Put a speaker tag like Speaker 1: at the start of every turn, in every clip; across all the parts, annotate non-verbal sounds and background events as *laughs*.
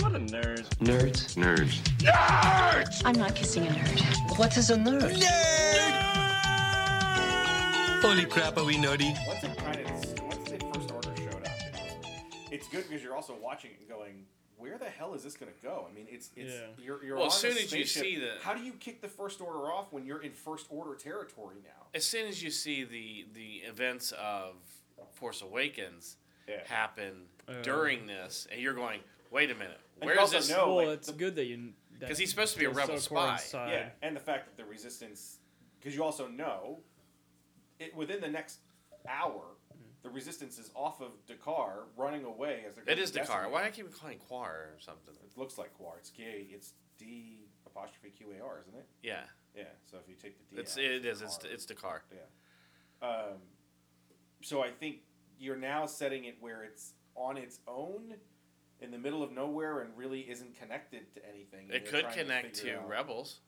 Speaker 1: not a nerd.
Speaker 2: Nerds.
Speaker 3: Nerds.
Speaker 4: I'm not kissing a nerd.
Speaker 2: What is a nerd?
Speaker 5: Holy crap, are we nerdy?
Speaker 6: Once it kind of, once the first order showed up, it was, it's good because you're also watching it and going, "Where the hell is this going to go?" I mean, it's it's
Speaker 1: Yeah.
Speaker 6: you're you're
Speaker 7: Well,
Speaker 6: on
Speaker 7: as
Speaker 6: a
Speaker 7: soon as you
Speaker 6: spaceship.
Speaker 7: see the-
Speaker 6: How do you kick the first order off when you're in first order territory now?
Speaker 7: As soon as you see the the events of Force Awakens
Speaker 6: Yeah.
Speaker 7: happen
Speaker 1: Uh.
Speaker 7: during this, and you're going, "Wait a minute,
Speaker 6: you
Speaker 7: where is
Speaker 6: also
Speaker 7: this?"
Speaker 6: know- Oh,
Speaker 1: well,
Speaker 6: wait,
Speaker 1: it's
Speaker 6: the-
Speaker 1: good that you.
Speaker 7: 'Cause he's supposed to be a rebel spy.
Speaker 1: Uh,
Speaker 6: Yeah, and the fact that the resistance, because you also know, it within the next hour, the resistance is off of Dakar, running away as they're.
Speaker 7: It
Speaker 6: getting
Speaker 7: is Dakar.
Speaker 6: decimated.
Speaker 7: Why do I keep calling Quar or something?
Speaker 6: It looks like Quar. It's gay. It's D apostrophe Q A R, isn't it?
Speaker 7: Yeah,
Speaker 6: Yeah. So if you take the D,
Speaker 7: it's
Speaker 6: out,
Speaker 7: it is it's
Speaker 6: Quar.
Speaker 7: it's Dakar.
Speaker 6: Yeah. Um, so I think you're now setting it where it's on its own, in the middle of nowhere, and really isn't connected to anything. and
Speaker 7: It
Speaker 6: you're
Speaker 7: could
Speaker 6: trying
Speaker 7: connect
Speaker 6: figure
Speaker 7: to
Speaker 6: out-
Speaker 7: Rebels.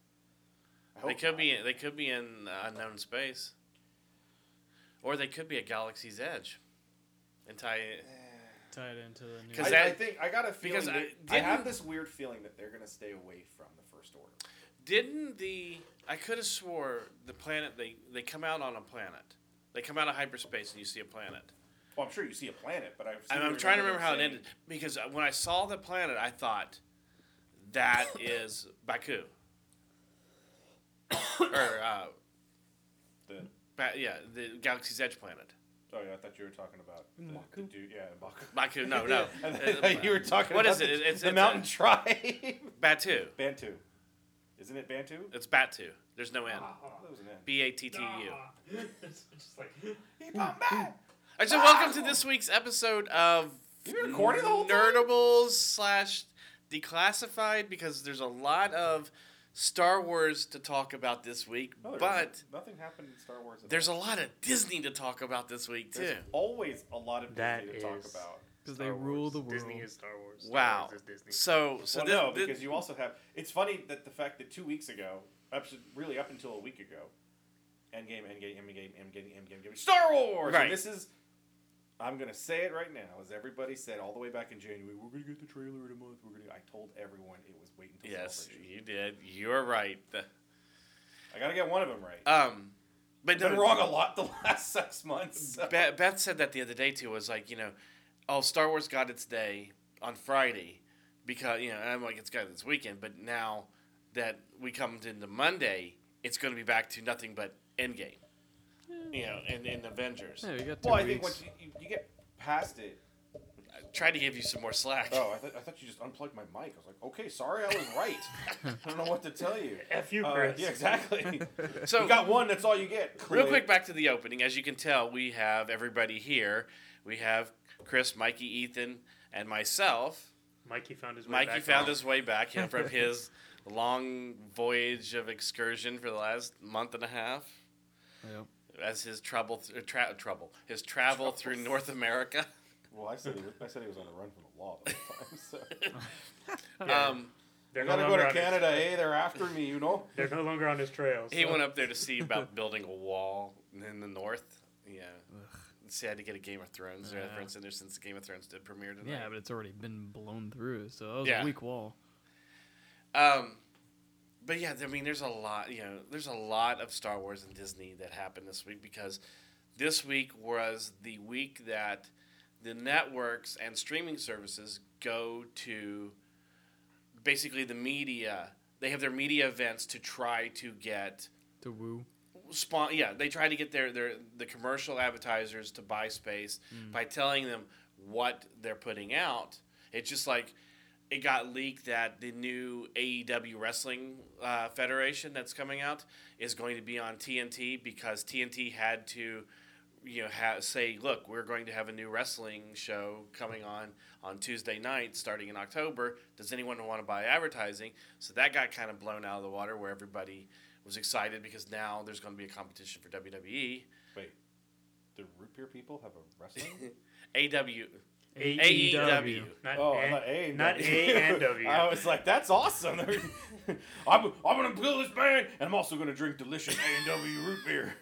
Speaker 6: I
Speaker 7: They
Speaker 6: hope
Speaker 7: could
Speaker 6: not.
Speaker 7: be they could be in unknown space, or they could be at Galaxy's Edge, and tie.
Speaker 1: Tied into the new.
Speaker 7: 'Cause
Speaker 6: I,
Speaker 7: that-
Speaker 6: I think I got a feeling.
Speaker 7: because I
Speaker 6: that- I, have
Speaker 7: didn't-
Speaker 6: this weird feeling that they're gonna stay away from the first order.
Speaker 7: Didn't the I could have swore the planet they they come out on a planet. They come out of hyperspace and you see a planet.
Speaker 6: Well, I'm sure you see a planet, but I've.
Speaker 7: And I'm trying to remember how it ended because when I saw the planet, I thought
Speaker 6: *coughs*
Speaker 7: that is Baku. or uh,
Speaker 6: The,
Speaker 7: ba- yeah, the Galaxy's Edge planet.
Speaker 6: oh yeah, I thought you were talking about the, the
Speaker 1: M'Baku?
Speaker 6: dude. Yeah, M'Baku.
Speaker 7: Baku, no, no.
Speaker 6: *laughs* I thought you were talking.
Speaker 7: uh, What
Speaker 6: about
Speaker 7: is it?
Speaker 6: The,
Speaker 7: It's-
Speaker 6: the
Speaker 7: it's
Speaker 6: mountain *laughs*
Speaker 7: a-
Speaker 6: tribe.
Speaker 7: Batu.
Speaker 6: Bantu, isn't it Bantu?
Speaker 7: It's Batu. There's no N.
Speaker 6: Oh, that was an N.
Speaker 7: B A T T E U.
Speaker 8: *laughs*
Speaker 1: just
Speaker 6: *laughs*
Speaker 1: like,
Speaker 7: All right, so welcome to this week's episode of
Speaker 6: You've been recording the whole time?
Speaker 7: Nerdables slash Declassified because there's a lot of Star Wars to talk about this week,
Speaker 6: No, Oh, there
Speaker 7: but
Speaker 6: isn't. nothing happened in Star Wars. at
Speaker 7: there's
Speaker 6: all.
Speaker 7: a lot of Disney to talk about this week too.
Speaker 6: There's always a lot of Disney
Speaker 8: That
Speaker 6: to talk
Speaker 8: is-
Speaker 6: about.
Speaker 1: because they rule the world.
Speaker 8: Disney is Star Wars. Star
Speaker 7: wow.
Speaker 8: Wars is Disney.
Speaker 7: So so
Speaker 6: well,
Speaker 7: this,
Speaker 6: no,
Speaker 7: this-
Speaker 6: because you also have. It's funny that the fact that two weeks ago, up to- really up until a week ago, Endgame, Endgame, Endgame, Endgame, Endgame, Endgame, Star Wars.
Speaker 7: Right.
Speaker 6: And this is. I'm gonna say it right now, as everybody said all the way back in January. We're gonna get the trailer in a month. We're gonna. I told everyone it was wait until *laughs*
Speaker 7: yes,
Speaker 6: Celebration.
Speaker 7: you did. You're right. The-
Speaker 6: I gotta get one of them right.
Speaker 7: um, but
Speaker 6: I've been
Speaker 7: no,
Speaker 6: wrong a lot the *laughs* last six months. so-
Speaker 7: Beth, Beth said that the other day too. Was like, you know, oh, Star Wars got its day on Friday because you know, and I'm like, it's got this weekend. But now that we come into Monday, it's going to be back to nothing but Endgame, you know, and, and Avengers.
Speaker 1: Yeah, you got two
Speaker 6: Well, I
Speaker 1: weeks.
Speaker 6: think once you, you, you get past it,
Speaker 7: I tried to give you some more slack. *laughs*
Speaker 6: Oh, I, th- I thought you just unplugged my mic. I was like, okay, sorry, I was right. I don't know what to tell you.
Speaker 8: F *laughs* you,
Speaker 6: Uh,
Speaker 8: Chris. *laughs*
Speaker 6: yeah, exactly.
Speaker 7: so
Speaker 6: you got one, that's all you get.
Speaker 7: real quick, back to the opening. As you can tell, we have everybody here. We have Chris, Mikey, Ethan, and myself.
Speaker 8: Mikey found his way
Speaker 7: Mikey
Speaker 8: back
Speaker 7: found
Speaker 8: home.
Speaker 7: his way back
Speaker 8: *laughs*
Speaker 7: here from his long voyage of excursion for the last month and a half
Speaker 1: Yep.
Speaker 7: as his trouble th- uh, tra- trouble his travel through
Speaker 8: *laughs*
Speaker 7: North America.
Speaker 6: Well, I said, he was, I said he was on the run from the law the whole time. So.
Speaker 7: Um,
Speaker 8: *laughs* They're
Speaker 6: I
Speaker 8: no
Speaker 6: gotta go
Speaker 8: longer
Speaker 6: to
Speaker 8: on his-
Speaker 6: Canada, eh? They're after me, you know?
Speaker 8: They're no longer on his trails.
Speaker 7: he went up there to see about *laughs* building a wall in the north. Yeah. See, I had to get a Game of Thrones
Speaker 1: Yeah.
Speaker 7: reference in there since Game of Thrones did premiere tonight.
Speaker 1: Yeah, but it's already been blown through, so that was
Speaker 7: Yeah.
Speaker 1: a weak wall.
Speaker 7: Um, but yeah, I mean, there's a lot. You know, there's a lot of Star Wars and Disney that happened this week because this week was the week that the networks and streaming services go to basically the media. They have their media events to try to get
Speaker 1: To woo.
Speaker 7: spawn yeah they try to get their, their the commercial advertisers to buy space by telling them what they're putting out it's just like it got leaked that the new AEW wrestling uh, federation that's coming out is going to be on TNT because TNT had to you know ha- say look we're going to have a new wrestling show coming on on Tuesday night starting in October does anyone want to buy advertising so that got kind of blown out of the water where everybody was excited because now there's going to be a competition for E. WWE
Speaker 6: Wait, do root beer people have a wrestling?
Speaker 7: AW
Speaker 6: E
Speaker 1: E
Speaker 8: AEW.
Speaker 7: AEW
Speaker 8: *laughs* Not
Speaker 6: Oh,
Speaker 8: A-
Speaker 6: I thought A and
Speaker 8: Not A
Speaker 6: *laughs*
Speaker 8: and W.
Speaker 6: I was like, that's awesome. *laughs* I'm, I'm gonna build this band, and I'm also gonna drink delicious A and W root beer.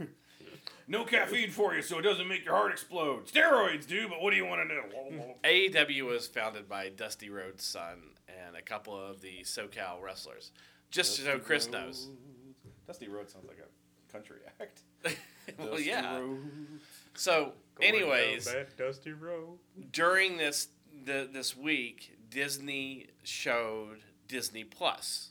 Speaker 6: *laughs* no caffeine for you, so it doesn't make your heart explode. Steroids do, but what do you want to know?
Speaker 7: AEW E was founded by Dusty Rhodes' son and a couple of the SoCal wrestlers. Just so Chris knows.
Speaker 6: Dusty Rhodes sounds like a country *laughs* act.
Speaker 7: *laughs* well,
Speaker 6: Dusty
Speaker 7: yeah.
Speaker 6: Rhodes.
Speaker 7: So,
Speaker 8: Going down
Speaker 7: anyways,
Speaker 8: that dusty road.
Speaker 7: during this the, this week, Disney showed Disney Plus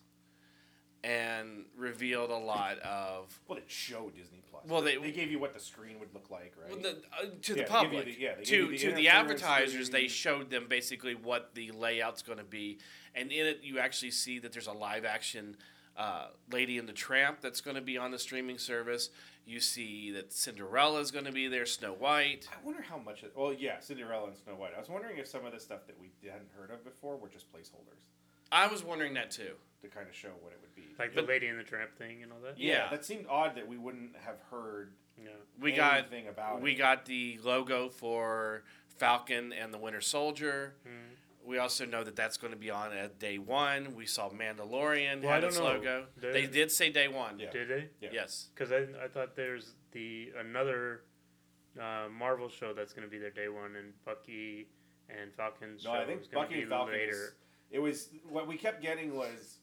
Speaker 7: and revealed a lot of
Speaker 6: Well, it showed Disney Plus.
Speaker 7: Well,
Speaker 6: they,
Speaker 7: they-
Speaker 6: gave you what the screen would look like, right?
Speaker 7: Well, the, uh,
Speaker 6: Yeah, they
Speaker 7: to the
Speaker 6: give you
Speaker 7: public,
Speaker 6: the- yeah, they give
Speaker 7: to
Speaker 6: you the
Speaker 7: to the
Speaker 6: interface,
Speaker 7: advertisers,
Speaker 6: the-
Speaker 7: they showed them basically what the layout's going to be, and in it you actually see that there's a live action uh, Lady and the Tramp that's going to be on the streaming service. You see that Cinderella's going to be there, Snow White.
Speaker 6: I wonder how much. It, well, yeah, Cinderella and Snow White. I was wondering if some of the stuff that we hadn't heard of before were just placeholders
Speaker 7: I was wondering that too.
Speaker 6: to kind of show what it would be.
Speaker 8: Like the
Speaker 7: But-
Speaker 8: Lady and the Tramp thing and all that.
Speaker 7: Yeah.
Speaker 6: that seemed odd that we wouldn't have heard
Speaker 8: Yeah.
Speaker 7: We got
Speaker 6: anything about
Speaker 7: we
Speaker 6: it.
Speaker 7: got the logo for Falcon and the Winter Soldier.
Speaker 8: Mm.
Speaker 7: We also know that that's going to be on at day one. We saw Mandalorian
Speaker 8: Well, I
Speaker 7: had
Speaker 8: don't
Speaker 7: its
Speaker 8: know.
Speaker 7: logo.
Speaker 8: They-
Speaker 7: They did say day one.
Speaker 6: Yeah.
Speaker 8: Did they?
Speaker 6: Yeah.
Speaker 7: Yes.
Speaker 8: Because I, I thought there's the another uh, Marvel show that's going to be their day one, and Bucky and Falcon's
Speaker 6: No,
Speaker 8: show
Speaker 6: I
Speaker 8: is
Speaker 6: think
Speaker 8: going
Speaker 6: Bucky
Speaker 8: to be
Speaker 6: and Falcon.
Speaker 8: later.
Speaker 6: is- It was what we kept getting was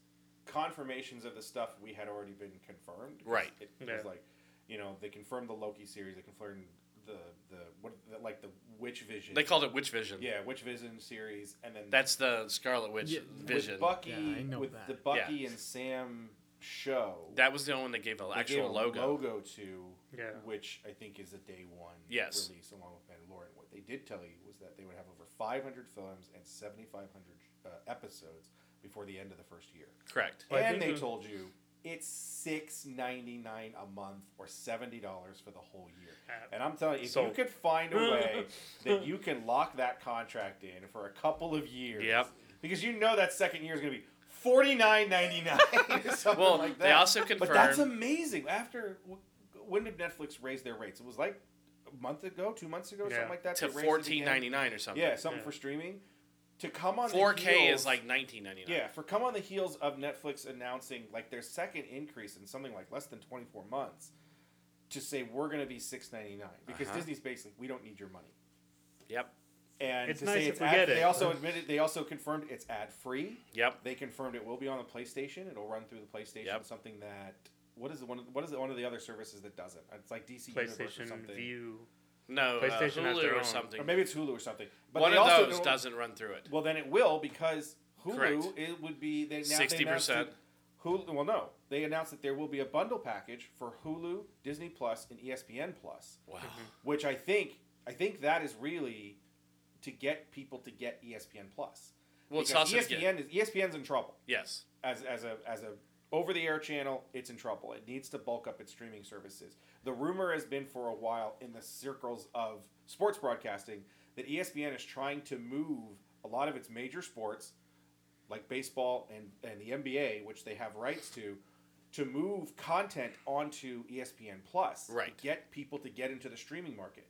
Speaker 6: confirmations of the stuff we had already been confirmed. 'Cause
Speaker 7: Right.
Speaker 6: It
Speaker 8: Yeah.
Speaker 6: was like, you know, they confirmed the Loki series. They confirmed the the what the, like the Witch Vision.
Speaker 7: They called it Witch Vision.
Speaker 6: yeah Witch Vision series, and then
Speaker 7: That's the Scarlet Witch
Speaker 1: Yeah,
Speaker 6: with
Speaker 7: Vision.
Speaker 6: Bucky
Speaker 1: Yeah, I know
Speaker 6: with
Speaker 1: that.
Speaker 6: the Bucky
Speaker 7: Yeah.
Speaker 6: and Sam show.
Speaker 7: That was the only one that gave an
Speaker 6: they
Speaker 7: actual
Speaker 6: gave a
Speaker 7: logo.
Speaker 6: logo to
Speaker 8: Yeah.
Speaker 6: which I think is a day one
Speaker 7: Yes.
Speaker 6: release along with Mandalorian. What they did tell you was that they would have over 500 films and 7,500 uh, episodes before the end of the first year.
Speaker 7: Correct.
Speaker 8: Well, I
Speaker 6: and
Speaker 8: think
Speaker 6: they
Speaker 8: the-
Speaker 6: told you it's six ninety nine a month or seventy dollars for the whole year.
Speaker 8: Uh,
Speaker 6: And I'm telling you, if you
Speaker 8: sold.
Speaker 6: could find a way that you can lock that contract in for a couple of years,
Speaker 7: Yep.
Speaker 6: because you know that second year is going to be forty nine ninety *laughs* nine.
Speaker 7: Well, they also
Speaker 6: But that's
Speaker 7: confirmed-
Speaker 6: amazing. After wh- when did Netflix raise their rates? It was like a month ago, two months ago,
Speaker 8: Yeah.
Speaker 6: something like that.
Speaker 7: To
Speaker 6: they raised it again.
Speaker 7: fourteen ninety nine or something.
Speaker 6: Yeah, something
Speaker 8: Yeah.
Speaker 6: for streaming. To come on the
Speaker 7: Four K
Speaker 6: heels-
Speaker 7: is like nineteen ninety nine.
Speaker 6: yeah, for come on the heels of Netflix announcing like their second increase in something like less than 24 months to say we're going to be 6.99 because
Speaker 7: Uh-huh.
Speaker 6: Disney's basically we don't need your money.
Speaker 7: Yep.
Speaker 6: And
Speaker 8: It's
Speaker 6: to
Speaker 8: nice
Speaker 6: say
Speaker 8: if
Speaker 6: it's
Speaker 8: we
Speaker 6: ad,
Speaker 8: get it.
Speaker 6: they also admitted they also confirmed it's ad free.
Speaker 7: Yep.
Speaker 6: They confirmed it will be on the PlayStation. It'll run through the PlayStation.
Speaker 7: Yep.
Speaker 6: Something that what is the one? What is the, one of the other services that doesn't? It's like DC Universe or
Speaker 8: PlayStation
Speaker 6: something,
Speaker 8: View.
Speaker 7: No. Uh,
Speaker 8: PlayStation has their
Speaker 7: Hulu or
Speaker 8: own.
Speaker 7: something.
Speaker 6: or maybe it's Hulu or something. But
Speaker 7: one
Speaker 6: they
Speaker 7: of
Speaker 6: also
Speaker 7: those
Speaker 6: don't-
Speaker 7: doesn't run through it.
Speaker 6: Well, then it will because Hulu
Speaker 7: Correct.
Speaker 6: it would be they now they announced
Speaker 7: 60%.
Speaker 6: that Hulu. Well, no, they announced that there will be a bundle package for Hulu, Disney Plus, and E ESPN Plus,
Speaker 7: Wow.
Speaker 6: which I think I think that is really to get people to get E ESPN Plus.
Speaker 7: Well, it's
Speaker 6: Because E
Speaker 7: also to get-
Speaker 6: ESPN is ESPN's in trouble
Speaker 7: Yes.
Speaker 6: as as a as a over the air channel, it's in trouble. It needs to bulk up its streaming services. The rumor has been for a while in the circles of sports broadcasting that E ESPN is trying to move a lot of its major sports, like baseball and, and the NBA, which they have rights to, to move content onto E ESPN Plus.
Speaker 7: Right.
Speaker 6: To get people to get into the streaming market.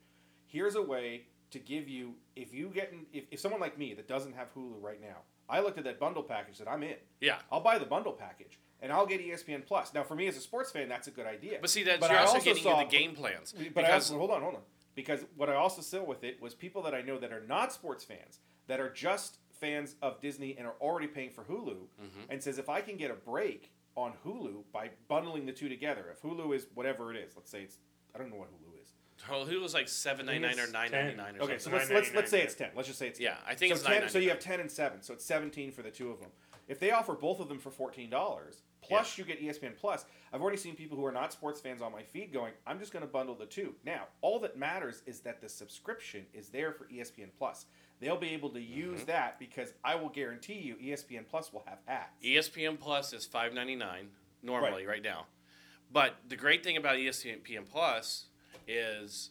Speaker 6: Here's a way to give you if you get in, if, if someone like me that doesn't have Hulu right now, I looked at that bundle package that I'm in.
Speaker 7: Yeah.
Speaker 6: I'll buy the bundle package and I'll get E ESPN Plus. Now, for me as a sports fan, that's a good idea.
Speaker 7: But see, that's
Speaker 6: But
Speaker 7: you're
Speaker 6: I
Speaker 7: also,
Speaker 6: also
Speaker 7: getting
Speaker 6: saw-
Speaker 7: into the game plans.
Speaker 6: But I
Speaker 7: because
Speaker 6: also, hold on, hold on. Because what I also saw with it was people that I know that are not sports fans, that are just fans of Disney and are already paying for Hulu,
Speaker 7: Mm-hmm.
Speaker 6: and says if I can get a break on Hulu by bundling the two together, if Hulu is whatever it is, let's say it's I don't know what Hulu is.
Speaker 7: Hulu was like seven ninety nine or
Speaker 8: it's
Speaker 7: nine ninety nine or
Speaker 6: Okay, so
Speaker 7: something.
Speaker 6: let's, let's let's say
Speaker 8: $9.99,
Speaker 6: it's ten. Let's just say it's
Speaker 7: Yeah,
Speaker 6: 10.
Speaker 7: I think
Speaker 6: so
Speaker 7: it's
Speaker 6: 10, So you
Speaker 7: $9.99.
Speaker 6: have ten and seven, so it's seventeen for the two of them. If they offer both of them for fourteen dollars, plus you get E ESPN Plus, I've already seen people who are not sports fans on my feed going, "I'm just going to bundle the two. Now, all that matters is that the subscription is there for E ESPN Plus. They'll be able to
Speaker 7: Mm-hmm.
Speaker 6: use that because I will guarantee you, E ESPN Plus will have ads.
Speaker 7: E ESPN Plus is five ninety nine normally right. now, but the great thing about E ESPN Plus is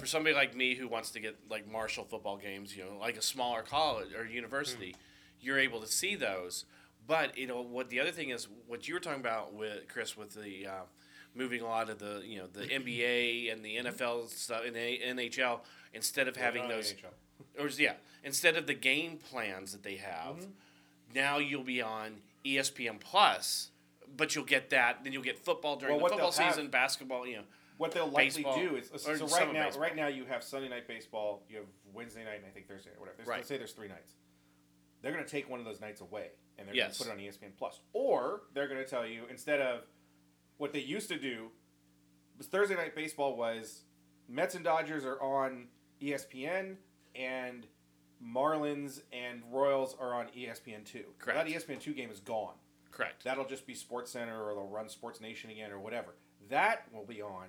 Speaker 7: for somebody like me who wants to get like Marshall football games, you know, like a smaller college or university, you're able to see those. But you know what the other thing is, what you were talking about with Chris with the uh, moving a lot of the you know the NBA and the NFL stuff and the NHL instead of having
Speaker 6: Not
Speaker 7: those
Speaker 6: NHL.
Speaker 7: or yeah, instead of the game plans that they have,
Speaker 6: Mm-hmm.
Speaker 7: now you'll be on E ESPN Plus, but you'll get that. Then you'll get football during
Speaker 6: Well, what
Speaker 7: the football
Speaker 6: they'll have-
Speaker 7: season, basketball. You know,
Speaker 6: what they'll likely
Speaker 7: baseball,
Speaker 6: do is
Speaker 7: or
Speaker 6: so
Speaker 7: summer
Speaker 6: right now.
Speaker 7: baseball.
Speaker 6: Right now, you have Sunday night baseball, you have Wednesday night, and I think Thursday night, whatever. There's,
Speaker 7: Right.
Speaker 6: Let's say there's three nights. They're going to take one of those nights away, and they're
Speaker 7: Yes.
Speaker 6: going to put it on E ESPN Plus, or they're going to tell you instead of what they used to do was Thursday night baseball was Mets and Dodgers are on E ESPN and Marlins and Royals are on E ESPN two.
Speaker 7: Correct.
Speaker 6: That E ESPN two game is gone.
Speaker 7: Correct.
Speaker 6: That'll just be Sports Center or they'll run Sports Nation again or whatever. That will be on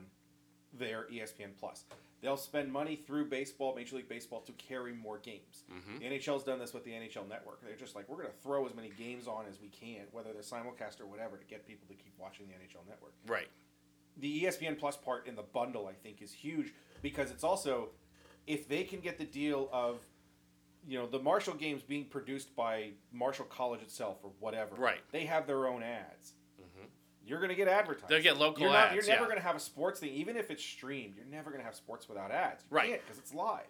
Speaker 6: their E ESPN Plus. They'll spend money through baseball, Major League Baseball, to carry more games. The NHL's done this with the NHL Network. They're just like, we're going to throw as many games on as we can, whether they're simulcast or whatever, to get people to keep watching the NHL Network
Speaker 7: right.
Speaker 6: the E ESPN Plus part in the bundle, I think, is huge because it's also if they can get the deal of you know the Marshall games being produced by Marshall College itself or whatever,
Speaker 7: Right. Mm-hmm.
Speaker 6: They have their own ads. You're going to get advertising.
Speaker 7: They'll get local
Speaker 6: you're not-
Speaker 7: ads,
Speaker 6: You're never
Speaker 7: yeah.
Speaker 6: going to have a sports thing, even if it's streamed. You're never going to have sports without ads,
Speaker 7: Right.
Speaker 6: Because it's live.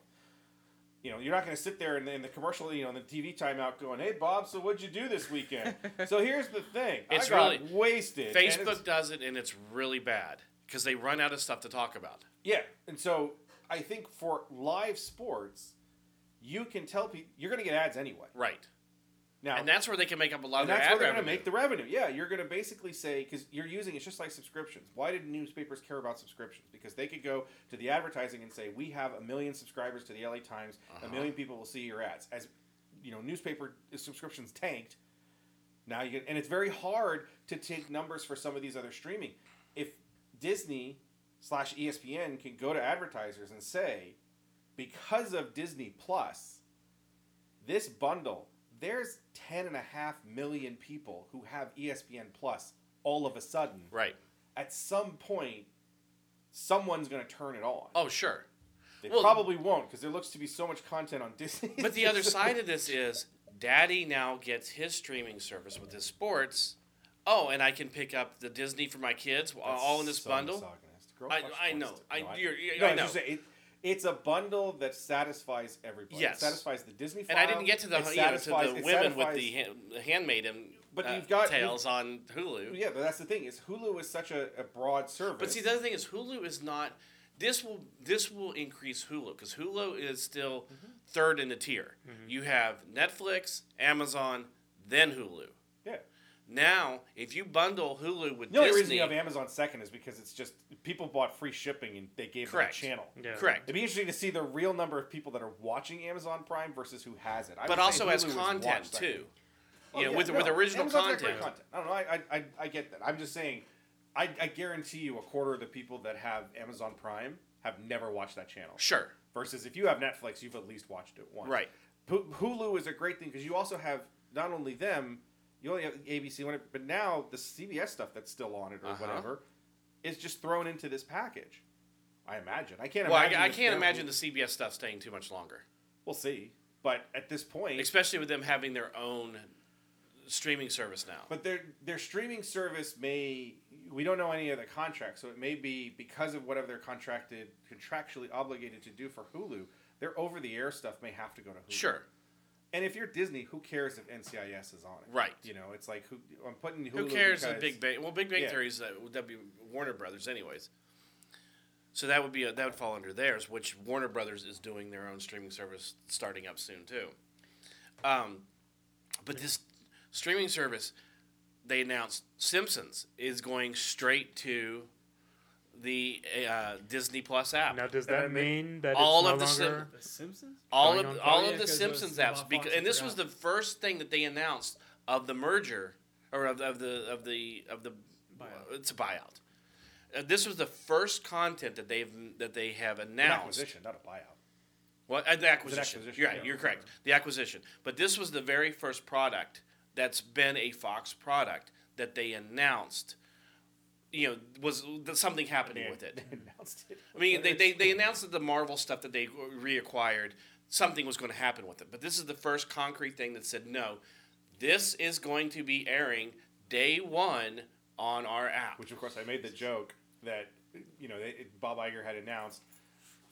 Speaker 6: You know, you're not going to sit there in the, in the commercial, you know, in the TV timeout, going, "Hey, Bob, so what'd you do this
Speaker 7: *laughs*
Speaker 6: weekend?" so here's the thing:
Speaker 7: It's
Speaker 6: I got
Speaker 7: really-
Speaker 6: wasted. and it's-
Speaker 7: Facebook does it, and it's really bad because they run out of stuff to talk about.
Speaker 6: Yeah, and so I think for live sports, you can tell people you're going to get ads anyway.
Speaker 7: Right.
Speaker 6: Now,
Speaker 7: And that's where they can make up a lot
Speaker 6: and
Speaker 7: of their
Speaker 6: that's
Speaker 7: ad
Speaker 6: where they're going
Speaker 7: revenue.
Speaker 6: to make the revenue. Yeah, you're going to basically say because you're using it's just like subscriptions. Why did newspapers care about subscriptions? Because they could go to the advertising and say, "We have a million subscribers to the LA Times.
Speaker 7: Uh-huh.
Speaker 6: A million people will see your ads." As you know, newspaper uh, subscriptions tanked. Now you get, and it's very hard to take numbers for some of these other streaming. If Disney slash E ESPN can go to advertisers and say, because of Disney Plus, this bundle, there's ten and a half million people who have E ESPN Plus all of a sudden.
Speaker 7: Right.
Speaker 6: At some point, someone's going to turn it on.
Speaker 7: Oh, sure.
Speaker 6: they
Speaker 7: well-
Speaker 6: probably won't because there looks to be so much content on *laughs* Disney.
Speaker 7: But the other side of this is Daddy now gets his streaming service with his sports. Oh, and I can pick up the Disney for my
Speaker 6: *laughs*
Speaker 7: kids
Speaker 6: That's
Speaker 7: all in this
Speaker 6: so
Speaker 7: bundle.
Speaker 6: misogynist. Girl,
Speaker 7: I-
Speaker 6: fuck
Speaker 7: I
Speaker 6: boys.
Speaker 7: know. I- you're- you're-
Speaker 6: no,
Speaker 7: I
Speaker 6: was
Speaker 7: know.
Speaker 6: just saying, it- it's a bundle that satisfies everybody.
Speaker 7: Yes.
Speaker 6: It satisfies the Disney.
Speaker 7: And I didn't get to the
Speaker 6: it
Speaker 7: you know, to
Speaker 6: satisfies-
Speaker 7: the
Speaker 6: it
Speaker 7: women with
Speaker 6: satisfies-
Speaker 7: the hand, the handmaiden
Speaker 6: But
Speaker 7: uh,
Speaker 6: you've got-
Speaker 7: tales on Hulu.
Speaker 6: Yeah, but that's the thing is Hulu is such a, a broad service.
Speaker 7: But see, the other thing is Hulu is not. This will this will increase Hulu because Hulu is still
Speaker 6: Mm-hmm.
Speaker 7: third in the tier. You have Netflix, Amazon, then Hulu.
Speaker 6: yeah.
Speaker 7: Now, if you bundle Hulu with
Speaker 6: The only reason
Speaker 7: Disney,
Speaker 6: you have Amazon second is because it's just people bought free shipping and they gave
Speaker 7: Correct.
Speaker 6: them a channel.
Speaker 8: Yeah.
Speaker 7: correct.
Speaker 6: It'd be interesting to see the real number of people that are watching Amazon Prime versus who has it. I
Speaker 7: but
Speaker 6: would
Speaker 7: also
Speaker 6: say
Speaker 7: has
Speaker 6: Hulu is
Speaker 7: content
Speaker 6: watched, I think. Oh,
Speaker 7: too. you know,
Speaker 6: yeah,
Speaker 7: with
Speaker 6: no,
Speaker 7: with original
Speaker 6: Amazon's got
Speaker 7: content.
Speaker 6: great content. I don't know. I, I, I, I get that. I'm just saying, I, I guarantee you a quarter of the people that have Amazon Prime have never watched that channel.
Speaker 7: Sure.
Speaker 6: Versus if you have Netflix, you've at least watched it once.
Speaker 7: Right.
Speaker 6: Hu- Hulu is a great thing because you also have not only them, you only have ABC, one, but now the CBS stuff that's still on it or
Speaker 7: Uh-huh.
Speaker 6: whatever is just thrown into this package. I imagine. I can't
Speaker 7: Well, I,
Speaker 6: imagine.
Speaker 7: I
Speaker 6: that
Speaker 7: can't
Speaker 6: they're-
Speaker 7: imagine the CBS stuff staying too much longer,
Speaker 6: We'll see. But at this point,
Speaker 7: especially with them having their own streaming service now.
Speaker 6: But their their streaming service may we don't know any of the contracts, so it may be because of whatever they're contracted contractually obligated to do for Hulu, their over the air stuff may have to go to Hulu.
Speaker 7: sure.
Speaker 6: And if you're Disney, who cares if NCIS is on it?
Speaker 7: Right.
Speaker 6: You know, it's like who I'm putting Hulu.
Speaker 7: Who cares? The
Speaker 6: Because,
Speaker 7: Big Bang. Well, Big Bang
Speaker 6: Yeah.
Speaker 7: Theory is uh, that'd be Warner Brothers, anyways. So that would be a, that would fall under theirs, which Warner Brothers is doing their own streaming service starting up soon too. Um, but this streaming service, they announced Simpsons is going straight to the uh, Disney Plus app.
Speaker 8: Now, does that mean that
Speaker 7: all
Speaker 8: it's
Speaker 7: of
Speaker 8: no
Speaker 7: the sim-
Speaker 8: longer?
Speaker 1: The Simpsons?
Speaker 7: all
Speaker 8: Going
Speaker 7: of
Speaker 8: on
Speaker 7: all
Speaker 1: Fox?
Speaker 7: of
Speaker 1: Yeah,
Speaker 7: the
Speaker 1: 'cause
Speaker 7: Simpsons
Speaker 1: it was
Speaker 7: apps
Speaker 1: on
Speaker 7: because
Speaker 1: Fox,
Speaker 7: and
Speaker 1: I
Speaker 7: this was the
Speaker 1: forgot.
Speaker 7: first thing that they announced of the merger or of, of the of the of the
Speaker 1: Buyout.
Speaker 7: it's a buyout. Uh, this was the first content that they've that they have
Speaker 6: An
Speaker 7: announced.
Speaker 6: acquisition, not a buyout.
Speaker 7: Well, uh, the acquisition.
Speaker 6: acquisition,
Speaker 7: You're right.
Speaker 6: yeah.
Speaker 7: You're correct. The acquisition. But this was the very first product that's been a Fox product that they announced. You know, was that something happening with it?
Speaker 6: *laughs* They announced it.
Speaker 7: I mean, they, they, they announced that the Marvel stuff that they reacquired, something was going to happen with it. But this is the first concrete thing that said, no, this is going to be airing day one on our app.
Speaker 6: Which of course I made the joke that you know they, Bob Iger had announced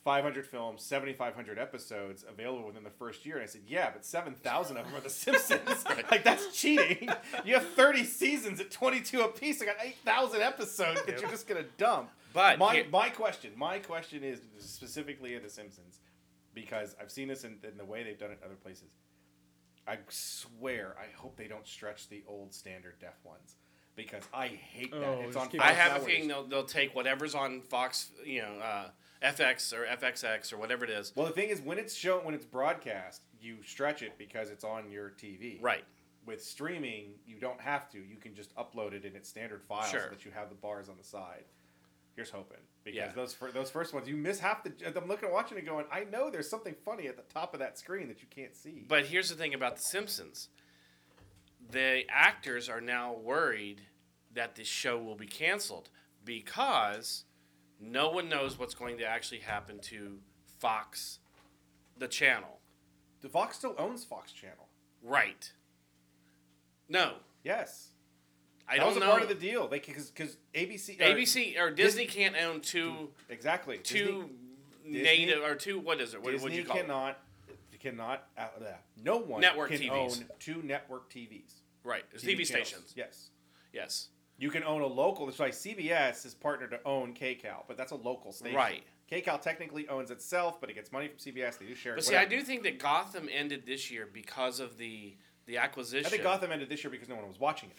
Speaker 6: 500 films, 7,500 episodes available within the first year, and I said, yeah, but 7,000 of them are The
Speaker 7: *laughs*
Speaker 6: Simpsons. like that's cheating. You have 30 seasons at 22 apiece. I got 8,000 episodes that you're just gonna dump.
Speaker 7: But
Speaker 6: my
Speaker 7: Uh, here-
Speaker 6: my question, my question is specifically at The Simpsons, because I've seen this in, in the way they've done it in other places. I swear, I hope they don't stretch the old standard deaf ones, because I hate that.
Speaker 1: Oh,
Speaker 6: it's
Speaker 1: just
Speaker 6: on.
Speaker 1: keep
Speaker 6: Fox
Speaker 7: I have a
Speaker 6: Hours.
Speaker 7: feeling they'll, they'll take whatever's on Fox, you know, uh, FX or FXX or whatever it is.
Speaker 6: Well, the thing is, when it's shown, when it's broadcast, you stretch it because it's on your TV.
Speaker 7: Right.
Speaker 6: With streaming, you don't have to. You can just upload it in its standard file,
Speaker 7: Sure.
Speaker 6: so that you have the bars on the side. Here's hoping because
Speaker 7: Yeah.
Speaker 6: those fir- those first ones you miss half the. I'm looking at watching it going. I know there's something funny at the top of that screen that you can't see.
Speaker 7: But here's the thing about The Simpsons the actors are now worried that this show will be canceled because no one knows what's going to actually happen to Fox, the channel.
Speaker 6: the Fox still owns Fox Channel.
Speaker 7: Right. No,
Speaker 6: Yes,
Speaker 7: I
Speaker 6: that
Speaker 7: don't
Speaker 6: was a
Speaker 7: know.
Speaker 6: part of the uh, deal. They because ABC or-
Speaker 7: ABC or Disney can't own two
Speaker 6: exactly
Speaker 7: two
Speaker 6: Disney-
Speaker 7: native or two what is it? What
Speaker 6: Disney
Speaker 7: would you call it?
Speaker 6: cannot cannot uh, uh, no one
Speaker 7: Network
Speaker 6: can
Speaker 7: TVs.
Speaker 6: own two network TVs.
Speaker 7: Right. It's TV,
Speaker 6: channels.
Speaker 7: stations.
Speaker 6: Yes.
Speaker 7: Yes.
Speaker 6: You can own a local. That's why CBS is partnered to own KCAL, but that's a local station.
Speaker 7: Right.
Speaker 6: KCAL technically owns itself, but it gets money from CBS. They do share.
Speaker 7: But
Speaker 6: it,
Speaker 7: see, I
Speaker 6: whatever.
Speaker 7: do think that Gotham ended this year because of the the acquisition.
Speaker 6: I think Gotham ended this year because no one was watching it.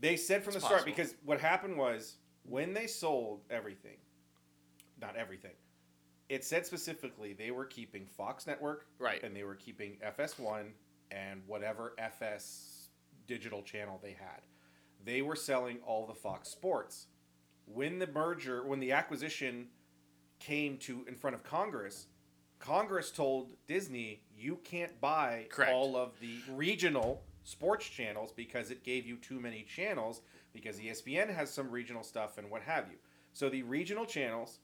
Speaker 6: They said from
Speaker 7: It's
Speaker 6: the start
Speaker 7: possible.
Speaker 6: because what happened was when they sold everything, not everything. It said specifically they were keeping Fox Network,
Speaker 7: Right.
Speaker 6: and they were keeping FS1 and whatever FS digital channel they had. They were selling all the Fox Sports. When the merger, when the acquisition came to in front of Congress, Congress told Disney, "You can't buy
Speaker 7: Correct.
Speaker 6: all of the regional sports channels because it gave you too many channels because E ESPN has some regional stuff and what have you." So the regional channels,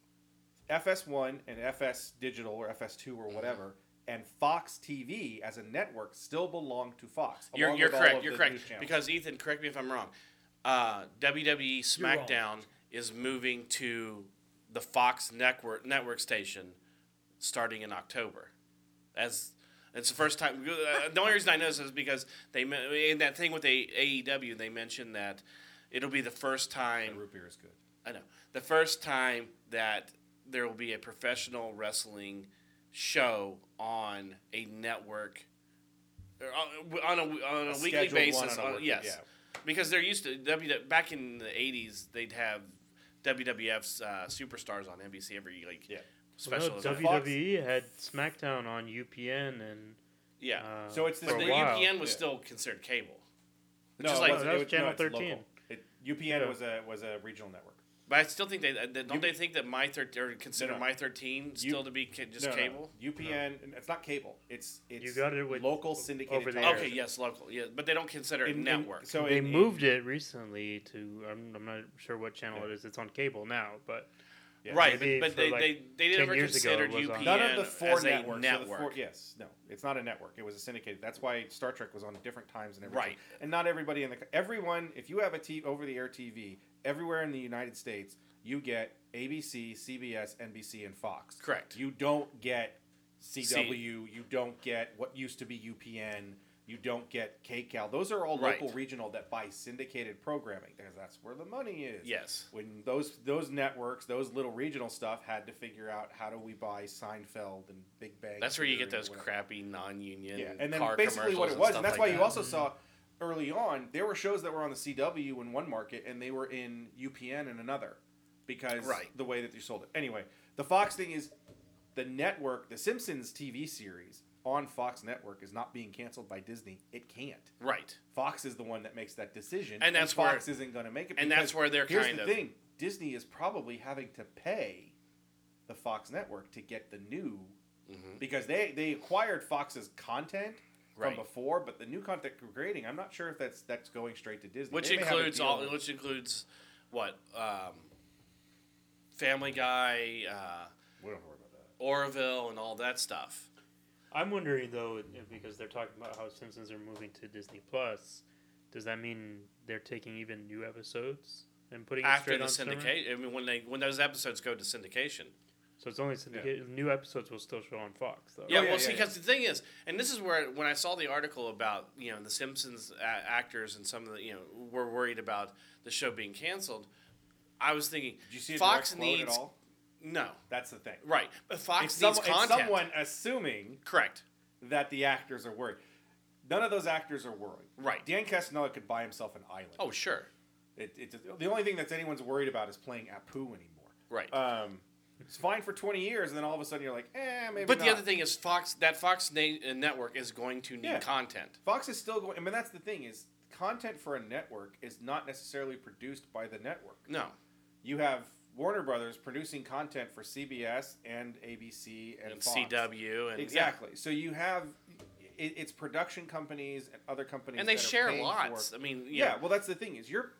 Speaker 6: FS1 and FS Digital or FS2 or whatever, and Fox TV as a network still belong to Fox.
Speaker 7: You're,
Speaker 6: along
Speaker 7: you're
Speaker 6: with all
Speaker 7: correct.
Speaker 6: of
Speaker 7: You're
Speaker 6: the
Speaker 7: correct.
Speaker 6: news channels.
Speaker 7: Because Ethan, correct me if I'm wrong. Uh, WWE SmackDown is moving to the Fox network network station starting in October. As it's the first time. uh, the only reason I know this is because they men- in that thing with a, AEW they mentioned that it'll be the first time.
Speaker 6: root beer is good.
Speaker 7: I know. The first time that there will be a professional wrestling show on a network or on on a,
Speaker 6: A
Speaker 7: on a, weekly
Speaker 6: scheduled one
Speaker 7: basis.
Speaker 6: on a
Speaker 7: on-
Speaker 6: work-
Speaker 7: yes.
Speaker 6: yeah.
Speaker 7: Because they're used to W back in the 80s they'd have WWF's uh, superstars on NBC every like
Speaker 6: Yeah.
Speaker 8: Well,
Speaker 7: special event.
Speaker 8: WWE E had SmackDown on UPN and
Speaker 7: yeah.
Speaker 8: uh,
Speaker 6: So it's this
Speaker 8: for
Speaker 7: but
Speaker 8: a
Speaker 7: the
Speaker 8: while.
Speaker 7: UPN was
Speaker 6: Yeah.
Speaker 7: still considered cable.
Speaker 6: No,
Speaker 7: is
Speaker 6: it
Speaker 7: like-
Speaker 6: wasn't.
Speaker 8: No, that
Speaker 6: It
Speaker 8: was
Speaker 6: no,
Speaker 8: Channel
Speaker 6: it's local.
Speaker 8: 13.
Speaker 6: It, UPN
Speaker 8: Yeah.
Speaker 6: was a was a regional network.
Speaker 7: But I still think they uh, don't
Speaker 6: You-
Speaker 7: they think that my thir- or consider
Speaker 6: no.
Speaker 7: my 13 still to be ca- just
Speaker 6: No, no,
Speaker 7: cable.
Speaker 6: UPN. It's not cable. It's it's
Speaker 8: You got it with-
Speaker 6: local syndicated.
Speaker 8: over the
Speaker 6: television.
Speaker 7: Okay, yes, local. Yeah, but they don't consider it
Speaker 6: In- in-
Speaker 7: network.
Speaker 6: so
Speaker 8: they
Speaker 6: in- in-
Speaker 8: moved it recently to I'm, I'm not sure what channel it is. It's on cable now, but
Speaker 6: yeah.
Speaker 7: right,
Speaker 8: Maybe
Speaker 7: but, but
Speaker 8: for,
Speaker 7: they,
Speaker 8: like,
Speaker 7: they, they
Speaker 8: 10
Speaker 7: never
Speaker 8: years ago it
Speaker 7: considered
Speaker 8: was on-
Speaker 7: UPN
Speaker 6: None of the four
Speaker 7: as a
Speaker 6: networks. so the
Speaker 7: network.
Speaker 6: four- yes, no, it's not a network. It was a syndicated. That's why Star Trek was on different times and everything.
Speaker 7: Right.
Speaker 6: And not everybody in the everyone. If you have a t- over the air TV everywhere in the United States, you get ABC, CBS, NBC, and Fox.
Speaker 7: Correct.
Speaker 6: You don't get CW. You don't get what used to be UPN. You don't get KCAL. Those are all
Speaker 7: Right.
Speaker 6: local regional that buy syndicated programming because that's where the money is
Speaker 7: Yes.
Speaker 6: when those those networks, those little regional stuff, had to figure out how do we buy Seinfeld and Big Bang.
Speaker 7: That's where you
Speaker 6: Theory
Speaker 7: get those
Speaker 6: and whatever.
Speaker 7: crappy non-union
Speaker 6: Yeah, and then
Speaker 7: car
Speaker 6: basically what
Speaker 7: commercials
Speaker 6: it was,
Speaker 7: stuff
Speaker 6: and that's why
Speaker 7: like
Speaker 6: you
Speaker 7: that.
Speaker 6: also saw early on there were shows that were on the CW in one market and they were in UPN in another because
Speaker 7: Right.
Speaker 6: the way that you sold it. Anyway, the Fox thing is the network, the Simpsons TV series on Fox Network is not being canceled by Disney. It can't.
Speaker 7: right.
Speaker 6: Fox is the one that makes that decision,
Speaker 7: And that's where-
Speaker 6: Fox isn't going to make it.
Speaker 7: and
Speaker 6: because
Speaker 7: that's where they're
Speaker 6: here's
Speaker 7: kind
Speaker 6: the
Speaker 7: of-
Speaker 6: thing: Disney is probably having to pay the Fox network to get the new because they they acquired Fox's content
Speaker 7: Mm-hmm. Right.
Speaker 6: from before, but the new content they're creating, I'm not sure if that's that's going straight to Disney,
Speaker 7: Which
Speaker 6: They may have a
Speaker 7: includes
Speaker 6: deal
Speaker 7: all.
Speaker 6: with-
Speaker 7: Which includes what? Um, Family Guy, uh,
Speaker 6: we don't worry about that.
Speaker 7: Orville, and all that stuff.
Speaker 8: I'm wondering though if- because they're talking about how Simpsons are moving to Disney Plus, does that mean they're taking even new episodes and putting it
Speaker 7: After
Speaker 8: straight
Speaker 7: the
Speaker 8: on summer?
Speaker 7: syndication, I mean, when they when those episodes go to syndication.
Speaker 8: So it's only syndicated. New episodes will still show on Fox though.
Speaker 7: Yeah,
Speaker 6: Oh, yeah,
Speaker 7: well,
Speaker 6: yeah,
Speaker 7: see,
Speaker 6: yeah.
Speaker 7: because the thing is, and this is where when I saw the article about you know the Simpsons uh, actors and some of the you know were worried about the show being canceled. I was thinking
Speaker 6: Did you see a
Speaker 7: Fox
Speaker 6: direct quote
Speaker 7: needs
Speaker 6: at all?
Speaker 7: no
Speaker 6: That's the thing.
Speaker 7: right, but Fox
Speaker 6: It's,
Speaker 7: needs
Speaker 6: some- it's
Speaker 7: content.
Speaker 6: someone assuming
Speaker 7: Correct.
Speaker 6: that the actors are worried. None of those actors are worried.
Speaker 7: Right.
Speaker 6: Dan Castanella could buy himself an island.
Speaker 7: Oh sure.
Speaker 6: It, it's the only thing that's anyone's worried about is playing Apu anymore.
Speaker 7: Right.
Speaker 6: Um, it's fine for 20 years, and then all of a sudden you're like, eh, maybe.
Speaker 7: but the
Speaker 6: not.
Speaker 7: other thing is Fox that Fox na- uh, network is going to need
Speaker 6: Yeah.
Speaker 7: content.
Speaker 6: Fox is still going. I mean, that's the thing is content for a network is not necessarily produced by the network.
Speaker 7: No.
Speaker 6: You have Warner Brothers producing content for CBS and ABC and,
Speaker 7: And
Speaker 6: Fox.
Speaker 7: CW and
Speaker 6: Exactly. So you have it, it's production companies and other companies,
Speaker 7: And they
Speaker 6: that are
Speaker 7: share
Speaker 6: paying
Speaker 7: lots.
Speaker 6: for-
Speaker 7: I mean,
Speaker 6: yeah.
Speaker 7: yeah.
Speaker 6: Well, that's the thing is you're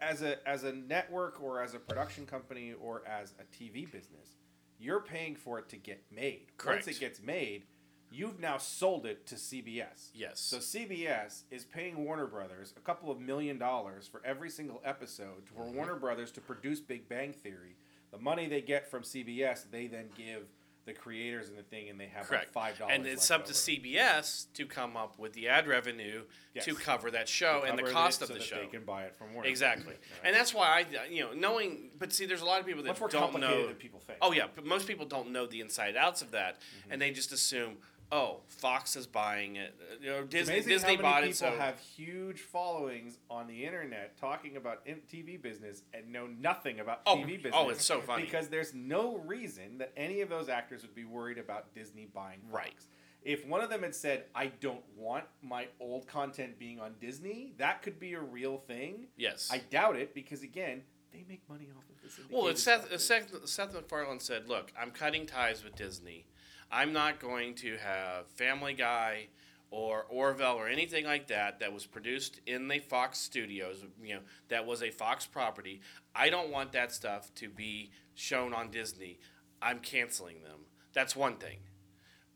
Speaker 6: as a as a network or as a production company or as a TV business, you're paying for it to get made.
Speaker 7: Correct.
Speaker 6: Once it gets made, you've now sold it to CBS.
Speaker 7: Yes.
Speaker 6: So CBS is paying Warner Brothers a couple of million dollars for every single episode for
Speaker 7: Mm-hmm.
Speaker 6: Warner Brothers to produce Big Bang Theory. The money they get from CBS, they then give the creators and the thing, and they have like
Speaker 7: Correct.
Speaker 6: five dollars.
Speaker 7: And it's up to E CBS to come up with the ad revenue
Speaker 6: Yes.
Speaker 7: to cover that show and the cost of the show.
Speaker 6: They can buy it from Warner.
Speaker 7: Exactly.
Speaker 6: Right.
Speaker 7: And that's why I, you know, knowing, but see, there's a lot of people that
Speaker 6: much more
Speaker 7: don't
Speaker 6: complicated
Speaker 7: know.
Speaker 6: than people think.
Speaker 7: Oh, yeah. But most people don't know the inside outs of that.
Speaker 6: Mm-hmm.
Speaker 7: And they just assume, oh, Fox is buying it. uh, You know,
Speaker 6: It's
Speaker 7: Disney,
Speaker 6: amazing
Speaker 7: Disney
Speaker 6: how many
Speaker 7: bought
Speaker 6: people
Speaker 7: it. So,
Speaker 6: have huge followings on the internet talking about in- TV business and know nothing about
Speaker 7: Oh,
Speaker 6: TV
Speaker 7: oh,
Speaker 6: business.
Speaker 7: it's so funny.
Speaker 6: because there's no reason that any of those actors would be worried about Disney buying Fox.
Speaker 7: Right.
Speaker 6: If one of them had said, "I don't want my old content being on Disney," that could be a real thing.
Speaker 7: yes.
Speaker 6: I doubt it because again, they make money off of this.
Speaker 7: Well,
Speaker 6: syndicated
Speaker 7: it's Seth,
Speaker 6: stuff.
Speaker 7: Seth, Seth MacFarlane said, "Look, I'm cutting ties with Disney. I'm not going to have Family Guy or Orville or anything like that that was produced in the Fox studios. You know, that was a Fox property. I don't want that stuff to be shown on Disney. I'm canceling them. That's one thing."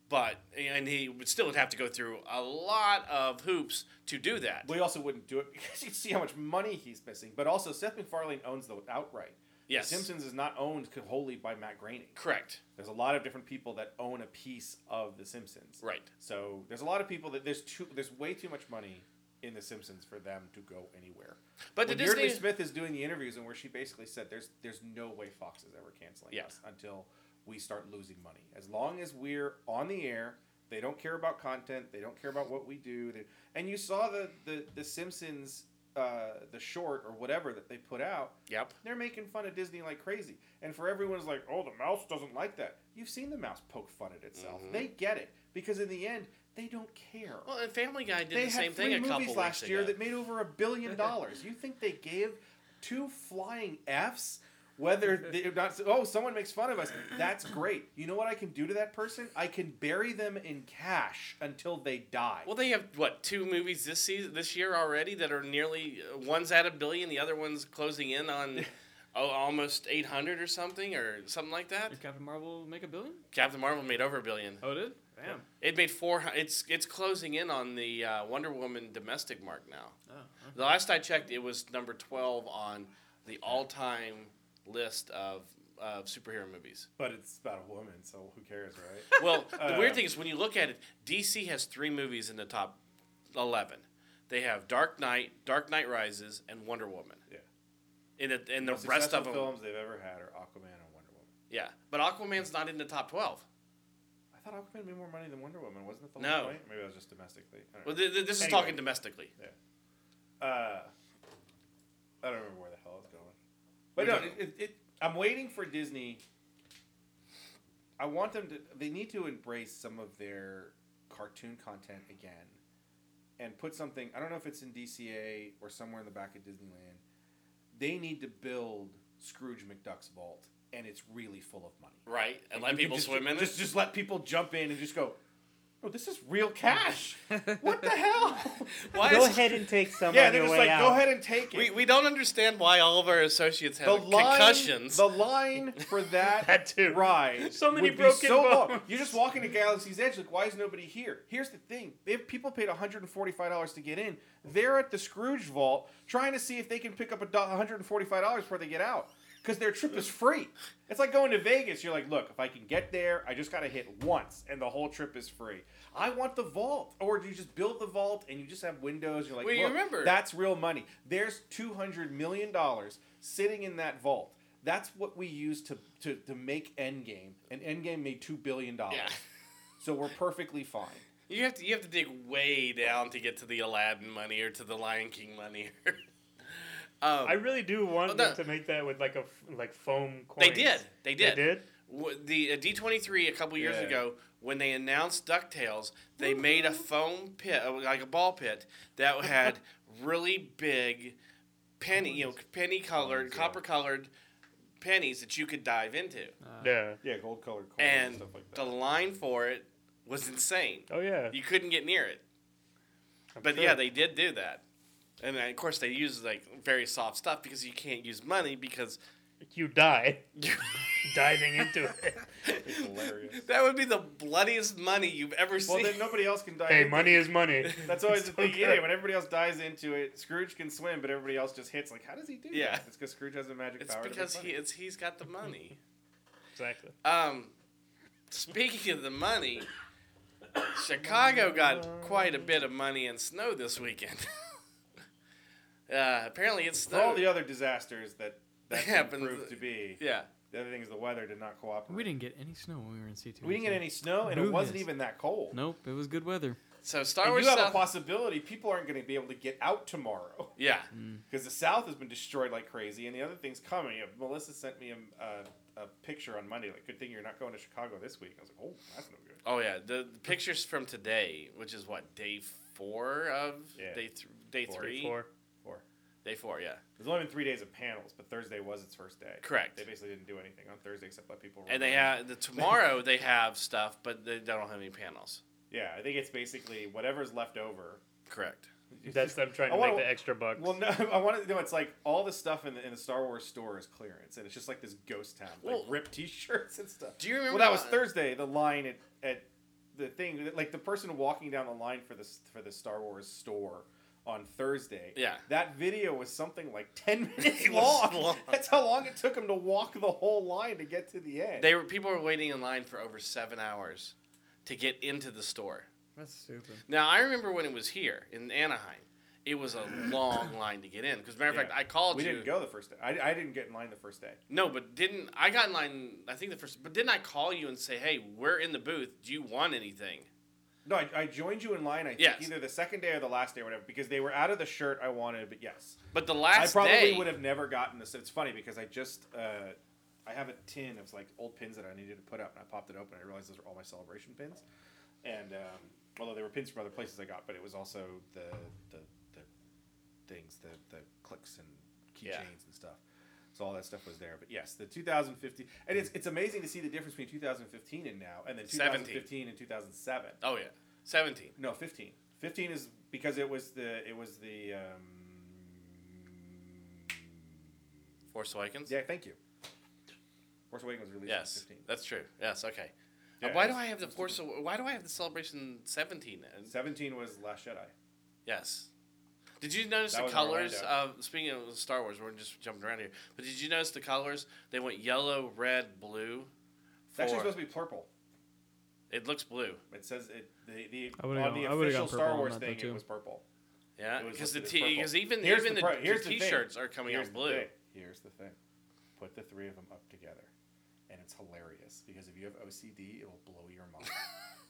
Speaker 7: But and he would still would have to go through a lot of hoops to do that.
Speaker 6: We also wouldn't do it *laughs* because you see how much money he's missing. But also, Seth MacFarlane owns the outright.
Speaker 7: Yes.
Speaker 6: The Simpsons is not owned wholly by Matt Groening.
Speaker 7: Correct.
Speaker 6: There's a lot of different people that own a piece of The Simpsons.
Speaker 7: Right.
Speaker 6: So there's a lot of people that there's too there's way too much money in The Simpsons for them to go anywhere.
Speaker 7: But the
Speaker 6: When Yeardley
Speaker 7: Disney-
Speaker 6: Smith is doing the interviews and where she basically said there's there's no way Fox is ever canceling
Speaker 7: Yeah.
Speaker 6: us until we start losing money. As long as we're on the air, they don't care about content. They don't care about what we do. They, and you saw the the, the Simpsons uh, the short or whatever that they put out.
Speaker 7: Yep.
Speaker 6: They're making fun of Disney like crazy. And for everyone's like, oh, the mouse doesn't like that. You've seen the mouse poke fun at itself.
Speaker 7: Mm-hmm.
Speaker 6: They get it because in the end, they don't care.
Speaker 7: Well, and Family Guy did
Speaker 6: they
Speaker 7: the
Speaker 6: had
Speaker 7: same
Speaker 6: three
Speaker 7: thing a couple
Speaker 6: movies
Speaker 7: weeks
Speaker 6: last year
Speaker 7: ago.
Speaker 6: that made over a billion dollars. You think they gave two flying Fs?
Speaker 7: *laughs*
Speaker 6: Whether they not, oh, someone makes fun of us. That's great. You know what I can do to that person? I can bury them in cash until they die.
Speaker 7: Well, they have what two movies this season, this year already that are nearly uh, one's at a billion, the other one's closing
Speaker 6: *laughs*
Speaker 7: in on oh, almost eight hundred or something or something like that.
Speaker 1: Did Captain Marvel make a billion?
Speaker 7: Captain Marvel made over a billion.
Speaker 1: Oh, it did? Damn.
Speaker 7: It made four. hu- It's it's closing in on the uh, Wonder Woman domestic mark now.
Speaker 1: Oh, okay.
Speaker 7: The last I checked, it was number twelve on the all time list of of superhero movies.
Speaker 6: but it's about a woman, so who cares,
Speaker 7: *laughs*
Speaker 6: right?
Speaker 7: Well,
Speaker 6: *laughs*
Speaker 7: the
Speaker 6: Uh,
Speaker 7: weird thing is when you look at it, DC has three movies in the top eleven. They have Dark Knight, Dark Knight Rises, and Wonder Woman.
Speaker 6: Yeah.
Speaker 7: And the, and the
Speaker 6: Most
Speaker 7: rest of
Speaker 6: successful
Speaker 7: them,
Speaker 6: films they've ever had are Aquaman and Wonder Woman.
Speaker 7: yeah. But Aquaman's not in the top twelve.
Speaker 6: I thought Aquaman made more money than Wonder Woman. Wasn't it the
Speaker 7: No.
Speaker 6: whole point? Maybe that was just domestically. I don't
Speaker 7: Well,
Speaker 6: know.
Speaker 7: th- th- this is
Speaker 6: Anyway.
Speaker 7: talking domestically.
Speaker 6: uh, I don't remember where the hell I was going. But no,
Speaker 7: don't.
Speaker 6: it, it, it, I'm waiting for Disney. I want them to. They need to embrace some of their cartoon content again, and put something. I don't know if it's in DCA or somewhere in the back of Disneyland. They need to build Scrooge McDuck's vault, and it's really full of money.
Speaker 7: Right, and
Speaker 6: You
Speaker 7: let
Speaker 6: can
Speaker 7: people
Speaker 6: just,
Speaker 7: swim in
Speaker 6: Just,
Speaker 7: it.
Speaker 6: just let people jump in and just go. Oh, this is real cash. what the hell?
Speaker 7: *laughs* Why
Speaker 8: Go
Speaker 7: is,
Speaker 8: ahead and take some
Speaker 6: yeah,
Speaker 8: on
Speaker 6: they're
Speaker 8: your
Speaker 6: just
Speaker 8: way
Speaker 6: like,
Speaker 8: out.
Speaker 6: go ahead and take it.
Speaker 7: We, we don't understand why all of our associates have
Speaker 6: the line,
Speaker 7: concussions.
Speaker 6: The line for
Speaker 8: *laughs* *laughs*
Speaker 6: that,
Speaker 8: That too.
Speaker 6: ride.
Speaker 8: So many
Speaker 6: would be
Speaker 8: broken
Speaker 6: so Long.
Speaker 8: bones.
Speaker 6: You're just walking to Galaxy's Edge. Like, why is nobody here? Here's the thing: if people paid 145 dollars to get in, they're at the Scrooge Vault trying to see if they can pick up a do- 145 dollars before they get out. because their trip is free. It's like going to Vegas. You're like, look, if I can get there, I just got to hit once, and the whole trip is free. I want the vault, or do you just build the vault and you just have windows? You're like,
Speaker 7: Well, you
Speaker 6: look,
Speaker 7: remember-
Speaker 6: that's real money. There's two hundred million dollars sitting in that vault. That's what we use to, to, to make Endgame, and Endgame made two billion dollars.
Speaker 7: Yeah.
Speaker 6: So we're perfectly fine.
Speaker 7: You have to you have to dig way down to get to the Aladdin money or to the Lion King money. *laughs* um,
Speaker 8: I really do want
Speaker 7: Oh,
Speaker 8: them
Speaker 7: no.
Speaker 8: to make that with like a f- like foam coin.
Speaker 7: they did. They did.
Speaker 8: They did.
Speaker 7: W- The uh, D23 a couple years
Speaker 6: Yeah.
Speaker 7: ago when they announced DuckTales, they made a foam pit, uh, like a ball pit that had really big penny, you know, penny colored, copper colored pennies that you could dive into.
Speaker 1: Uh,
Speaker 8: yeah.
Speaker 6: Oh, Yeah, gold colored coins and,
Speaker 7: and
Speaker 6: stuff like
Speaker 7: the
Speaker 6: that.
Speaker 7: line for it was insane.
Speaker 8: Oh yeah.
Speaker 7: You couldn't get near it.
Speaker 8: I'm
Speaker 7: But
Speaker 8: sure.
Speaker 7: yeah, they did do that. And then, of course, they use like very soft stuff because you can't use money because
Speaker 8: you die
Speaker 7: *laughs*
Speaker 8: diving into it.
Speaker 6: It's hilarious.
Speaker 7: *laughs* that would be the bloodiest money you've ever
Speaker 6: Well,
Speaker 7: seen.
Speaker 6: then nobody else can dive.
Speaker 8: hey,
Speaker 6: into
Speaker 8: money
Speaker 6: it.
Speaker 8: is money.
Speaker 6: That's always the
Speaker 8: So
Speaker 6: thing.
Speaker 8: good.
Speaker 6: Yeah, when everybody else dives into it, Scrooge can swim, but everybody else just hits. Like, how does he do
Speaker 7: Yeah.
Speaker 6: that? It's because Scrooge has a magic
Speaker 7: it's
Speaker 6: power. to make
Speaker 7: because he
Speaker 6: money.
Speaker 7: it's, he's got the money.
Speaker 8: Exactly.
Speaker 7: Um, speaking of the money, Chicago got quite a bit of money in snow this weekend. *laughs* uh, apparently, it's
Speaker 6: For all
Speaker 7: snowed.
Speaker 6: the other disasters that
Speaker 7: *laughs*
Speaker 6: that
Speaker 7: Happens-
Speaker 6: proved to be,
Speaker 7: yeah.
Speaker 6: the other thing is the weather did not cooperate.
Speaker 1: We didn't get any snow when we were in C2.
Speaker 6: We didn't get any snow, and it
Speaker 1: Goodness.
Speaker 6: wasn't even that cold.
Speaker 1: Nope, it was good weather.
Speaker 7: So Star
Speaker 6: And
Speaker 7: Wars
Speaker 6: you have
Speaker 7: stuff.
Speaker 6: a possibility people aren't going to be able to get out tomorrow *laughs*
Speaker 7: yeah.
Speaker 6: because the South has been destroyed like crazy, and the other thing's coming. You know, Melissa sent me a, a, a picture on Monday. Like, good thing you're not going to Chicago this week. I was like, oh, that's no good.
Speaker 7: Oh yeah, the, the pictures from today, which is what day four of
Speaker 6: Yeah.
Speaker 7: day th- day
Speaker 6: Four.
Speaker 7: three,
Speaker 8: Four.
Speaker 6: Or
Speaker 7: day four, yeah.
Speaker 6: There's only been three days of panels, but Thursday was its first day.
Speaker 7: Correct.
Speaker 6: They basically didn't do anything on Thursday except let people. run
Speaker 7: And they
Speaker 6: around.
Speaker 7: have the tomorrow they have stuff, but they don't have any panels.
Speaker 6: Yeah, I think it's basically whatever's left over.
Speaker 7: Correct.
Speaker 8: That's them trying
Speaker 6: I
Speaker 8: to
Speaker 6: wanna-
Speaker 8: make the extra bucks.
Speaker 6: Well, no, *laughs* I want to know. It's like all the stuff in the, in the Star Wars store is clearance, and it's just like this ghost town, like
Speaker 7: Well-
Speaker 6: ripped T-shirts and stuff.
Speaker 7: Do you remember
Speaker 6: Well, that was
Speaker 7: the-
Speaker 6: Thursday. The line at, at the thing, like the person walking down the line for this for the Star Wars store on Thursday.
Speaker 7: Yeah.
Speaker 6: that video was something like ten *laughs* minutes
Speaker 7: It was
Speaker 6: long.
Speaker 7: long.
Speaker 6: That's how long it took him to walk the whole line to get to the end.
Speaker 7: They were people were waiting in line for over seven hours to get into the store.
Speaker 1: That's stupid.
Speaker 7: Now I remember when it was here in Anaheim, it
Speaker 6: *clears throat*
Speaker 7: was a long line to get in. Because matter of fact,
Speaker 6: Yeah.
Speaker 7: I called
Speaker 6: We
Speaker 7: you.
Speaker 6: didn't go the first day. I, I didn't get in line the first day.
Speaker 7: No, but didn't I got in line? I think the first, but didn't I call you and say, "Hey, we're in the booth. Do you want anything?"
Speaker 6: No, I, I joined you in line. I think
Speaker 7: Yes.
Speaker 6: either the second day or the last day or whatever because they were out of the shirt I wanted. But yes,
Speaker 7: But the last
Speaker 6: I probably
Speaker 7: day,
Speaker 6: would have never gotten this. It's funny because I just uh, I have a tin of like old pins that I needed to put up, and I popped it open. and I realized those are all my celebration pins, and um, although they were pins from other places I got, but it was also the the, the things, the the clicks and keychains
Speaker 7: Yeah.
Speaker 6: and stuff. So all that stuff was there. But yes, the 2015, and it's it's amazing to see the difference between 2015 and now, and then
Speaker 7: 17.
Speaker 6: 2015 and 2007.
Speaker 7: Oh yeah, seventeen.
Speaker 6: No, fifteen. Fifteen is because it was the it was the um,
Speaker 7: Force Awakens.
Speaker 6: yeah. Thank you. Force Awakens was released
Speaker 7: Yes,
Speaker 6: in fifteen.
Speaker 7: that's true. Yes, okay. Uh,
Speaker 6: Yeah,
Speaker 7: why do
Speaker 6: it's-
Speaker 7: I have the Force? Aw- Why do I have the celebration seventeen? then?
Speaker 6: Seventeen was Last Jedi.
Speaker 7: Yes. Did you notice
Speaker 6: That
Speaker 7: the
Speaker 6: was
Speaker 7: colors?
Speaker 6: Orlando.
Speaker 7: Of, speaking of Star Wars, we're just jumping around here. But did you notice the colors? They went yellow, red, blue.
Speaker 6: It's
Speaker 7: For,
Speaker 6: actually supposed to be purple.
Speaker 7: it looks blue.
Speaker 6: It says it the, the
Speaker 1: I
Speaker 6: on
Speaker 1: would've
Speaker 6: the
Speaker 1: gone- I would've
Speaker 6: official
Speaker 1: gone
Speaker 6: Star
Speaker 1: purple
Speaker 6: Wars
Speaker 1: on that,
Speaker 6: thing
Speaker 1: though,
Speaker 6: it
Speaker 1: too.
Speaker 6: was purple.
Speaker 7: Yeah,
Speaker 6: It was
Speaker 7: because the
Speaker 6: listed as
Speaker 7: t-
Speaker 6: purple.
Speaker 7: because even
Speaker 6: Here's
Speaker 7: even the,
Speaker 6: pro-
Speaker 7: the
Speaker 6: here's thing.
Speaker 7: t-shirts are coming
Speaker 6: Here's
Speaker 7: out
Speaker 6: the
Speaker 7: blue.
Speaker 6: thing. Here's the thing. Put the three of them up together, and it's hilarious because if you have OCD, it will blow your
Speaker 7: *laughs*
Speaker 6: mind.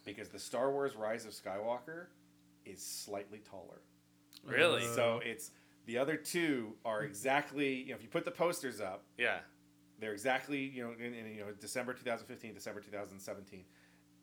Speaker 6: because the Star Wars Rise of Skywalker is slightly taller.
Speaker 7: Really?
Speaker 1: Uh,
Speaker 6: So it's the other two are exactly. You know, if you put the posters up,
Speaker 7: yeah.
Speaker 6: they're exactly you know in, in you know December 2015, December 2017,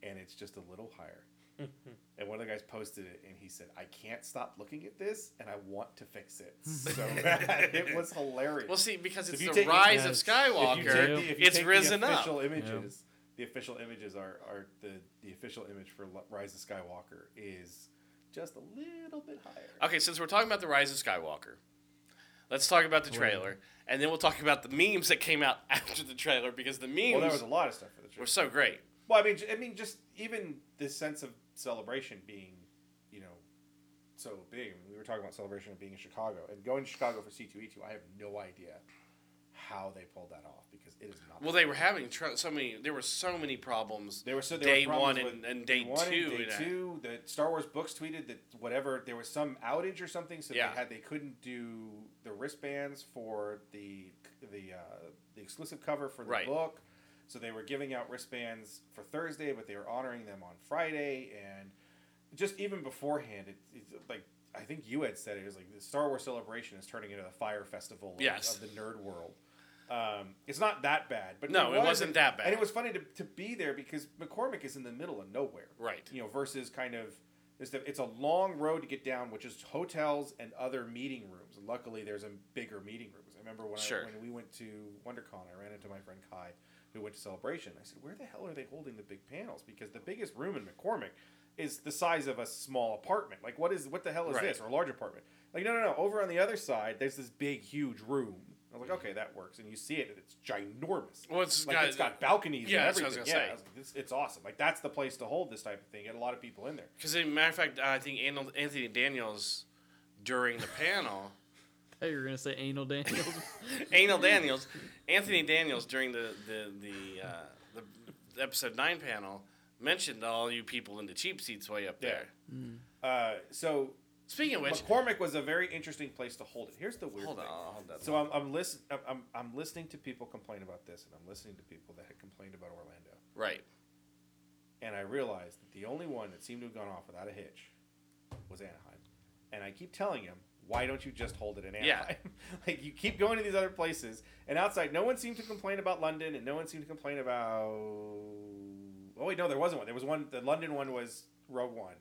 Speaker 6: and it's just a little
Speaker 7: *laughs*
Speaker 6: higher. and one of the guys posted it, and he said, "I can't stop looking at this, and I want to fix
Speaker 7: *laughs*
Speaker 6: it so *laughs* bad." it was hilarious.
Speaker 7: Well, see, because
Speaker 6: If
Speaker 7: it's
Speaker 6: you
Speaker 7: the
Speaker 6: take-
Speaker 7: rise
Speaker 1: Yes.
Speaker 7: of Skywalker,
Speaker 6: If you
Speaker 1: Walker,
Speaker 6: take the- if you
Speaker 7: it's
Speaker 6: take the
Speaker 7: risen up.
Speaker 6: official Images, The official images are, are the, the official image for Lo- Rise of Skywalker is just a little bit higher.
Speaker 7: Okay, since we're talking about the Rise of Skywalker, let's talk about the trailer, and then we'll talk about the memes that came out *laughs* after the trailer because the memes
Speaker 6: Well, there was a lot of stuff for the trip.
Speaker 7: were so great.
Speaker 6: Well, I mean, ju- I mean, just even this sense of celebration being, you know, so big. I mean, we were talking about celebration of being in Chicago and going to Chicago for C two E two. I have no idea how they pulled that off because it is not.
Speaker 7: Well, they were having tr- so many. There were so many problems.
Speaker 6: There were so there
Speaker 7: day
Speaker 6: were
Speaker 7: one
Speaker 6: problems
Speaker 7: and,
Speaker 6: with
Speaker 7: and day
Speaker 6: one and
Speaker 7: two.
Speaker 6: day
Speaker 7: and, uh,
Speaker 6: two, the Star Wars books tweeted that whatever there was some outage or something, so
Speaker 7: Yeah.
Speaker 6: they had they couldn't do the wristbands for the the uh, the exclusive cover for the
Speaker 7: Right.
Speaker 6: book. So they were giving out wristbands for Thursday, but they were honoring them on Friday, and just even beforehand, it, it's like I think you had said it, it was like the Star Wars celebration is turning into the fire festival of,
Speaker 7: Yes.
Speaker 6: of the nerd world. Um, it's not that bad, but
Speaker 7: No, it
Speaker 6: was,
Speaker 7: wasn't that bad.
Speaker 6: And it was funny to, to be there because McCormick is in the middle of nowhere,
Speaker 7: Right.
Speaker 6: You know, versus kind of is that it's a long road to get down, which is hotels and other meeting rooms. And luckily, there's a bigger meeting rooms. I remember when
Speaker 7: Sure.
Speaker 6: I, when we went to WonderCon, I ran into my friend Kai, who went to Celebration. I said, "Where the hell are they holding the big panels? Because the biggest room in McCormick is the size of a small apartment. Like, what is what the hell is
Speaker 7: Right.
Speaker 6: this? Or a large apartment? Like, no, no, no. Over on the other side, there's this big, huge room." I was like,
Speaker 7: Mm-hmm.
Speaker 6: okay, that works, and you see it, and it's ginormous
Speaker 7: Well, it's
Speaker 6: like
Speaker 7: got-
Speaker 6: it's got balconies
Speaker 7: Yeah,
Speaker 6: and
Speaker 7: that's what I
Speaker 6: everything.
Speaker 7: was
Speaker 6: yeah,
Speaker 7: gonna say.
Speaker 6: I was like, it's, it's awesome. Like that's the place to hold this type of thing. Get a lot of people in there.
Speaker 7: Because, as a matter of fact, I think Anal- Anthony Daniels during the
Speaker 6: *laughs*
Speaker 7: panel,
Speaker 1: thought you were gonna say anal Daniels.
Speaker 7: Anal Daniels, Anthony Daniels during the the the, uh, the episode nine panel mentioned all you people in the cheap seats way up there.
Speaker 6: Uh, so
Speaker 7: Speaking of which,
Speaker 6: McCormick was a very interesting place to hold it. Here's the weird
Speaker 7: hold on,
Speaker 6: thing.
Speaker 7: I'll hold that.
Speaker 6: So uh, I'm I'm, listen, I'm I'm I'm listening to people complain about this, and I'm listening to people that had complained about Orlando,
Speaker 7: right,
Speaker 6: and I realized that the only one that seemed to have gone off without a hitch was Anaheim, and I keep telling him. Why don't you just hold it in
Speaker 7: Yeah.
Speaker 6: Anaheim? *laughs* like you keep going to these other places, and outside, no one seemed to complain about London, and no one seemed to complain about Oh wait, no, there wasn't one. There was one. The London one was Rogue One.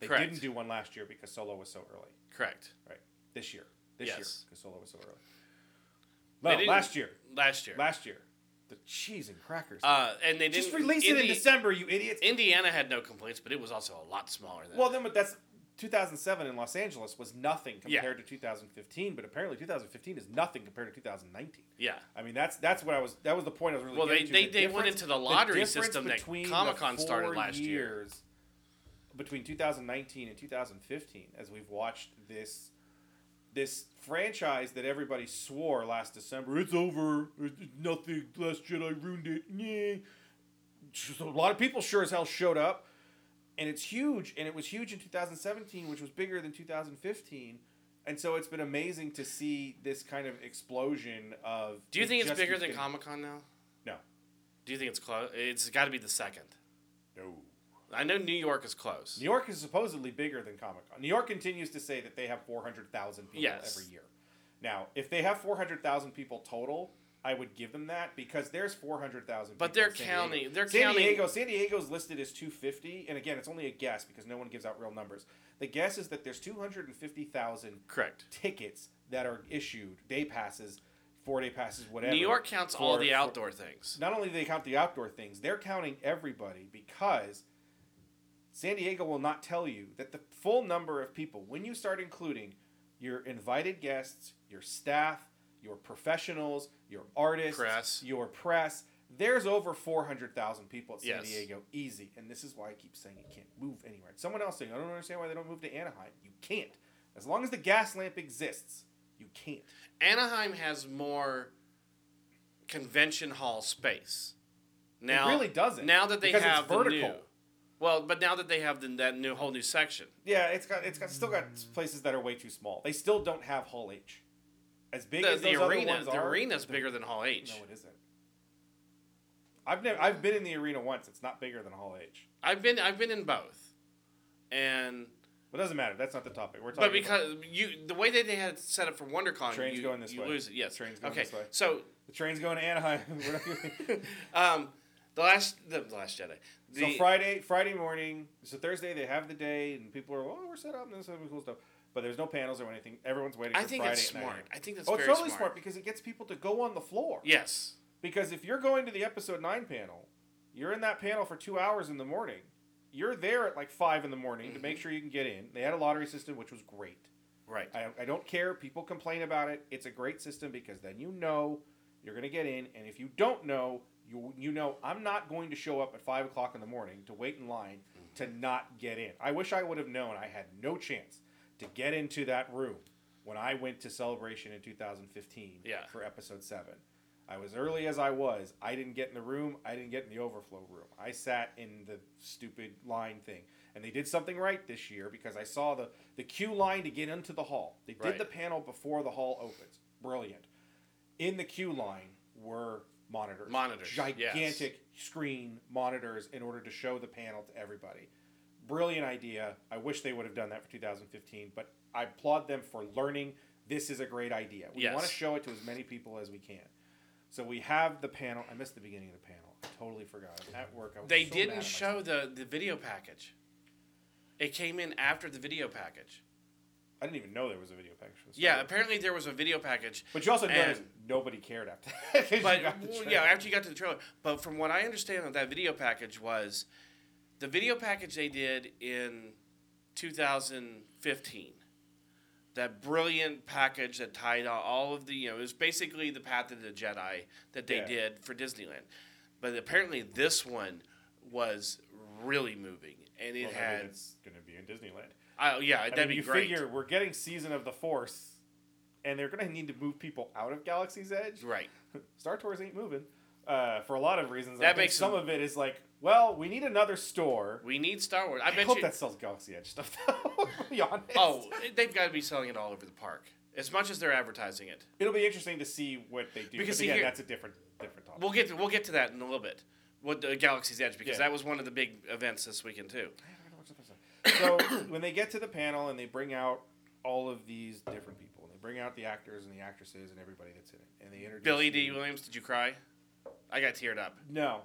Speaker 6: They
Speaker 7: Correct.
Speaker 6: didn't do one last year because Solo was so early.
Speaker 7: correct.
Speaker 6: Right. This year. This year
Speaker 7: Yes.
Speaker 6: because Solo was so early.
Speaker 7: They
Speaker 6: No,
Speaker 7: didn't-
Speaker 6: last year.
Speaker 7: Last year.
Speaker 6: Last year. The cheese and crackers.
Speaker 7: uh, and they didn't
Speaker 6: Just release it in
Speaker 7: Indi-
Speaker 6: December, you idiots.
Speaker 7: Indiana had no complaints, but it was also a lot smaller than.
Speaker 6: well, then, but that's 2007 in Los Angeles was nothing compared to 2015. But apparently, 2015 is nothing compared to 2019.
Speaker 7: yeah.
Speaker 6: I mean, that's that's what I was. That was the point I was really.
Speaker 7: Well, they-
Speaker 6: getting to.
Speaker 7: they-
Speaker 6: The
Speaker 7: they went
Speaker 6: difference-
Speaker 7: into the lottery
Speaker 6: difference
Speaker 7: system that
Speaker 6: between the
Speaker 7: Comic-Con started
Speaker 6: four
Speaker 7: last year.
Speaker 6: years, Between 2019 and 2015, as we've watched this this franchise that everybody swore last December, it's over, it's nothing, Last Jedi ruined it. Nyeh." Just a lot of people sure as hell showed up, and it's huge, and it was huge in 2017, which was bigger than 2015. And so it's been amazing to see this kind of explosion of.
Speaker 7: Do you
Speaker 6: it
Speaker 7: think it's
Speaker 6: just
Speaker 7: bigger
Speaker 6: keeps
Speaker 7: than
Speaker 6: getting-
Speaker 7: Comic Con now?
Speaker 6: No,
Speaker 7: Do you think it's close? It's got to be the second.
Speaker 6: no.
Speaker 7: I know New York is close.
Speaker 6: New York is supposedly bigger than Comic Con. New York continues to say that they have 400,000 people
Speaker 7: Yes.
Speaker 6: every year. Now, if they have 400,000 people total, I would give them that because there's 400,000
Speaker 7: But
Speaker 6: people
Speaker 7: they're
Speaker 6: in San Diego.
Speaker 7: counting- they're
Speaker 6: San
Speaker 7: counting-
Speaker 6: Diego, San Diego's listed as 250, and again, it's only a guess because no one gives out real numbers. The guess is that there's 250,000
Speaker 7: Correct.
Speaker 6: tickets that are issued, day passes, four day passes, whatever.
Speaker 7: New York counts all
Speaker 6: for-
Speaker 7: the
Speaker 6: for-
Speaker 7: outdoor things.
Speaker 6: not only do they count the outdoor things, they're counting everybody because San Diego will not tell you that the full number of people, when you start including your invited guests, your staff, your professionals, your artists,
Speaker 7: Press.
Speaker 6: your press, there's over 400,000 people at San
Speaker 7: Yes.
Speaker 6: Diego easy. And this is why I keep saying it can't move anywhere. Someone else saying, I don't understand why they don't move to Anaheim. You can't. As long as the gas lamp exists, you can't.
Speaker 7: Anaheim has more convention hall space. Now
Speaker 6: really doesn't,
Speaker 7: Now that they
Speaker 6: because it's
Speaker 7: have the
Speaker 6: vertical.
Speaker 7: new, well, but now that they have the, that new whole new section,
Speaker 6: Yeah, it's got it's got still got places that are way too small. They still don't have Hall H. As big
Speaker 7: the,
Speaker 6: as
Speaker 7: the
Speaker 6: those other
Speaker 7: arena
Speaker 6: ones
Speaker 7: the
Speaker 6: are,
Speaker 7: arena's bigger than Hall H.
Speaker 6: No, it isn't. I've never I've been in the arena once. It's not bigger than Hall H.
Speaker 7: I've been I've been in both, and
Speaker 6: But it doesn't matter. That's not the topic. We're talking.
Speaker 7: but because you the way that they had it set up for WonderCon,
Speaker 6: Train's
Speaker 7: you,
Speaker 6: going this
Speaker 7: you
Speaker 6: way.
Speaker 7: lose it. Yes,
Speaker 6: Train's going
Speaker 7: okay.
Speaker 6: this way.
Speaker 7: So *laughs*
Speaker 6: about, the train's going to Anaheim. *laughs* We're not gonna-
Speaker 7: um, the last the, the last Jedi. The,
Speaker 6: so Friday Friday morning. So Thursday they have the day and people are oh we're set up and this is gonna be cool stuff. But there's no panels or anything. Everyone's waiting.
Speaker 7: I
Speaker 6: for
Speaker 7: think
Speaker 6: Friday
Speaker 7: it's
Speaker 6: at 9
Speaker 7: smart.
Speaker 6: a.m.
Speaker 7: I think that's
Speaker 6: oh, it's
Speaker 7: very
Speaker 6: totally
Speaker 7: smart.
Speaker 6: smart because it gets people to go on the floor.
Speaker 7: Yes,
Speaker 6: Because if you're going to the episode nine panel, you're in that panel for two hours in the morning. You're there at like five in the morning to make sure you can get in. They had a lottery system, which was great.
Speaker 7: right.
Speaker 6: I, I don't care. People complain about it. It's a great system because then you know you're going to get in. And if you don't know, you, you know I'm not going to show up at five o'clock in the morning to wait in line to not get in. I wish I would have known I had no chance to get into that room when I went to Celebration in 2015
Speaker 7: Yeah.
Speaker 6: for episode seven. I was early as I was. I didn't get in the room. I didn't get in the overflow room. I sat in the stupid line thing. And they did something right this year because I saw the, the queue line to get into the hall. They did
Speaker 7: Right.
Speaker 6: the panel before the hall opens. Brilliant. In the queue line were monitors.
Speaker 7: Monitors, yes.
Speaker 6: Gigantic screen monitors in order to show the panel to everybody. Brilliant idea. I wish they would have done that for 2015, but I applaud them for learning. This is a great idea. We
Speaker 7: Yes.
Speaker 6: want to show it to as many people as we can. So we have the panel. I missed the beginning of the panel. I totally forgot. I'm At work, I was
Speaker 7: They
Speaker 6: so mad at
Speaker 7: didn't
Speaker 6: myself.
Speaker 7: show the, the video package. It came in after the video package.
Speaker 6: I didn't even know there was a video package. For the
Speaker 7: Yeah,
Speaker 6: Star Wars.
Speaker 7: apparently there was a video package.
Speaker 6: But you also
Speaker 7: and-
Speaker 6: noticed nobody cared after. that. *laughs* 'cause you
Speaker 7: But
Speaker 6: got the
Speaker 7: well,
Speaker 6: trailer.
Speaker 7: yeah, after you got to the trailer. But from what I understand of that video package was the video package they did in 2015. That brilliant package that tied all- all of the, you know, it was basically the Path of the Jedi that they
Speaker 6: Yeah.
Speaker 7: did for Disneyland. But apparently this one was really moving. And it
Speaker 6: Well, maybe
Speaker 7: had,
Speaker 6: it's going to be in Disneyland.
Speaker 7: I, yeah,
Speaker 6: I mean,
Speaker 7: that'd be
Speaker 6: you
Speaker 7: great.
Speaker 6: figure we're getting season of the Force, and they're going to need to move people out of Galaxy's Edge.
Speaker 7: Right.
Speaker 6: Star Tours ain't moving uh, for a lot of reasons. I
Speaker 7: That
Speaker 6: think
Speaker 7: makes
Speaker 6: some
Speaker 7: them-
Speaker 6: of it is like, well, we need another store.
Speaker 7: We need Star Wars. I,
Speaker 6: I
Speaker 7: bet
Speaker 6: hope
Speaker 7: you.
Speaker 6: that sells Galaxy Edge stuff, though. *laughs* to be honest.
Speaker 7: Oh, they've got to be selling it all over the park, as much as they're advertising it.
Speaker 6: it'll be interesting to see what they do.
Speaker 7: Because
Speaker 6: Because
Speaker 7: see
Speaker 6: again,
Speaker 7: here-
Speaker 6: that's a different different topic.
Speaker 7: We'll get to, we'll get to that in a little bit. What the Galaxy's Edge because
Speaker 6: Yeah.
Speaker 7: that was one of the big events this weekend too.
Speaker 6: so *coughs* when they get to the panel and they bring out all of these different people, and they bring out the actors and the actresses and everybody that's in it, and they introduce
Speaker 7: Billy D.
Speaker 6: you-
Speaker 7: Williams, did you cry? I got teared up.
Speaker 6: No,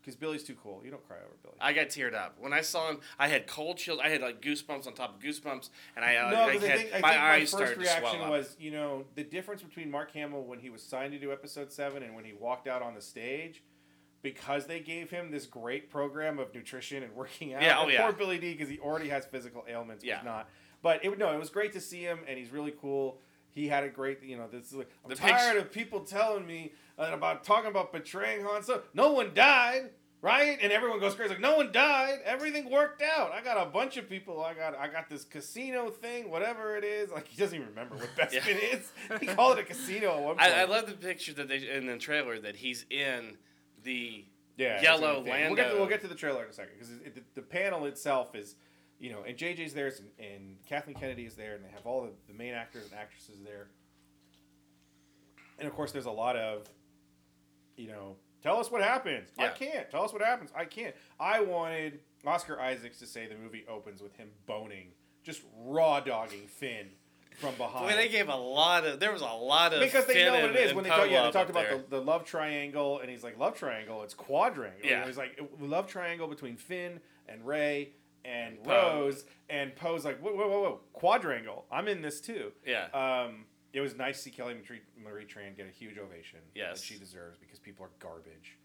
Speaker 6: because Billy's too cool. You don't cry over Billy.
Speaker 7: I got teared up when I saw him. I had cold chills. I had like goosebumps on top of goosebumps, and I, uh,
Speaker 6: no,
Speaker 7: like,
Speaker 6: because I
Speaker 7: had-
Speaker 6: think, I
Speaker 7: my
Speaker 6: think my,
Speaker 7: eyes
Speaker 6: first
Speaker 7: started to swell
Speaker 6: reaction
Speaker 7: up.
Speaker 6: was, you know, the difference between Mark Hamill when he was signed to do Episode Seven and when he walked out on the stage, because they gave him this great program of nutrition and working out.
Speaker 7: Yeah, oh
Speaker 6: and
Speaker 7: yeah.
Speaker 6: Poor Billy D, because he already has physical ailments.
Speaker 7: Yeah.
Speaker 6: was not. But it no, it was great to see him, and he's really cool. He had a great, you know, this. is Like, I'm
Speaker 7: The picture-
Speaker 6: tired of people telling me uh, about talking about betraying Han Solo. No one died, right? And everyone goes crazy. Like, no one died. Everything worked out. I got a bunch of people. I got, I got this casino thing, whatever it is. Like he doesn't even remember
Speaker 7: *laughs*
Speaker 6: what best
Speaker 7: Yeah.
Speaker 6: it is. He called it a casino at one point.
Speaker 7: I, I love the picture that they in the trailer that he's in the
Speaker 6: yeah,
Speaker 7: yellow
Speaker 6: that's what I think. We'll get, to,
Speaker 7: Lando.
Speaker 6: we'll get to the trailer in a second because the, the panel itself is, you know, and JJ's there and, and Kathleen Kennedy is there, and they have all the, the main actors and actresses there. And of course, there's a lot of, you know, tell us what happens. I
Speaker 7: Yeah.
Speaker 6: can't. Tell us what happens. I can't. I wanted Oscar Isaacs to say the movie opens with him boning, just raw dogging Finn from behind
Speaker 7: Boy, they gave a lot of. There was a lot of
Speaker 6: because they
Speaker 7: Finn
Speaker 6: know what
Speaker 7: and-
Speaker 6: it is
Speaker 7: and
Speaker 6: when they talk. Yeah,
Speaker 7: Poe
Speaker 6: they
Speaker 7: up
Speaker 6: talked
Speaker 7: there.
Speaker 6: about the, the love triangle, and he's like love triangle. It's quadrangle.
Speaker 7: Yeah.
Speaker 6: he's like "It- love triangle between Finn and Ray and
Speaker 7: Poe.
Speaker 6: Rose, and Poe's like whoa, whoa, whoa, whoa, quadrangle. I'm in this too.
Speaker 7: Yeah.
Speaker 6: Um, it was nice to see Kelly Marie, Marie Tran get a huge ovation.
Speaker 7: Yes.
Speaker 6: that she deserves because people are garbage,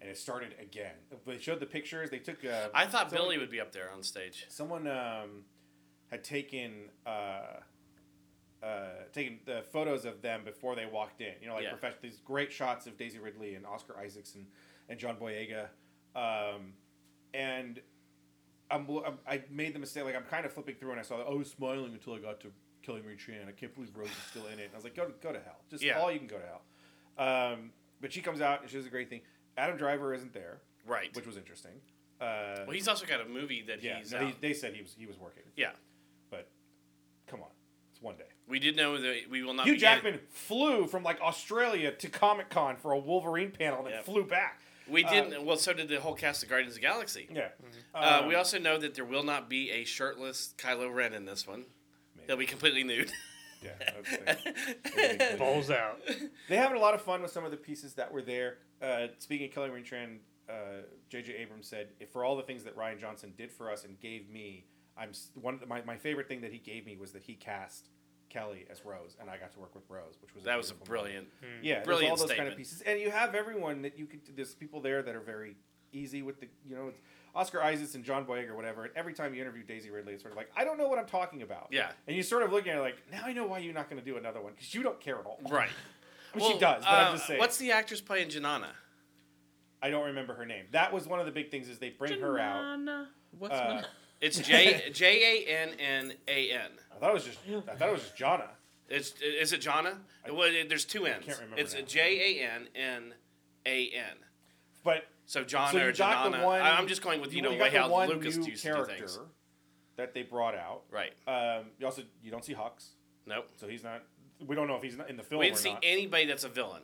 Speaker 6: and it started again. They showed the pictures. They took. Uh,
Speaker 7: I thought
Speaker 6: someone-
Speaker 7: Billy would be up there on stage.
Speaker 6: someone um, had taken uh, uh, taken the photos of them before they walked in. You know, like
Speaker 7: Yeah.
Speaker 6: professional these great shots of Daisy Ridley and Oscar Isaacs and, and John Boyega, um, and I'm, I'm I made the mistake like I'm kind of flipping through and I saw that oh smiling until I got to Kelly Marie Tran. I can't believe Rose is still in it. And I was like go go to hell. Just
Speaker 7: Yeah.
Speaker 6: all you can go to hell. Um, but she comes out and she does a great thing. Adam Driver isn't there,
Speaker 7: Right.
Speaker 6: which was interesting. Uh,
Speaker 7: Well, he's also got a movie that
Speaker 6: yeah,
Speaker 7: he's.
Speaker 6: no,
Speaker 7: out.
Speaker 6: he, they said he was he was working,
Speaker 7: yeah.
Speaker 6: but come on, it's one day.
Speaker 7: We did know that we will not.
Speaker 6: Hugh
Speaker 7: be
Speaker 6: Jackman flew from like Australia to Comic Con for a Wolverine panel and then
Speaker 7: Yep.
Speaker 6: flew back.
Speaker 7: getting- we didn't. well, so did the whole cast of Guardians of the Galaxy.
Speaker 6: uh, Yeah,
Speaker 7: Uh,
Speaker 6: Um,
Speaker 7: we also know that there will not be a shirtless Kylo Ren in this one.
Speaker 6: Maybe.
Speaker 7: He'll be
Speaker 6: *laughs*
Speaker 7: completely nude.
Speaker 6: yeah. that's *laughs* the
Speaker 8: *laughs*
Speaker 6: thing.
Speaker 8: Balls out.
Speaker 6: they having a lot of fun with some of the pieces that were there. Uh, speaking of Kelly Marie Tran, uh, J.J. Abrams said, "If for all the things that Ryan Johnson did for us and gave me, I'm s- one of the, my my favorite thing that he gave me was that he cast." Kelly as Rose, and I got to work with Rose, which was
Speaker 7: *laughs* that was a
Speaker 6: beautiful moment.
Speaker 7: brilliant.
Speaker 6: Yeah, there's all
Speaker 7: Brilliant
Speaker 6: those kind of
Speaker 7: statement.
Speaker 6: pieces, and you have everyone that you could. There's people there that are very easy with the, you know, it's Oscar Isaacs and John Boyega or whatever. And every time you interview Daisy Ridley, it's sort of like, I don't know what I'm talking about.
Speaker 7: Yeah.
Speaker 6: and you sort of looking at it like, now I know why you're not going to do another one because you don't care at all.
Speaker 7: Right. uh,
Speaker 6: I mean, she does, but I'm just saying.
Speaker 7: What's the actress playing Janana?
Speaker 6: I don't remember her name. That was one of the big things is they *laughs* bring her out.
Speaker 1: Janana. What's
Speaker 6: Uh,
Speaker 1: my-
Speaker 6: *laughs*
Speaker 7: It's J J A N N A N.
Speaker 6: I thought it was just, I thought it was just Jonna.
Speaker 7: It's is it Jana? well, it- there's two N's.
Speaker 6: can't remember
Speaker 7: It's
Speaker 6: now.
Speaker 7: J A N N A N.
Speaker 6: But
Speaker 7: So Jana
Speaker 6: so you
Speaker 7: or
Speaker 6: got
Speaker 7: Janana.
Speaker 6: the one.
Speaker 7: I- I'm just going with you, know
Speaker 6: got
Speaker 7: way
Speaker 6: the
Speaker 7: how
Speaker 6: one
Speaker 7: Lucas
Speaker 6: new
Speaker 7: used to do things.
Speaker 6: that they brought out.
Speaker 7: Right.
Speaker 6: Um, you also you don't see Hux,
Speaker 7: Nope.
Speaker 6: so he's not. We don't know if he's not in the film
Speaker 7: We
Speaker 6: or
Speaker 7: didn't see
Speaker 6: not.
Speaker 7: anybody that's a villain.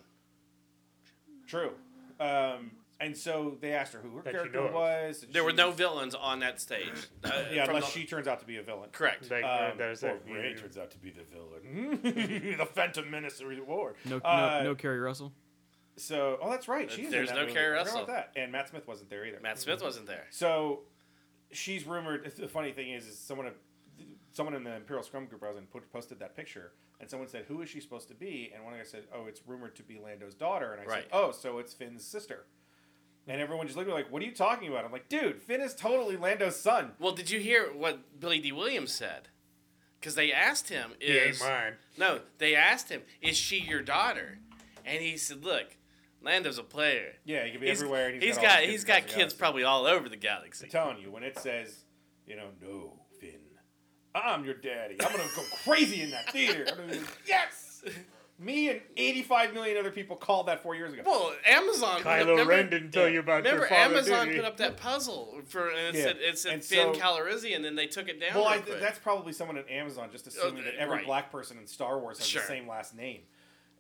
Speaker 6: True. Um, and so they asked her who her
Speaker 8: That you
Speaker 6: character
Speaker 8: know of.
Speaker 6: was. and
Speaker 7: There were
Speaker 6: she-
Speaker 7: no villains on
Speaker 6: *clears throat*
Speaker 7: that stage. Uh,
Speaker 6: Yeah,
Speaker 7: from
Speaker 6: unless
Speaker 7: the-
Speaker 6: she turns out to be a villain. *clears throat*
Speaker 7: Correct.
Speaker 8: Like, uh,
Speaker 6: Um,
Speaker 8: that is
Speaker 6: or
Speaker 8: like,
Speaker 6: Ray
Speaker 8: you- Mm-hmm.
Speaker 6: turns out to be the villain. *laughs* the Phantom Menace reward.
Speaker 1: No,
Speaker 6: Uh,
Speaker 1: no, no Kerry Russell.
Speaker 6: So, oh, that's right. She is in
Speaker 7: There's
Speaker 6: that
Speaker 7: no
Speaker 6: movie. I
Speaker 7: Carrie
Speaker 6: forgot about
Speaker 7: Russell.
Speaker 6: that. And Matt Smith wasn't there either.
Speaker 7: Matt Smith wasn't there.
Speaker 6: So she's rumored. The funny thing is, is someone someone in the Imperial Scrum group I was in put, posted that picture, and someone said, "Who is she supposed to be?" And one guy said, "Oh, it's rumored to be Lando's daughter." And I
Speaker 7: Right.
Speaker 6: said, "Oh, so it's Finn's sister." And everyone just looked at me like, "What are you talking about?" I'm like, "Dude, Finn is totally Lando's son."
Speaker 7: Well, did you hear what Billy D. Williams said? Because they asked him,
Speaker 8: He
Speaker 7: "Is
Speaker 8: ain't mine.
Speaker 7: *laughs* no?" They asked him, "Is she your daughter?" And he said, "Look, Lando's a player.
Speaker 6: Yeah, he can be
Speaker 7: He's-
Speaker 6: everywhere. And
Speaker 7: he's
Speaker 6: all
Speaker 7: got
Speaker 6: these kids
Speaker 7: he's got
Speaker 6: across the
Speaker 7: kids
Speaker 6: galaxy.
Speaker 7: probably all over the galaxy."
Speaker 6: I'm telling you, when it says, you know, no, Finn, I'm your daddy. I'm gonna go crazy in that theater. I'm gonna be like,
Speaker 7: *laughs*
Speaker 6: yes. Me and 85 million other people called that four years ago.
Speaker 7: Well, Amazon. put up-
Speaker 8: Kylo
Speaker 7: remember,
Speaker 8: Ren didn't tell you about your
Speaker 7: Remember,
Speaker 8: father,
Speaker 7: Amazon
Speaker 8: did he?
Speaker 7: put up that puzzle for and it
Speaker 6: Yeah.
Speaker 7: said it said
Speaker 6: And
Speaker 7: Finn
Speaker 6: so-
Speaker 7: Calrissian, and they took it down.
Speaker 6: Well, I,
Speaker 7: real quick. Oh,
Speaker 6: that's probably someone at Amazon just assuming that
Speaker 7: th-
Speaker 6: every
Speaker 7: right.
Speaker 6: black person in Star Wars has
Speaker 7: Sure.
Speaker 6: the same last name.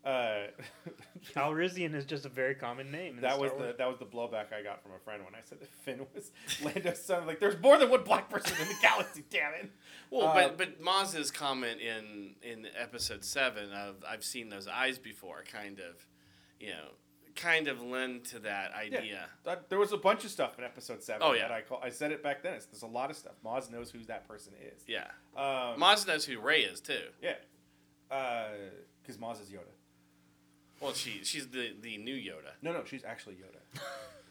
Speaker 6: Uh,
Speaker 8: *laughs*
Speaker 6: *laughs*
Speaker 8: Calrissian is just a very common name. in
Speaker 6: that
Speaker 8: Star
Speaker 6: was the
Speaker 8: Wars.
Speaker 6: that was the blowback I got from a friend when I said that Finn was *laughs* Lando's son. Like, there's more than one black person in the *laughs* galaxy. Damn it!
Speaker 7: Well,
Speaker 6: Uh,
Speaker 7: but but Maz's comment in in episode seven of I've seen those eyes before, kind of, you know, kind of lend to that
Speaker 6: Yeah,
Speaker 7: idea.
Speaker 6: That- there was a bunch of stuff in episode seven.
Speaker 7: Oh, yeah.
Speaker 6: that I call, I said it back then. It's, there's a lot of stuff. Maz knows who that person is.
Speaker 7: Yeah,
Speaker 6: um,
Speaker 7: Maz knows who Ray is too.
Speaker 6: yeah, because Maz is Yoda.
Speaker 7: Well, she she's the the new Yoda.
Speaker 6: No, no, she's actually
Speaker 7: *laughs*
Speaker 6: Yoda.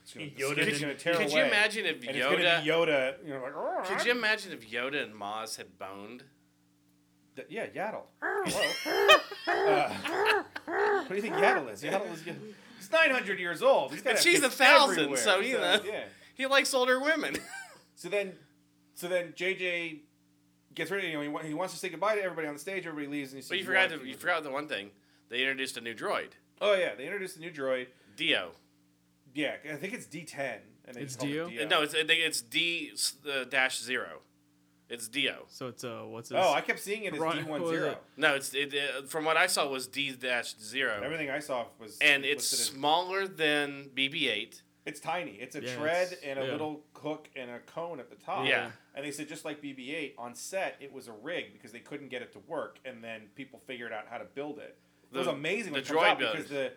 Speaker 6: It's gonna-
Speaker 8: Yoda
Speaker 6: it's
Speaker 8: didn't-
Speaker 6: gonna tear
Speaker 7: could you
Speaker 6: away,
Speaker 7: imagine if
Speaker 6: And it's gonna be
Speaker 7: Yoda?
Speaker 6: Yoda. You know, like. "Oh, I'm
Speaker 7: Could you imagine if Yoda and Maz had boned?
Speaker 6: Th- yeah,
Speaker 7: *laughs*
Speaker 6: Yaddle. Hello. Uh, what do you think Yaddle is? Yaddle is. He's 900 years old. He's
Speaker 7: And
Speaker 6: got
Speaker 7: she's a thousand, so, you know.
Speaker 6: Yeah.
Speaker 7: He likes older women. *laughs*
Speaker 6: So then, so then JJ gets ready. You know, he, wa- he wants to say goodbye to everybody on the stage. Everybody leaves, and he says,
Speaker 7: but you forgot
Speaker 6: want-
Speaker 7: to, you forgot the one thing. They introduced a new droid,
Speaker 6: Oh yeah, they introduced a new droid.
Speaker 7: Dio.
Speaker 6: Yeah, I think it's D10. And they
Speaker 1: It's
Speaker 6: just call it
Speaker 1: Dio?
Speaker 7: No, it's it- it's D uh, dash zero. It's Dio.
Speaker 1: So it's uh, what's his?
Speaker 6: Oh, I kept seeing it as
Speaker 1: Right, what was
Speaker 6: D10.
Speaker 1: it?
Speaker 7: No, it's it, uh, from what I saw was D dash zero.
Speaker 6: Everything I saw was
Speaker 7: and it's
Speaker 6: listed as-
Speaker 7: smaller than BB-8.
Speaker 6: It's tiny. It's a
Speaker 1: Yeah,
Speaker 6: tread
Speaker 1: it's-
Speaker 6: and a
Speaker 1: yeah.
Speaker 6: little hook and a cone at the top.
Speaker 7: Yeah.
Speaker 6: And they said just like BB-8 on set, it was a rig because they couldn't get it to work, and then people figured out how to build it. It was
Speaker 7: The-
Speaker 6: amazing when
Speaker 7: the
Speaker 6: it comes out
Speaker 7: droid
Speaker 6: because the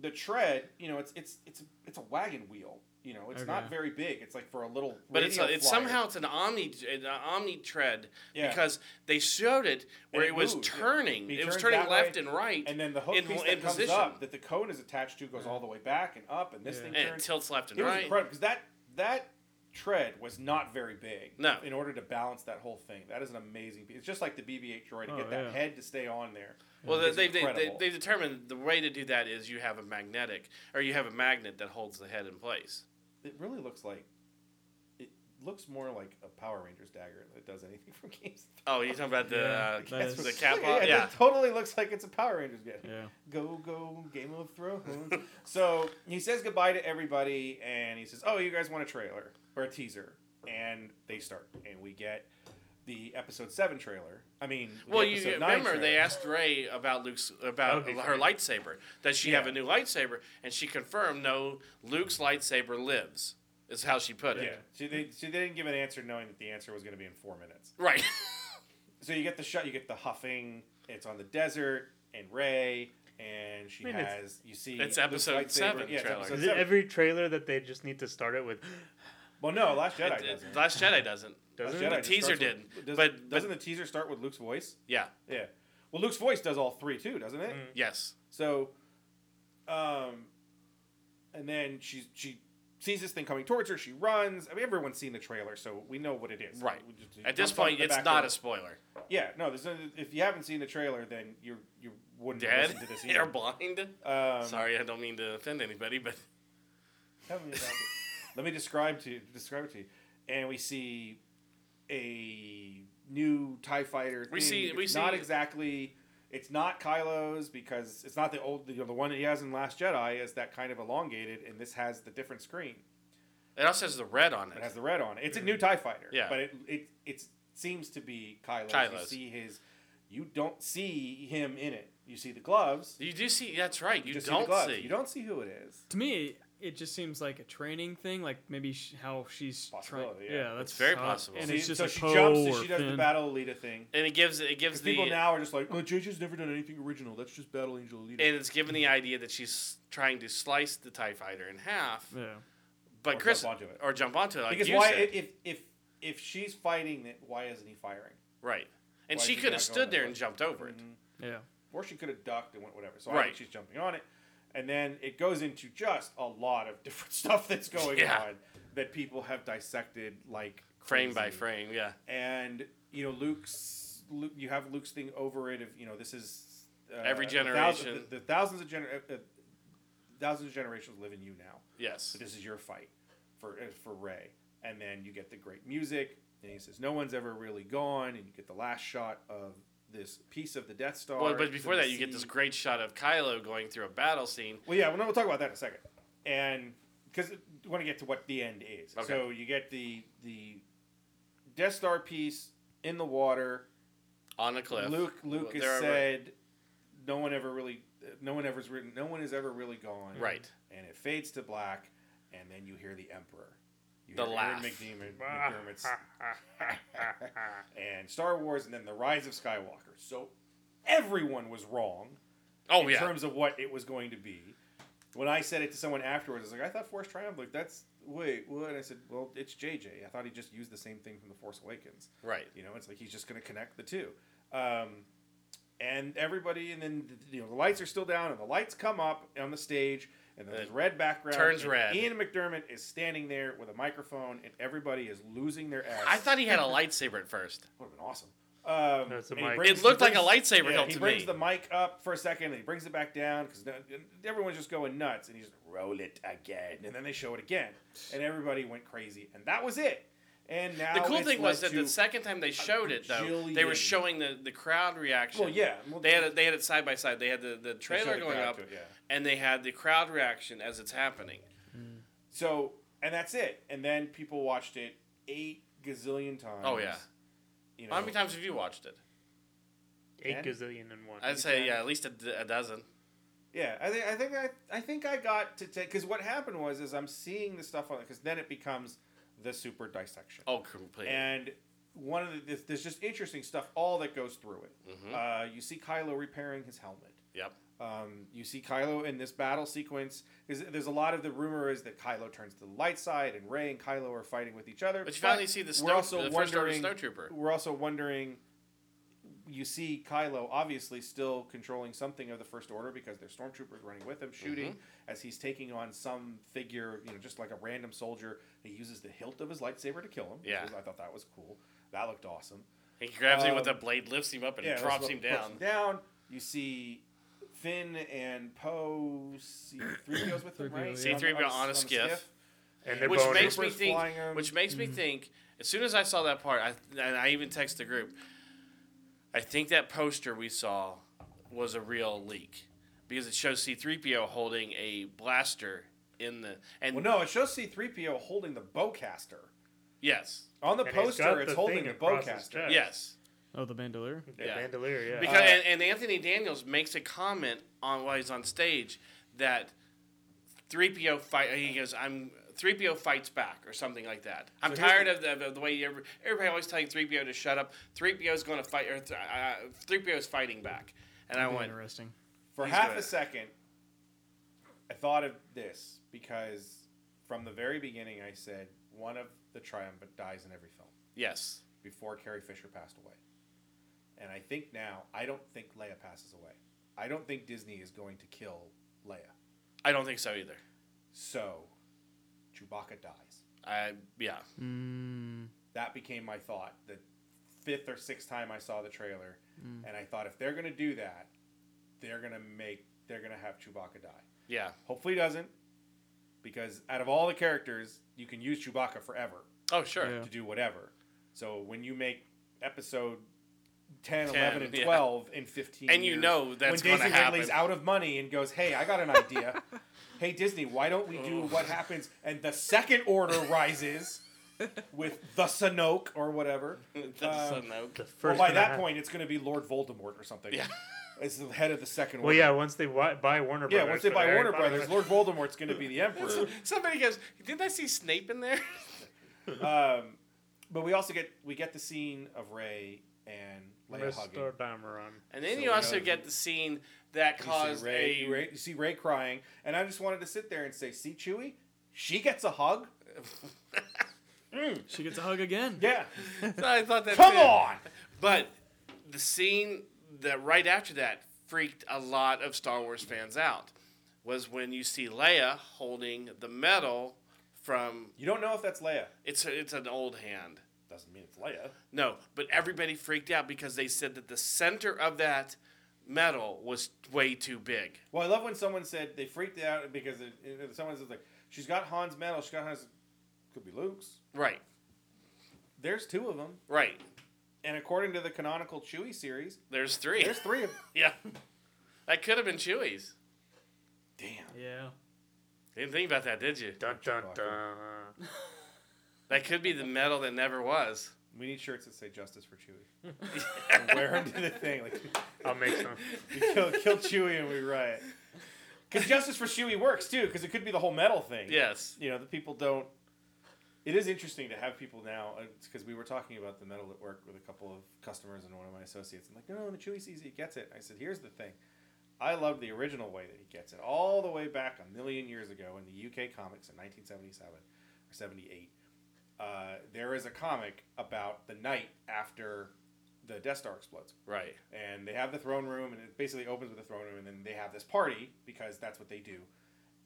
Speaker 6: the tread, you know, it's it's it's it's a wagon wheel. You know, it's not
Speaker 1: Okay.
Speaker 6: very big. It's like for a little.
Speaker 7: But it's
Speaker 6: radio
Speaker 7: it's
Speaker 6: flyer.
Speaker 7: somehow it's an omni an omni tread
Speaker 6: Yeah.
Speaker 7: because they showed it where
Speaker 6: And
Speaker 7: it, was
Speaker 6: moves, yeah.
Speaker 7: turning.
Speaker 6: He
Speaker 7: It was
Speaker 6: turns
Speaker 7: turning
Speaker 6: that
Speaker 7: left
Speaker 6: way,
Speaker 7: and right,
Speaker 6: And then the hook
Speaker 7: in-
Speaker 6: piece
Speaker 7: in
Speaker 6: that comes
Speaker 7: position.
Speaker 6: up that the cone is attached to goes all the way back and up, and this
Speaker 1: Yeah.
Speaker 6: thing
Speaker 7: and it
Speaker 6: turns.
Speaker 7: tilts left and
Speaker 6: It was
Speaker 7: right.
Speaker 6: incredible because that that tread was not very big.
Speaker 7: No.
Speaker 6: In order to balance that whole thing, that is an amazing. piece. It's just like the BB-8 droid to
Speaker 1: Oh,
Speaker 6: get that
Speaker 1: yeah.
Speaker 6: head to stay on there.
Speaker 7: Well,
Speaker 6: It's
Speaker 7: they, they, they,
Speaker 6: incredible.
Speaker 7: they determined the way to do that is you have a magnetic or you have a magnet that holds the head in place.
Speaker 6: It really looks like. It looks more like a Power Rangers dagger that does anything *laughs* from games.
Speaker 7: Oh, you're talking about the
Speaker 1: Yeah,
Speaker 7: uh,
Speaker 1: that is-
Speaker 7: *laughs*
Speaker 6: *laughs*
Speaker 7: the cap
Speaker 6: yeah,
Speaker 7: off? Yeah.
Speaker 6: It totally looks like it's a Power Rangers dagger.
Speaker 1: yeah.
Speaker 6: Go go Game of Thrones. so he says goodbye to everybody, and he says, "Oh, you guys want a trailer or a teaser?" And they start, and we get the episode seven trailer. I mean, the
Speaker 7: Well, you
Speaker 6: episode nine
Speaker 7: remember
Speaker 6: trailer. Oh,
Speaker 7: they asked Ray about Luke's about
Speaker 8: That would be
Speaker 7: her
Speaker 8: great.
Speaker 7: lightsaber. Does she have
Speaker 6: Yeah.
Speaker 7: a new lightsaber? And she confirmed, no, Luke's lightsaber lives. Is how she put it.
Speaker 6: Yeah, she, they, she didn't give an answer, knowing that the answer was going to be in four minutes.
Speaker 7: Right.
Speaker 6: So you get the shot, you get the huffing. It's on the desert, and Ray, and she
Speaker 8: I mean, it's-
Speaker 6: has. You see,
Speaker 7: It's
Speaker 6: Luke's
Speaker 7: episode
Speaker 6: lightsaber.
Speaker 7: seven
Speaker 6: Yeah, it's
Speaker 7: trailer.
Speaker 6: episode
Speaker 8: Is it
Speaker 6: seven.
Speaker 8: every trailer that they just need to start it with?
Speaker 6: well, no, Last *laughs* Jedi
Speaker 7: It- it-
Speaker 6: doesn't.
Speaker 7: Last Jedi doesn't.
Speaker 6: Last
Speaker 8: Doesn't
Speaker 6: Jedi
Speaker 8: it?
Speaker 6: just
Speaker 7: teaser
Speaker 6: starts with-
Speaker 7: did,
Speaker 6: does-
Speaker 7: but-
Speaker 6: doesn't the teaser start with Luke's voice?
Speaker 7: Yeah.
Speaker 6: Yeah. Well, Luke's voice does all three too, doesn't it?
Speaker 7: Yes.
Speaker 6: So, um, and then she she sees this thing coming towards her. She runs. I mean, everyone's seen the trailer, so we know what it is.
Speaker 7: Right.
Speaker 6: We just-
Speaker 7: At this
Speaker 6: jumps out
Speaker 7: point,
Speaker 6: the
Speaker 7: it's
Speaker 6: back
Speaker 7: not
Speaker 6: door.
Speaker 7: a spoiler.
Speaker 6: yeah. No, there's no, if you haven't seen the trailer, then you you wouldn't have
Speaker 7: Dead.
Speaker 6: listened to
Speaker 7: *laughs*
Speaker 6: this
Speaker 7: They're
Speaker 6: either.
Speaker 7: blind.
Speaker 6: Um,
Speaker 7: Sorry, I don't mean to offend anybody, but
Speaker 6: Tell me about it. *laughs* Let me describe to describe it to you. And we see a new Tie Fighter.
Speaker 7: We
Speaker 6: thing.
Speaker 7: see- we
Speaker 6: It's not
Speaker 7: see-
Speaker 6: exactly. It's not Kylo's because it's not the old, you know, the one that he has in Last Jedi is that kind of elongated, and this has the different screen.
Speaker 7: It also has the red on
Speaker 6: It
Speaker 7: it.
Speaker 6: has the red on it. It's a new Tie Fighter.
Speaker 7: Mm-hmm. Yeah.
Speaker 6: but it it it seems to be Kylo's. You
Speaker 7: Kylo's.
Speaker 6: see his, you don't see him in it. You see the gloves.
Speaker 7: You do see. That's right. You
Speaker 6: just
Speaker 7: don't
Speaker 6: the gloves.
Speaker 7: see.
Speaker 6: You don't see who it is.
Speaker 1: To me, it just seems like a training thing, like maybe sh- how she's trying.
Speaker 6: Possibility,
Speaker 1: Yeah.
Speaker 6: yeah.
Speaker 1: that's
Speaker 7: It's very
Speaker 1: how-
Speaker 7: possible.
Speaker 1: And
Speaker 6: See,
Speaker 1: it's just
Speaker 6: so
Speaker 1: a
Speaker 6: she
Speaker 1: Poe
Speaker 6: jumps and
Speaker 1: or
Speaker 6: she does the
Speaker 1: Finn.
Speaker 6: battle Alita thing.
Speaker 7: And it gives it
Speaker 6: Because
Speaker 7: gives the
Speaker 6: people now are just like, oh, JJ's never done anything original. That's just Battle Angel Alita.
Speaker 7: and it's given the idea that she's trying to slice the Tie Fighter in half,
Speaker 1: Yeah.
Speaker 7: but
Speaker 6: Or
Speaker 7: Chris
Speaker 6: jump onto it.
Speaker 7: or jump onto it. Like
Speaker 6: because
Speaker 7: you
Speaker 6: why?
Speaker 7: said.
Speaker 6: If if if she's fighting, it, why isn't he firing?
Speaker 7: right? And
Speaker 6: Why
Speaker 7: she
Speaker 6: is he
Speaker 7: could
Speaker 6: not
Speaker 7: have
Speaker 6: going
Speaker 7: stood
Speaker 6: that Mm-hmm.
Speaker 7: there and
Speaker 6: way?
Speaker 7: jumped over it.
Speaker 1: Yeah.
Speaker 6: Or she could have ducked and went whatever. So I
Speaker 7: Right.
Speaker 6: think she's jumping on it, and then it goes into just a lot of *laughs* different stuff
Speaker 7: *laughs*
Speaker 6: that's going
Speaker 7: Yeah.
Speaker 6: on that people have dissected like
Speaker 7: frame by
Speaker 6: crazy.
Speaker 7: frame. Yeah,
Speaker 6: and you know Luke's Luke, you have Luke's thing over it of you know this is uh,
Speaker 7: Every
Speaker 6: the thousands-
Speaker 7: generation.
Speaker 6: the, the thousands of gener- uh, uh, thousands of generations live in you now
Speaker 7: yes,
Speaker 6: so this is your fight for uh, for Ray and then you get the great music and he says no one's ever really gone and you get the last shot of this piece of the Death Star
Speaker 7: Well,
Speaker 6: It's
Speaker 7: but
Speaker 6: in
Speaker 7: before
Speaker 6: the
Speaker 7: that, you get this
Speaker 6: sea.
Speaker 7: great shot of Kylo going through a battle scene.
Speaker 6: Well, yeah, well, no, we'll talk about that in a second, and because we want to get to what the end is.
Speaker 7: Okay.
Speaker 6: So you get the the Death Star piece in the water.
Speaker 7: on a cliff.
Speaker 6: Luke Luke has
Speaker 7: They're over-
Speaker 6: said, no one ever really, no one ever's written, no one has ever really gone.
Speaker 7: Right.
Speaker 6: And it fades to black, and then you hear the Emperor. You
Speaker 7: The
Speaker 6: hear
Speaker 7: laugh.
Speaker 6: Aaron McDermott,
Speaker 8: Ah.
Speaker 6: McDermott's, and Star Wars, and then the Rise of Skywalker. So everyone was wrong
Speaker 7: Oh
Speaker 6: in
Speaker 7: yeah,
Speaker 6: terms of what it was going to be. When I said it to someone afterwards, I was like, I thought Force Triumph, like, that's, wait, what? And I said, well, it's JJ. I thought he just used the same thing from The Force Awakens.
Speaker 7: right.
Speaker 6: You know, it's like he's just going to connect the two. Um, and everybody, and then, you know, the lights are still down, and the lights come up on the stage, and then
Speaker 7: It
Speaker 6: there's red background.
Speaker 7: turns
Speaker 6: and
Speaker 7: red.
Speaker 6: Ian McDermott is standing there with a microphone, and everybody is losing their ass.
Speaker 7: I thought
Speaker 6: *laughs*
Speaker 7: he had a lightsaber at first.
Speaker 6: Would have been awesome. Um,
Speaker 8: That's a
Speaker 6: and he
Speaker 8: mic.
Speaker 7: It looked
Speaker 6: he
Speaker 7: like a lightsaber
Speaker 6: yeah,
Speaker 7: hilt
Speaker 6: He
Speaker 7: to
Speaker 6: brings
Speaker 7: me.
Speaker 6: the mic up for a second, and he brings it back down because everyone's just going nuts. And he's like, roll it again, and then they show it again, and everybody went crazy, and that was it. And now
Speaker 7: The cool
Speaker 6: it's
Speaker 7: thing was
Speaker 6: led
Speaker 7: that the
Speaker 6: to-
Speaker 7: second time they showed it, though, they were
Speaker 6: bajillion-
Speaker 7: showing the, the crowd reaction.
Speaker 6: Well, yeah, well,
Speaker 7: They had it, they had it side by side. They had the,
Speaker 6: they
Speaker 7: the
Speaker 6: showed
Speaker 7: trailer
Speaker 6: the
Speaker 7: going
Speaker 6: crowd
Speaker 7: up,
Speaker 6: to it, yeah.
Speaker 7: and they had the crowd reaction as it's happening.
Speaker 6: So, and that's it. And then people watched it eight gazillion times.
Speaker 7: Oh, yeah.
Speaker 6: You know,
Speaker 7: How many times have you watched it?
Speaker 8: *laughs* Eight
Speaker 6: Ten?
Speaker 8: gazillion and one.
Speaker 7: I'd say yeah, at least a, d- a dozen.
Speaker 6: Yeah, I think I think I, I think I got to take because what happened was is I'm seeing the stuff on because then it becomes the super dissection.
Speaker 7: Oh, completely.
Speaker 6: And one of the there's- there's just interesting stuff all that goes through it.
Speaker 7: Mm-hmm.
Speaker 6: Uh, you see Kylo repairing his helmet.
Speaker 7: yep.
Speaker 6: Um, you see Kylo in this battle sequence. There's, there's a lot of the rumor is that Kylo turns to the light side, and Ray and Kylo are fighting with each other.
Speaker 7: But you finally see the snow- the first order snowtrooper.
Speaker 6: We're also wondering. You see Kylo obviously still controlling something of the First Order because there's stormtroopers running with
Speaker 7: Mm-hmm.
Speaker 6: him, shooting as he's taking on some figure, you know, just like a random soldier. He uses the hilt of his lightsaber to kill him. which
Speaker 7: Yeah.
Speaker 6: was- I thought that was cool. That looked awesome
Speaker 7: He grabs him with
Speaker 6: Um,
Speaker 7: a blade, lifts him up, and
Speaker 6: that's
Speaker 7: drops
Speaker 6: what
Speaker 7: him
Speaker 6: puts
Speaker 7: down.
Speaker 6: down. You see Finn and Poe.
Speaker 7: *coughs*
Speaker 6: Three PO's with him,
Speaker 1: 3PO,
Speaker 6: right?
Speaker 1: yeah.
Speaker 7: C-3PO on a
Speaker 6: the
Speaker 7: skiff.
Speaker 8: and they're
Speaker 7: which
Speaker 8: boners.
Speaker 7: makes me
Speaker 6: Troopers
Speaker 7: think.
Speaker 6: flying Hmm. 'em.
Speaker 7: Which makes me think. As soon as I saw that part, I, and I even texted the group, I think that poster we saw was a real leak because it shows C-3PO holding a blaster in the and
Speaker 6: Well, no, it shows C-3PO holding the bowcaster.
Speaker 7: yes,
Speaker 6: On the
Speaker 8: And he's got
Speaker 6: poster,
Speaker 8: the
Speaker 6: it's holding
Speaker 8: thing
Speaker 6: the
Speaker 8: across his
Speaker 6: bowcaster.
Speaker 8: chest.
Speaker 7: yes.
Speaker 1: Oh, the bandolier.
Speaker 8: The
Speaker 7: yeah.
Speaker 8: bandolier, yeah.
Speaker 7: Because
Speaker 6: Uh,
Speaker 7: and, and Anthony Daniels makes a comment on while he's on stage that 3PO fight. He goes, "I'm 3PO fights back" or something like that. I'm
Speaker 6: So here's
Speaker 7: tired of the, of the way you ever, everybody always telling 3PO to shut up. 3PO is going to fight, or th- uh, 3PO is fighting back. And I
Speaker 1: That'd be
Speaker 7: went,
Speaker 1: Interesting.
Speaker 6: For
Speaker 7: He's
Speaker 6: half
Speaker 7: good.
Speaker 6: a second, I thought of this because from the very beginning, I said one of the triumvirate dies in every film
Speaker 7: "Yes,
Speaker 6: before Carrie Fisher passed away. And I think now, I don't think Leia passes away. I don't think Disney is going to kill Leia.
Speaker 7: I don't think so either."
Speaker 6: So, Chewbacca dies.
Speaker 7: I yeah,
Speaker 1: Mm.
Speaker 6: That became my thought the fifth or sixth time I saw the trailer, and I thought if they're gonna do that, they're gonna make they're gonna have Chewbacca die.
Speaker 7: yeah.
Speaker 6: Hopefully, he doesn't, because out of all the characters, you can use Chewbacca forever
Speaker 7: Oh sure.
Speaker 1: Yeah.
Speaker 6: to do whatever. So when you make episode 10,
Speaker 7: 10,
Speaker 6: 11, and
Speaker 7: yeah.
Speaker 6: 12 in 15
Speaker 7: And you
Speaker 6: years.
Speaker 7: know that's
Speaker 6: When
Speaker 7: gonna
Speaker 6: Daisy Ridley's out
Speaker 7: happen.
Speaker 6: of money and goes, hey, I got an
Speaker 7: *laughs*
Speaker 6: idea. hey, Disney, why don't we
Speaker 7: Oh.
Speaker 6: do what happens? And the second order rises with the Sanoke or whatever.
Speaker 7: *laughs* The
Speaker 6: Um,
Speaker 7: Sunoke.
Speaker 8: The first
Speaker 6: well, by
Speaker 8: and a
Speaker 6: that
Speaker 8: half-
Speaker 6: point, it's going to be Lord Voldemort or something.
Speaker 7: Yeah.
Speaker 6: As the head of the second
Speaker 8: Well,
Speaker 6: order.
Speaker 8: yeah. Once they wi- buy Warner Brothers,
Speaker 6: Yeah, once they
Speaker 8: for
Speaker 6: buy
Speaker 8: Harry
Speaker 6: Warner
Speaker 8: Potter,
Speaker 6: Brothers, Lord Voldemort's going to be
Speaker 7: *laughs*
Speaker 6: the emperor.
Speaker 7: Somebody goes, didn't I see Snape in there? *laughs*
Speaker 6: Um, but we also get we get the scene of Ray and Leia hugging.
Speaker 8: Mr. Dameron.
Speaker 7: And then
Speaker 6: So
Speaker 7: you
Speaker 6: we
Speaker 7: also
Speaker 6: know-
Speaker 7: get the scene that
Speaker 6: You see
Speaker 7: caused
Speaker 6: Ray,
Speaker 7: a *laughs*
Speaker 6: Ray, you see Ray crying, and I just wanted to sit there and say, "See Chewie, she gets a hug."
Speaker 1: She gets a hug again.
Speaker 6: Yeah,
Speaker 7: I thought
Speaker 6: *laughs*
Speaker 7: that
Speaker 6: come
Speaker 7: too.
Speaker 6: on.
Speaker 7: But the scene that right after that freaked a lot of Star Wars fans out was when you see Leia holding the medal from
Speaker 6: You don't know if that's Leia.
Speaker 7: it's a, it's an old hand.
Speaker 6: Doesn't mean it's Leia.
Speaker 7: No, but everybody freaked out because they said that the center of that medal was way too big.
Speaker 6: Well, I love when someone said they freaked out because it, it- someone says like, "She's got Han's medal. She's got Han's. Could be Luke's.
Speaker 7: Right.
Speaker 6: There's two of them,
Speaker 7: Right.
Speaker 6: and according to the canonical Chewie series,
Speaker 7: There's three.
Speaker 6: there's three of.
Speaker 7: *laughs*
Speaker 6: *laughs*
Speaker 7: yeah. That could have been Chewie's.
Speaker 6: Damn.
Speaker 1: Yeah.
Speaker 7: Didn't think about that, did you?
Speaker 8: Dun dun dun.
Speaker 7: That could be the medal that never was.
Speaker 6: We need shirts that say "Justice for Chewie." *laughs* and wear them to the thing. Like,
Speaker 8: I'll make some.
Speaker 6: we kill, kill Chewie and we riot. Because justice for Chewie works too. Because it could be the whole metal thing.
Speaker 7: Yes.
Speaker 6: you know the people don't it is interesting to have people now because we were talking about the metal at work with a couple of customers and one of my associates and like no no the chewy sees it, he gets it i said here's the thing i love the original way that he gets it all the way back a million years ago in the uk comics in 1977 or 78 uh, there is a comic about the night after the death star explodes
Speaker 7: Right.
Speaker 6: and they have the throne room and it basically opens with the throne room and then they have this party because that's what they do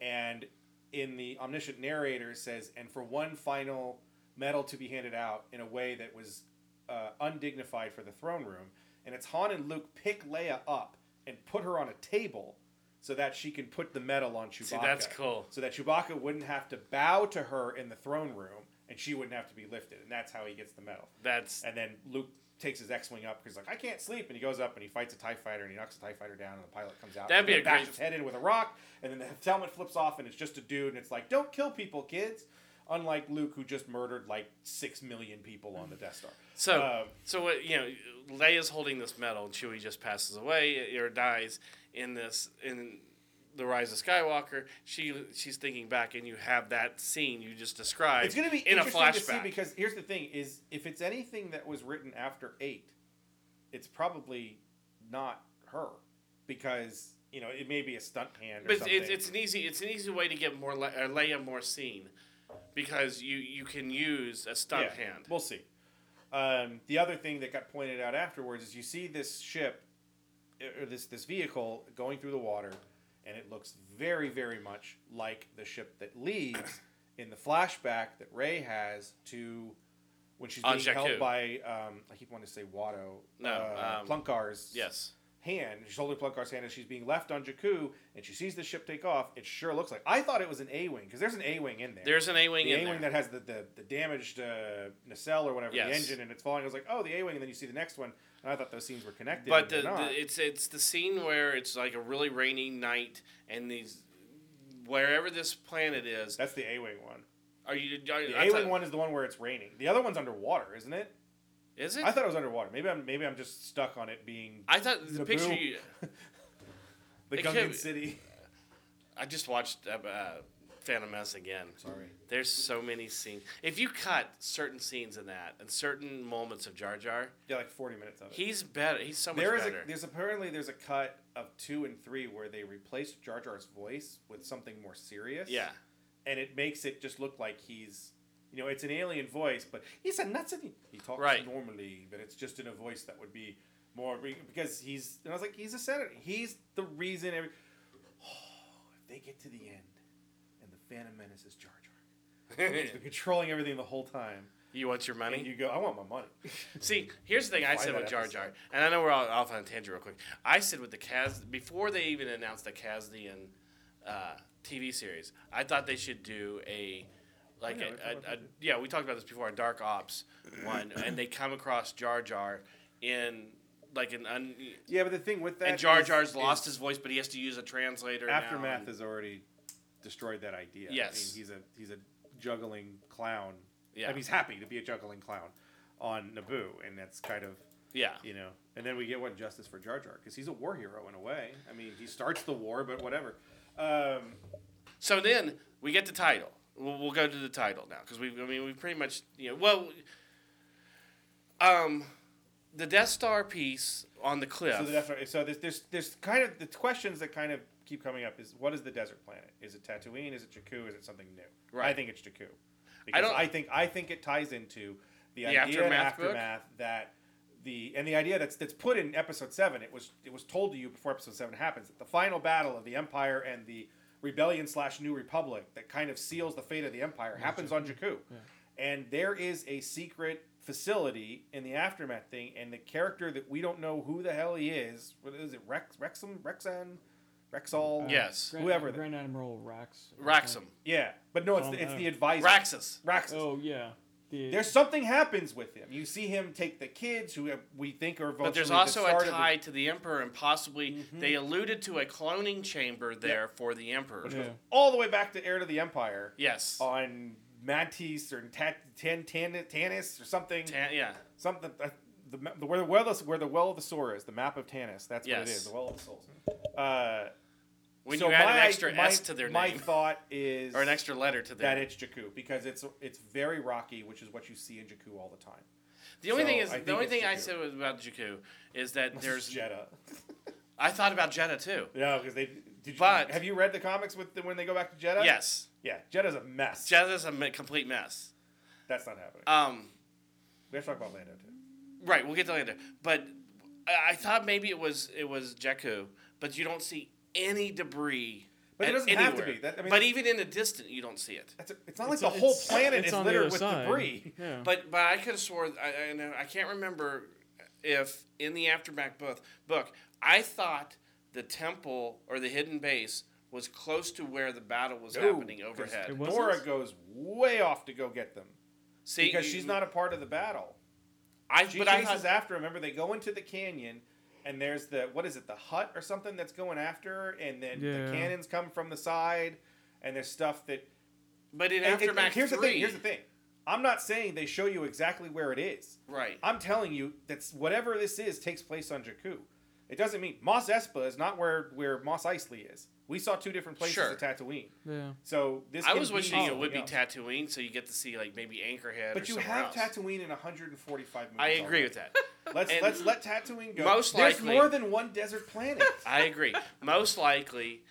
Speaker 6: and in the omniscient narrator says and for one final medal to be handed out in a way that was uh, undignified for the throne room and it's han and luke pick leia up and put her on a table so that she can put the medal on Chewbacca.
Speaker 7: that's cool.
Speaker 6: So that Chewbacca wouldn't have to bow to her in the throne room, and she wouldn't have to be lifted, and that's how he gets the medal.
Speaker 7: That's
Speaker 6: And then Luke takes his X-wing up because like I can't sleep, and he goes up and he fights a Tie Fighter and he knocks the Tie Fighter down, and the pilot comes out.
Speaker 7: That'd
Speaker 6: and
Speaker 7: be
Speaker 6: he
Speaker 7: a
Speaker 6: bashes
Speaker 7: great-
Speaker 6: his head in with a rock, and then the helmet flips off, and it's just a dude, and it's like, don't kill people, kids. Unlike Luke, who just murdered like six million people on the Death Star.
Speaker 7: So,
Speaker 6: Um,
Speaker 7: so what you know, Leia's holding this medal, and Chewie just passes away eh, or dies in this in the Rise of Skywalker. She she's thinking back, and you have that scene you just described.
Speaker 6: It's going to be
Speaker 7: in a
Speaker 6: interesting to see
Speaker 7: flashback.
Speaker 6: because here's the thing: is if it's anything that was written after eight, it's probably not her because you know it may be a stunt hand. Or
Speaker 7: but
Speaker 6: something.
Speaker 7: it's, it's an easy it's an easy way to get more Le- or Leia more scene because you you can use a stunt
Speaker 6: Yeah,
Speaker 7: hand.
Speaker 6: We'll see. Um, the other thing that got pointed out afterwards is you see this ship, uh, or this this vehicle going through the water, and it looks very very much like the ship that leaves in the flashback that Ray has to when she's
Speaker 7: On
Speaker 6: being held
Speaker 7: Jakku.
Speaker 6: by um, I keep wanting to say Watto,
Speaker 7: No,
Speaker 6: uh,
Speaker 7: um,
Speaker 6: Plunkar's
Speaker 7: Yes.
Speaker 6: hand. She's holding Plunkar's hand, and she's being left on Jakku, and she sees the ship take off. It sure looks like I thought it was an A wing because there's an A wing in there
Speaker 7: There's an A-wing
Speaker 6: the
Speaker 7: in
Speaker 6: A wing
Speaker 7: there.
Speaker 6: that has the the, the damaged uh, nacelle or whatever the
Speaker 7: Yes.
Speaker 6: engine, and it's falling. I was like, oh, the A wing, and then you see the next one, and I thought those scenes were connected. But
Speaker 7: But the,
Speaker 6: they're not.
Speaker 7: the it's it's the scene where it's like a really rainy night, and these wherever this planet is,
Speaker 6: that's the A wing one.
Speaker 7: Are you? Are,
Speaker 6: The A
Speaker 7: I
Speaker 6: wing
Speaker 7: thought-
Speaker 6: one is the one where it's raining. The other one's underwater, isn't it?
Speaker 7: Is it?
Speaker 6: I thought it was underwater. Maybe I'm maybe I'm just stuck on it being
Speaker 7: I thought the
Speaker 6: Naboo.
Speaker 7: picture. You,
Speaker 6: the
Speaker 7: it
Speaker 6: Gungan
Speaker 7: can't-
Speaker 6: City.
Speaker 7: I just watched uh, uh, Phantom Menace again.
Speaker 6: Sorry.
Speaker 7: There's so many scenes. If you cut certain scenes in that and certain moments of Jar Jar,
Speaker 6: Yeah, like forty minutes of it.
Speaker 7: he's better. He's so much
Speaker 6: there is a,
Speaker 7: better.
Speaker 6: there's apparently there's a cut of two and three where they replaced Jar Jar's voice with something more serious.
Speaker 7: yeah.
Speaker 6: and it makes it just look like he's you know it's an alien voice but he's a nuts he, he talks
Speaker 7: Right.
Speaker 6: normally but it's just in a voice that would be more re- because he's and i was like he's a senator he's the reason every *sighs* oh if they get to the end and the phantom menace is jar jar they're controlling everything the whole time
Speaker 7: *laughs* you want your money?
Speaker 6: and you go i want my money
Speaker 7: See, here's the thing I
Speaker 6: Why
Speaker 7: said
Speaker 6: that
Speaker 7: with Jar
Speaker 6: episode?
Speaker 7: Jar, and I know we're all off on a tangent real quick. I said with the Kaz before they even announced the Kazdian uh, TV series, I thought they should do a like
Speaker 6: Oh, yeah,
Speaker 7: a,
Speaker 6: we talked about
Speaker 7: a, a- yeah we talked about this before a Dark Ops one, and they come across Jar Jar in like an un.
Speaker 6: Yeah, but the thing with that
Speaker 7: and Jar
Speaker 6: is-
Speaker 7: Jar's
Speaker 6: is
Speaker 7: lost his voice, but he has to use a translator. now,
Speaker 6: aftermath
Speaker 7: and-
Speaker 6: has already destroyed that idea.
Speaker 7: Yes.
Speaker 6: I mean, he's a he's a juggling clown.
Speaker 7: Yeah.
Speaker 6: I mean, he's happy to be a juggling clown on Naboo, and that's kind of
Speaker 7: yeah.
Speaker 6: you know. And then we get what justice for Jar Jar because he's a war hero in a way. I mean, he starts the war, but whatever. Um,
Speaker 7: So then we get the title. We'll, we'll go to the title now because we. I mean, we pretty much. You know, well. Um, the Death Star piece on the cliff.
Speaker 6: So the Death Star- So there's, there's there's kind of the questions that kind of keep coming up is what is the desert planet? Is it Tatooine? Is it Jakku? Is it something new? I
Speaker 7: Right.
Speaker 6: think it's Jakku. Because I,
Speaker 7: don't-
Speaker 6: think I think it ties into the,
Speaker 7: The
Speaker 6: idea aftermath, and
Speaker 7: Aftermath book?
Speaker 6: aftermath that the and the idea that's that's put in episode seven. It was it was told to you before episode seven happens that the final battle of the Empire and the rebellion slash New Republic that kind of seals the fate of the Empire happens on Jakku, and there is a secret facility in the aftermath thing, and the character that we don't know who the hell he is. What is it? Rex Rexum Rexan. Rexall,
Speaker 7: Yes.
Speaker 1: Grand,
Speaker 6: whoever. the-
Speaker 1: Grand Admiral Rax.
Speaker 7: Raxum.
Speaker 6: yeah, but no, it's
Speaker 1: Um,
Speaker 6: the, it's
Speaker 1: uh,
Speaker 6: the advisor.
Speaker 7: Raxus.
Speaker 6: Raxus.
Speaker 1: Oh yeah. The,
Speaker 6: There's something happens with him. You see him take the kids who have, we think are.
Speaker 7: But there's
Speaker 6: eventually the
Speaker 7: also
Speaker 6: start
Speaker 7: a
Speaker 6: of Mm-hmm. the-
Speaker 7: tie to the Emperor, and possibly they alluded to a cloning chamber there for the Emperor.
Speaker 1: yeah.
Speaker 6: all the way back to Heir to the Empire
Speaker 7: Yes.
Speaker 6: on Matisse or Tat, Tan, Tan, Tanis or something.
Speaker 7: Tan- yeah.
Speaker 6: something. Uh, the, ma- the, where, the well, of- where the well of the Sora is, the map of Tanis. That's what it
Speaker 7: Yes.
Speaker 6: is, the well of the souls. Uh,
Speaker 7: When
Speaker 6: so
Speaker 7: you add
Speaker 6: my,
Speaker 7: an extra
Speaker 6: my,
Speaker 7: S to their
Speaker 6: my
Speaker 7: name
Speaker 6: thought is
Speaker 7: or an extra letter to their
Speaker 6: that
Speaker 7: name.
Speaker 6: it's Jakku because it's it's very rocky, which is what you see in Jakku all the time. *laughs*
Speaker 7: The only
Speaker 6: so
Speaker 7: thing is
Speaker 6: I
Speaker 7: the
Speaker 6: think
Speaker 7: only
Speaker 6: it's
Speaker 7: thing I
Speaker 6: Jakku.
Speaker 7: said was about Jakku is that there's
Speaker 6: Jeddah.
Speaker 7: I thought about Jeddah too.
Speaker 6: Yeah, because they did. You,
Speaker 7: But-
Speaker 6: have you read the comics with the, when they go back to Jeddah?
Speaker 7: Yes.
Speaker 6: Yeah, Jeddah's a mess.
Speaker 7: Jeddah's a m- complete mess.
Speaker 6: That's not happening.
Speaker 7: Um
Speaker 6: we have to talk about Lando too.
Speaker 7: right, we'll get to later. But I- I thought maybe it was it was Jakku, but you don't see any debris
Speaker 6: But it
Speaker 7: at-
Speaker 6: doesn't have to
Speaker 7: anywhere.
Speaker 6: be. That- I mean-
Speaker 7: but even in the distance, you don't see it.
Speaker 6: That's a, it's not like the whole planet
Speaker 1: it's
Speaker 6: is
Speaker 1: on the other
Speaker 6: littered with
Speaker 1: side.
Speaker 6: debris.
Speaker 1: Yeah.
Speaker 7: But but I could have swore I I, know, I can't remember if in the aftermath book book I thought the temple or the hidden base was close to where the battle was happening
Speaker 6: No, 'cause
Speaker 7: overhead.
Speaker 1: wasn't?
Speaker 6: Dora goes way off to go get them
Speaker 7: See,
Speaker 6: because
Speaker 7: you-
Speaker 6: she's not a part of the battle.
Speaker 7: I
Speaker 6: She
Speaker 7: but I
Speaker 6: chases
Speaker 7: thought,
Speaker 6: after. Remember, they go into the canyon, and there's the what is it, the hut or something that's going after her, and then
Speaker 1: Yeah.
Speaker 6: the cannons come from the side, and there's stuff that.
Speaker 7: but in
Speaker 6: and- and- and
Speaker 7: aftermath
Speaker 6: here's
Speaker 7: three,
Speaker 6: the thing. Here's the thing. I'm not saying they show you exactly where it is.
Speaker 7: right?
Speaker 6: I'm telling you that's whatever this is takes place on Jakku. It doesn't mean Mos Espa is not where where Mos Eisley is. We saw two different places
Speaker 7: Sure.
Speaker 6: of Tatooine.
Speaker 1: yeah.
Speaker 6: So this
Speaker 7: I
Speaker 6: can
Speaker 7: was
Speaker 6: be
Speaker 7: wishing it
Speaker 6: something
Speaker 7: would be
Speaker 6: else.
Speaker 7: Tatooine, so you get to see like maybe Anchorhead. or
Speaker 6: But you
Speaker 7: somewhere
Speaker 6: have
Speaker 7: else.
Speaker 6: Tatooine in 145 movies.
Speaker 7: I agree
Speaker 6: already.
Speaker 7: with that.
Speaker 6: Let's
Speaker 7: and
Speaker 6: let's let Tatooine go.
Speaker 7: most
Speaker 6: There's
Speaker 7: likely-
Speaker 6: more than one desert planet.
Speaker 7: *laughs* I
Speaker 6: *laughs*
Speaker 7: agree. Most likely,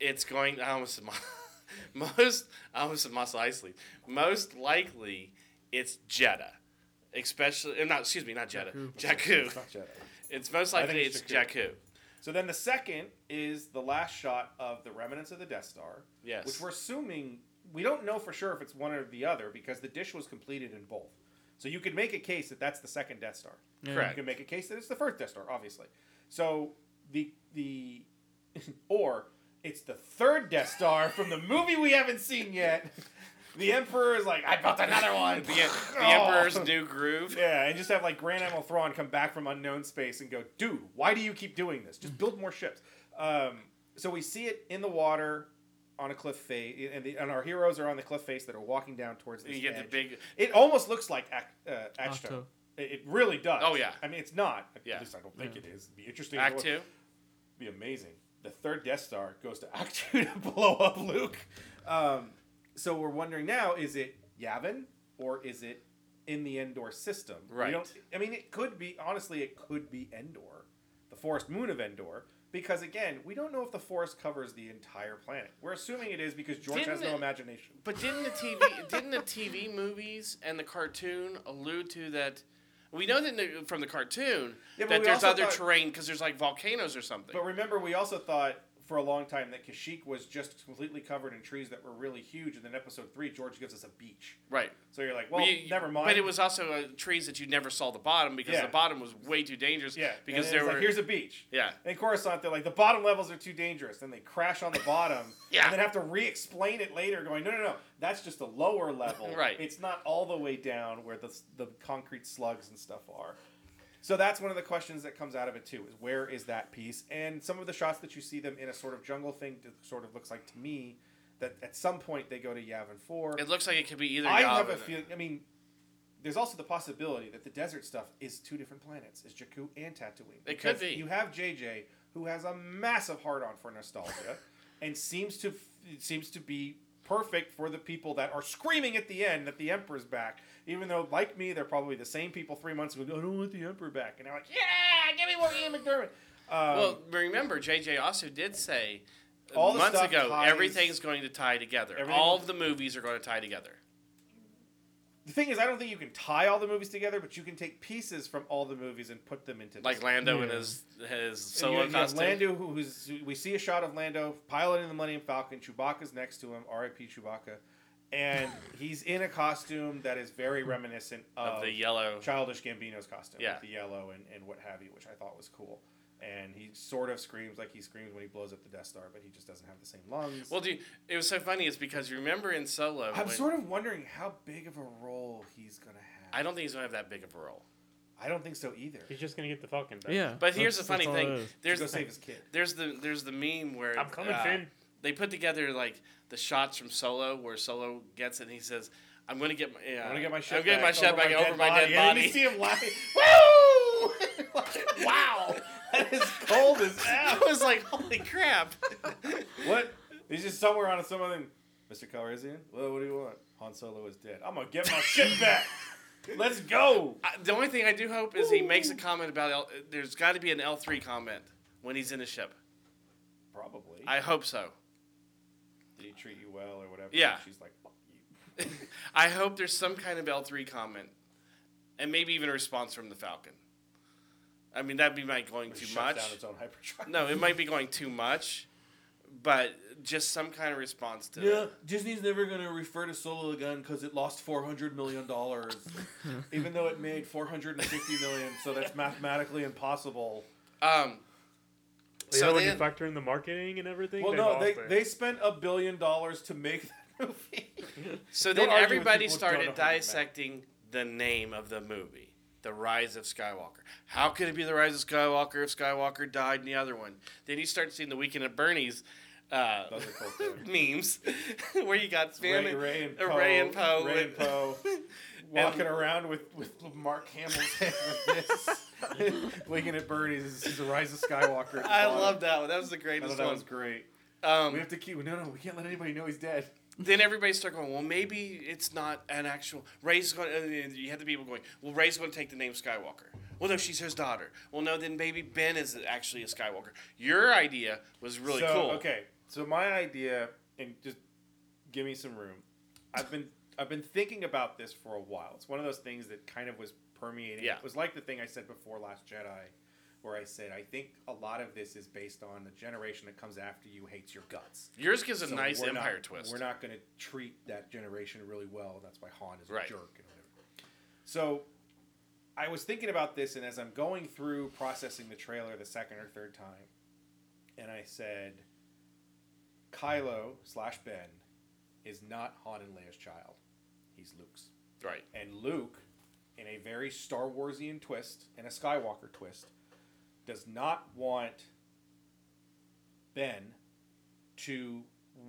Speaker 7: it's going. I almost said Mo- *laughs* most. I almost said Mos Eisley. Most likely, it's Jeddah. Especially, uh, not excuse me, not Jeddah, Jakku.
Speaker 6: It's not Jedi.
Speaker 7: It's most
Speaker 6: I think
Speaker 7: likely
Speaker 6: it's
Speaker 7: it's Jakku.
Speaker 6: So then the second is the last shot of the remnants of the Death Star.
Speaker 7: Yes.
Speaker 6: Which we're assuming we don't know for sure if it's one or the other because the dish was completed in both. So you could make a case that that's the second Death Star. You
Speaker 7: Correct.
Speaker 6: can make a case that it's the first Death Star, obviously. So the the *laughs* or it's the third Death Star from the movie we haven't seen
Speaker 7: *laughs*
Speaker 6: yet. The Emperor is like, I built another one.
Speaker 7: The, the
Speaker 6: *laughs* Oh.
Speaker 7: Emperor's New Groove.
Speaker 6: Yeah, and just have like Grand Admiral Thrawn come back from unknown space and go, dude, why do you keep doing this? Just build more ships. Um, so we see it in the water on a cliff face, and, the, and our heroes are on the cliff face that are walking down towards *laughs* this
Speaker 7: You get the
Speaker 6: edge.
Speaker 7: big.
Speaker 6: It almost looks like Ac- uh, Achto.
Speaker 1: Acto.
Speaker 6: It, it really does.
Speaker 7: Oh, yeah.
Speaker 6: I mean, it's not. At
Speaker 7: Yeah.
Speaker 6: least I don't think it is. It'd be interesting.
Speaker 7: Act
Speaker 6: to
Speaker 7: two.
Speaker 6: look. It'd be amazing. The third Death Star goes to *laughs* Act Two to blow up Luke. Um, so we're wondering now: is it Yavin or is it in the Endor system? We
Speaker 7: Right.
Speaker 6: don't- I mean, it could be. Honestly, it could be Endor, the forest moon of Endor. Because again, we don't know if the forest covers the entire planet. We're assuming it is because George has
Speaker 7: Didn't
Speaker 6: no
Speaker 7: it-
Speaker 6: imagination.
Speaker 7: But didn't the TV didn't the TV movies and the cartoon allude to that? We know that in the- from the cartoon
Speaker 6: Yeah, but
Speaker 7: that
Speaker 6: we
Speaker 7: there's
Speaker 6: also
Speaker 7: other
Speaker 6: thought-
Speaker 7: terrain because there's like volcanoes or something.
Speaker 6: But remember, we also thought for a long time that Kashyyyk was just completely covered in trees that were really huge, and then episode three, George gives us a beach.
Speaker 7: right.
Speaker 6: So you're like, well,
Speaker 7: you-
Speaker 6: never mind.
Speaker 7: But it was also uh, trees that you never saw the bottom because
Speaker 6: Yeah.
Speaker 7: the bottom was way too *laughs* dangerous.
Speaker 6: yeah
Speaker 7: because
Speaker 6: and
Speaker 7: there
Speaker 6: it's
Speaker 7: were
Speaker 6: like, here's a beach.
Speaker 7: yeah.
Speaker 6: And Coruscant, they're like the bottom levels are too dangerous, and they crash on the bottom,
Speaker 7: *laughs* Yeah.
Speaker 6: and then have to re-explain it later, going, no, no, no, that's just a lower level,
Speaker 7: *laughs* Right.
Speaker 6: It's not all the way down where the the concrete slugs and stuff are. So that's one of the questions that comes out of it too: is where is that piece? And some of the shots that you see them in a sort of jungle thing, it sort of looks like to me that at some point they go to Yavin Four.
Speaker 7: It looks like it could be either.
Speaker 6: I have
Speaker 7: Yavin
Speaker 6: a
Speaker 7: or-
Speaker 6: feeling. I mean, there's also the possibility that the desert stuff is two different planets: is Jakku and Tatooine.
Speaker 7: It could
Speaker 6: Because
Speaker 7: be.
Speaker 6: You have JJ, who has a massive hard-on for
Speaker 7: *laughs*
Speaker 6: nostalgia, and seems to seems to be perfect for the people that are screaming at the end that the Emperor's back. Even though, like me, they're probably the same people three months ago. I don't want the Emperor back, and they're like, "Yeah, give me more Ian McDermott." Um,
Speaker 7: Well, remember, JJ also did say
Speaker 6: All the
Speaker 7: months
Speaker 6: stuff
Speaker 7: ago
Speaker 6: ties-
Speaker 7: everything's going to tie together.
Speaker 6: Everything-
Speaker 7: All of the movies are going to tie together.
Speaker 6: the thing is, I don't think you can tie all the movies together, but you can take pieces from all the movies and put them into
Speaker 7: Like
Speaker 6: this.
Speaker 7: Lando in
Speaker 8: Yeah.
Speaker 7: his his
Speaker 6: So you
Speaker 7: solo
Speaker 6: have, you have
Speaker 7: costume.
Speaker 6: Lando, who, who's who- we see a shot of Lando piloting the Millennium Falcon. Chewbacca's next to him. R.I.P. Chewbacca,
Speaker 7: *laughs*
Speaker 6: and he's in a costume that is very reminiscent of,
Speaker 7: of the yellow.
Speaker 6: childish Gambino's costume,
Speaker 7: Yeah.
Speaker 6: with the yellow and, and what have you, which I thought was cool. And he sort of screams like he screams when he blows up the Death Star, but he just doesn't have the same lungs.
Speaker 7: Well, uh, dude, it was so funny. It's because you remember in Solo.
Speaker 6: I'm
Speaker 7: when-
Speaker 6: sort of wondering how big of a role he's gonna have.
Speaker 7: I don't think he's gonna have that big of a role.
Speaker 6: I don't think so either.
Speaker 8: *laughs* He's just gonna get the Falcon back.
Speaker 1: Yeah.
Speaker 7: But here's the
Speaker 1: that's-
Speaker 7: funny
Speaker 1: that's all it
Speaker 7: thing.
Speaker 1: is.
Speaker 6: He's
Speaker 7: There's
Speaker 6: gonna save his kid.
Speaker 7: there's the there's the meme where
Speaker 8: I'm coming,
Speaker 7: uh,
Speaker 8: Finn.
Speaker 7: They put together like the shots from Solo where Solo gets it and he says, "I'm gonna get my uh,
Speaker 6: I'm gonna get my shit.
Speaker 7: I'm getting my
Speaker 6: back
Speaker 7: shit back over my dead
Speaker 6: And then
Speaker 7: body." *laughs*
Speaker 6: you see him laughing. Woo! *laughs* wow, that is cold as
Speaker 7: I *laughs*
Speaker 6: hell.
Speaker 7: was like, "Holy crap!"
Speaker 6: What? He's just somewhere on some other. Mr. Calrissian. Well, what do you want? Han Solo is dead. I'm gonna get my
Speaker 7: *laughs*
Speaker 6: shit back. Let's go.
Speaker 7: I- the only thing I do hope is he makes a comment about L, there's got to be an L three comment when he's in a ship.
Speaker 6: Probably.
Speaker 7: I hope so.
Speaker 6: Did he treat you well or whatever?
Speaker 7: Yeah.
Speaker 6: She's like, fuck you.
Speaker 7: I hope there's some kind of L three comment, and maybe even a response from the Falcon. I mean, that'd be my going
Speaker 6: It
Speaker 7: too
Speaker 6: shuts
Speaker 7: much.
Speaker 6: Down its own hyperdrive. *laughs*
Speaker 7: No, it might be going too much, but just some kind of response to it.
Speaker 6: Disney's never gonna refer to Solo again because it lost four hundred million
Speaker 7: *laughs*
Speaker 6: dollars, even though it made four hundred and fifty million. So that's mathematically impossible.
Speaker 7: Um,
Speaker 8: But
Speaker 7: So
Speaker 8: yeah, when
Speaker 7: they-
Speaker 8: you factor in the marketing and everything,
Speaker 6: Well,
Speaker 8: they
Speaker 6: no,
Speaker 8: lost
Speaker 6: they,
Speaker 8: it.
Speaker 6: they spent a billion dollars to make that *laughs* movie.
Speaker 7: so
Speaker 6: Don't
Speaker 7: then
Speaker 6: argue with
Speaker 7: everybody
Speaker 6: people who don't know
Speaker 7: started
Speaker 6: how to map.
Speaker 7: dissecting the name of the movie, The Rise of Skywalker. How could it be The Rise of Skywalker if Skywalker died in the other one? Then you start seeing the Weekend at Bernie's uh,
Speaker 6: Those are cool too.
Speaker 7: *laughs* memes, where you got Finn
Speaker 6: Ray, Ray and
Speaker 7: uh,
Speaker 6: Poe.
Speaker 7: Ray and Poe.
Speaker 6: Ray and
Speaker 7: *laughs* with-
Speaker 6: Poe walking around with, with Mark Hamill's head with this. *laughs* Winking at Bernie's is, is the Rise of Skywalker. at the
Speaker 7: I
Speaker 6: bottom.
Speaker 7: love that one. That was the
Speaker 6: I
Speaker 7: greatest
Speaker 6: thought that
Speaker 7: one.
Speaker 6: was great. We
Speaker 7: Um,
Speaker 6: have to keep. No, no, we can't let anybody know he's dead.
Speaker 7: then everybody started going, well, maybe it's not an actual. Ray's going. Uh, you had the people going, well, Ray's going to take the name Skywalker. Well, no, she's his daughter. Well, no, then maybe Ben is actually a Skywalker. Your idea was really
Speaker 6: so,
Speaker 7: cool.
Speaker 6: Okay, so my idea, and just give me some room. I've been I've been thinking about this for a while. It's one of those things that kind of was permeating.
Speaker 7: Yeah.
Speaker 6: It was like the thing I said before Last Jedi, where I said I think a lot of this is based on the generation that comes after you hates your guts.
Speaker 7: Yours gives a
Speaker 6: So
Speaker 7: nice
Speaker 6: we're
Speaker 7: Empire
Speaker 6: not,
Speaker 7: twist.
Speaker 6: We're not going to treat that generation really well. That's why Han is
Speaker 7: Right.
Speaker 6: a jerk and whatever. So I was thinking about this, and as I'm going through processing the trailer the second or third time, and I said, Kylo slash Ben is not Han and Leia's child. He's Luke's.
Speaker 7: right.
Speaker 6: And Luke, in a very Star Warsian twist and a Skywalker twist, does not want Ben to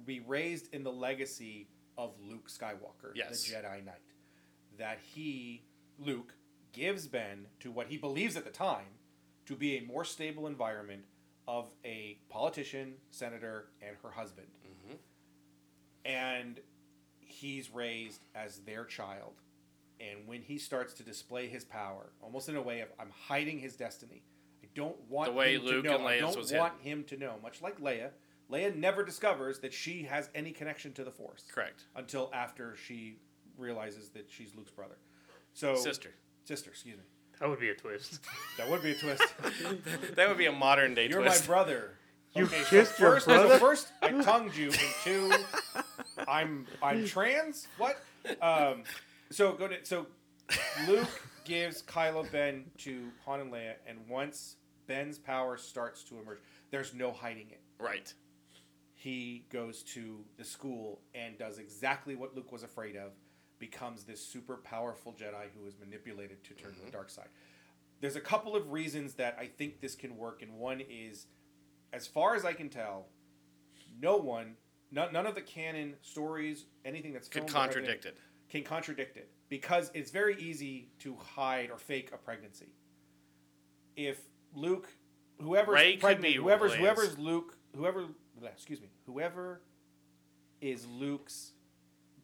Speaker 6: be raised in the legacy of Luke Skywalker,
Speaker 7: Yes.
Speaker 6: the Jedi Knight. That he, Luke, gives Ben to what he believes at the time to be a more stable environment of a politician, senator, and her husband. And he's raised as their child. And when he starts to display his power, almost in a way of I'm hiding his destiny. I don't want
Speaker 7: The way
Speaker 6: him
Speaker 7: Luke
Speaker 6: to know.
Speaker 7: and
Speaker 6: I
Speaker 7: Leia's
Speaker 6: don't
Speaker 7: was
Speaker 6: want him to know. Much like Leia, Leia never discovers that she has any connection to the Force.
Speaker 7: Correct. *laughs*
Speaker 6: Until after she realizes that she's Luke's brother. So
Speaker 7: Sister.
Speaker 6: Sister, excuse me.
Speaker 8: that would be a twist.
Speaker 6: That would be a twist.
Speaker 7: *laughs* That would be a modern day
Speaker 6: You're
Speaker 7: twist.
Speaker 6: my brother.
Speaker 8: You
Speaker 6: Okay, so
Speaker 8: kissed your
Speaker 6: first,
Speaker 8: brother?
Speaker 6: First, I tongued you, and two, I'm I'm trans. What? Um, so go to so Luke gives Kylo Ben to Han and Leia, and once Ben's power starts to emerge, there's no hiding it.
Speaker 7: right.
Speaker 6: He goes to the school and does exactly what Luke was
Speaker 7: Mm-hmm.
Speaker 6: afraid of, becomes this super powerful Jedi who is manipulated to turn to the dark side. there's a couple of reasons that I think this can work, and one is, as far as I can tell, no one, none, none of the canon stories, anything that's
Speaker 7: Could
Speaker 6: filmed or anything,
Speaker 7: contradict it.
Speaker 6: can contradict it because it's very easy to hide or fake a pregnancy. If Luke, whoever's
Speaker 7: Ray could
Speaker 6: pregnant,
Speaker 7: be
Speaker 6: whoever's
Speaker 7: Lance.
Speaker 6: whoever's Luke, whoever, bleh, excuse me, whoever is Luke's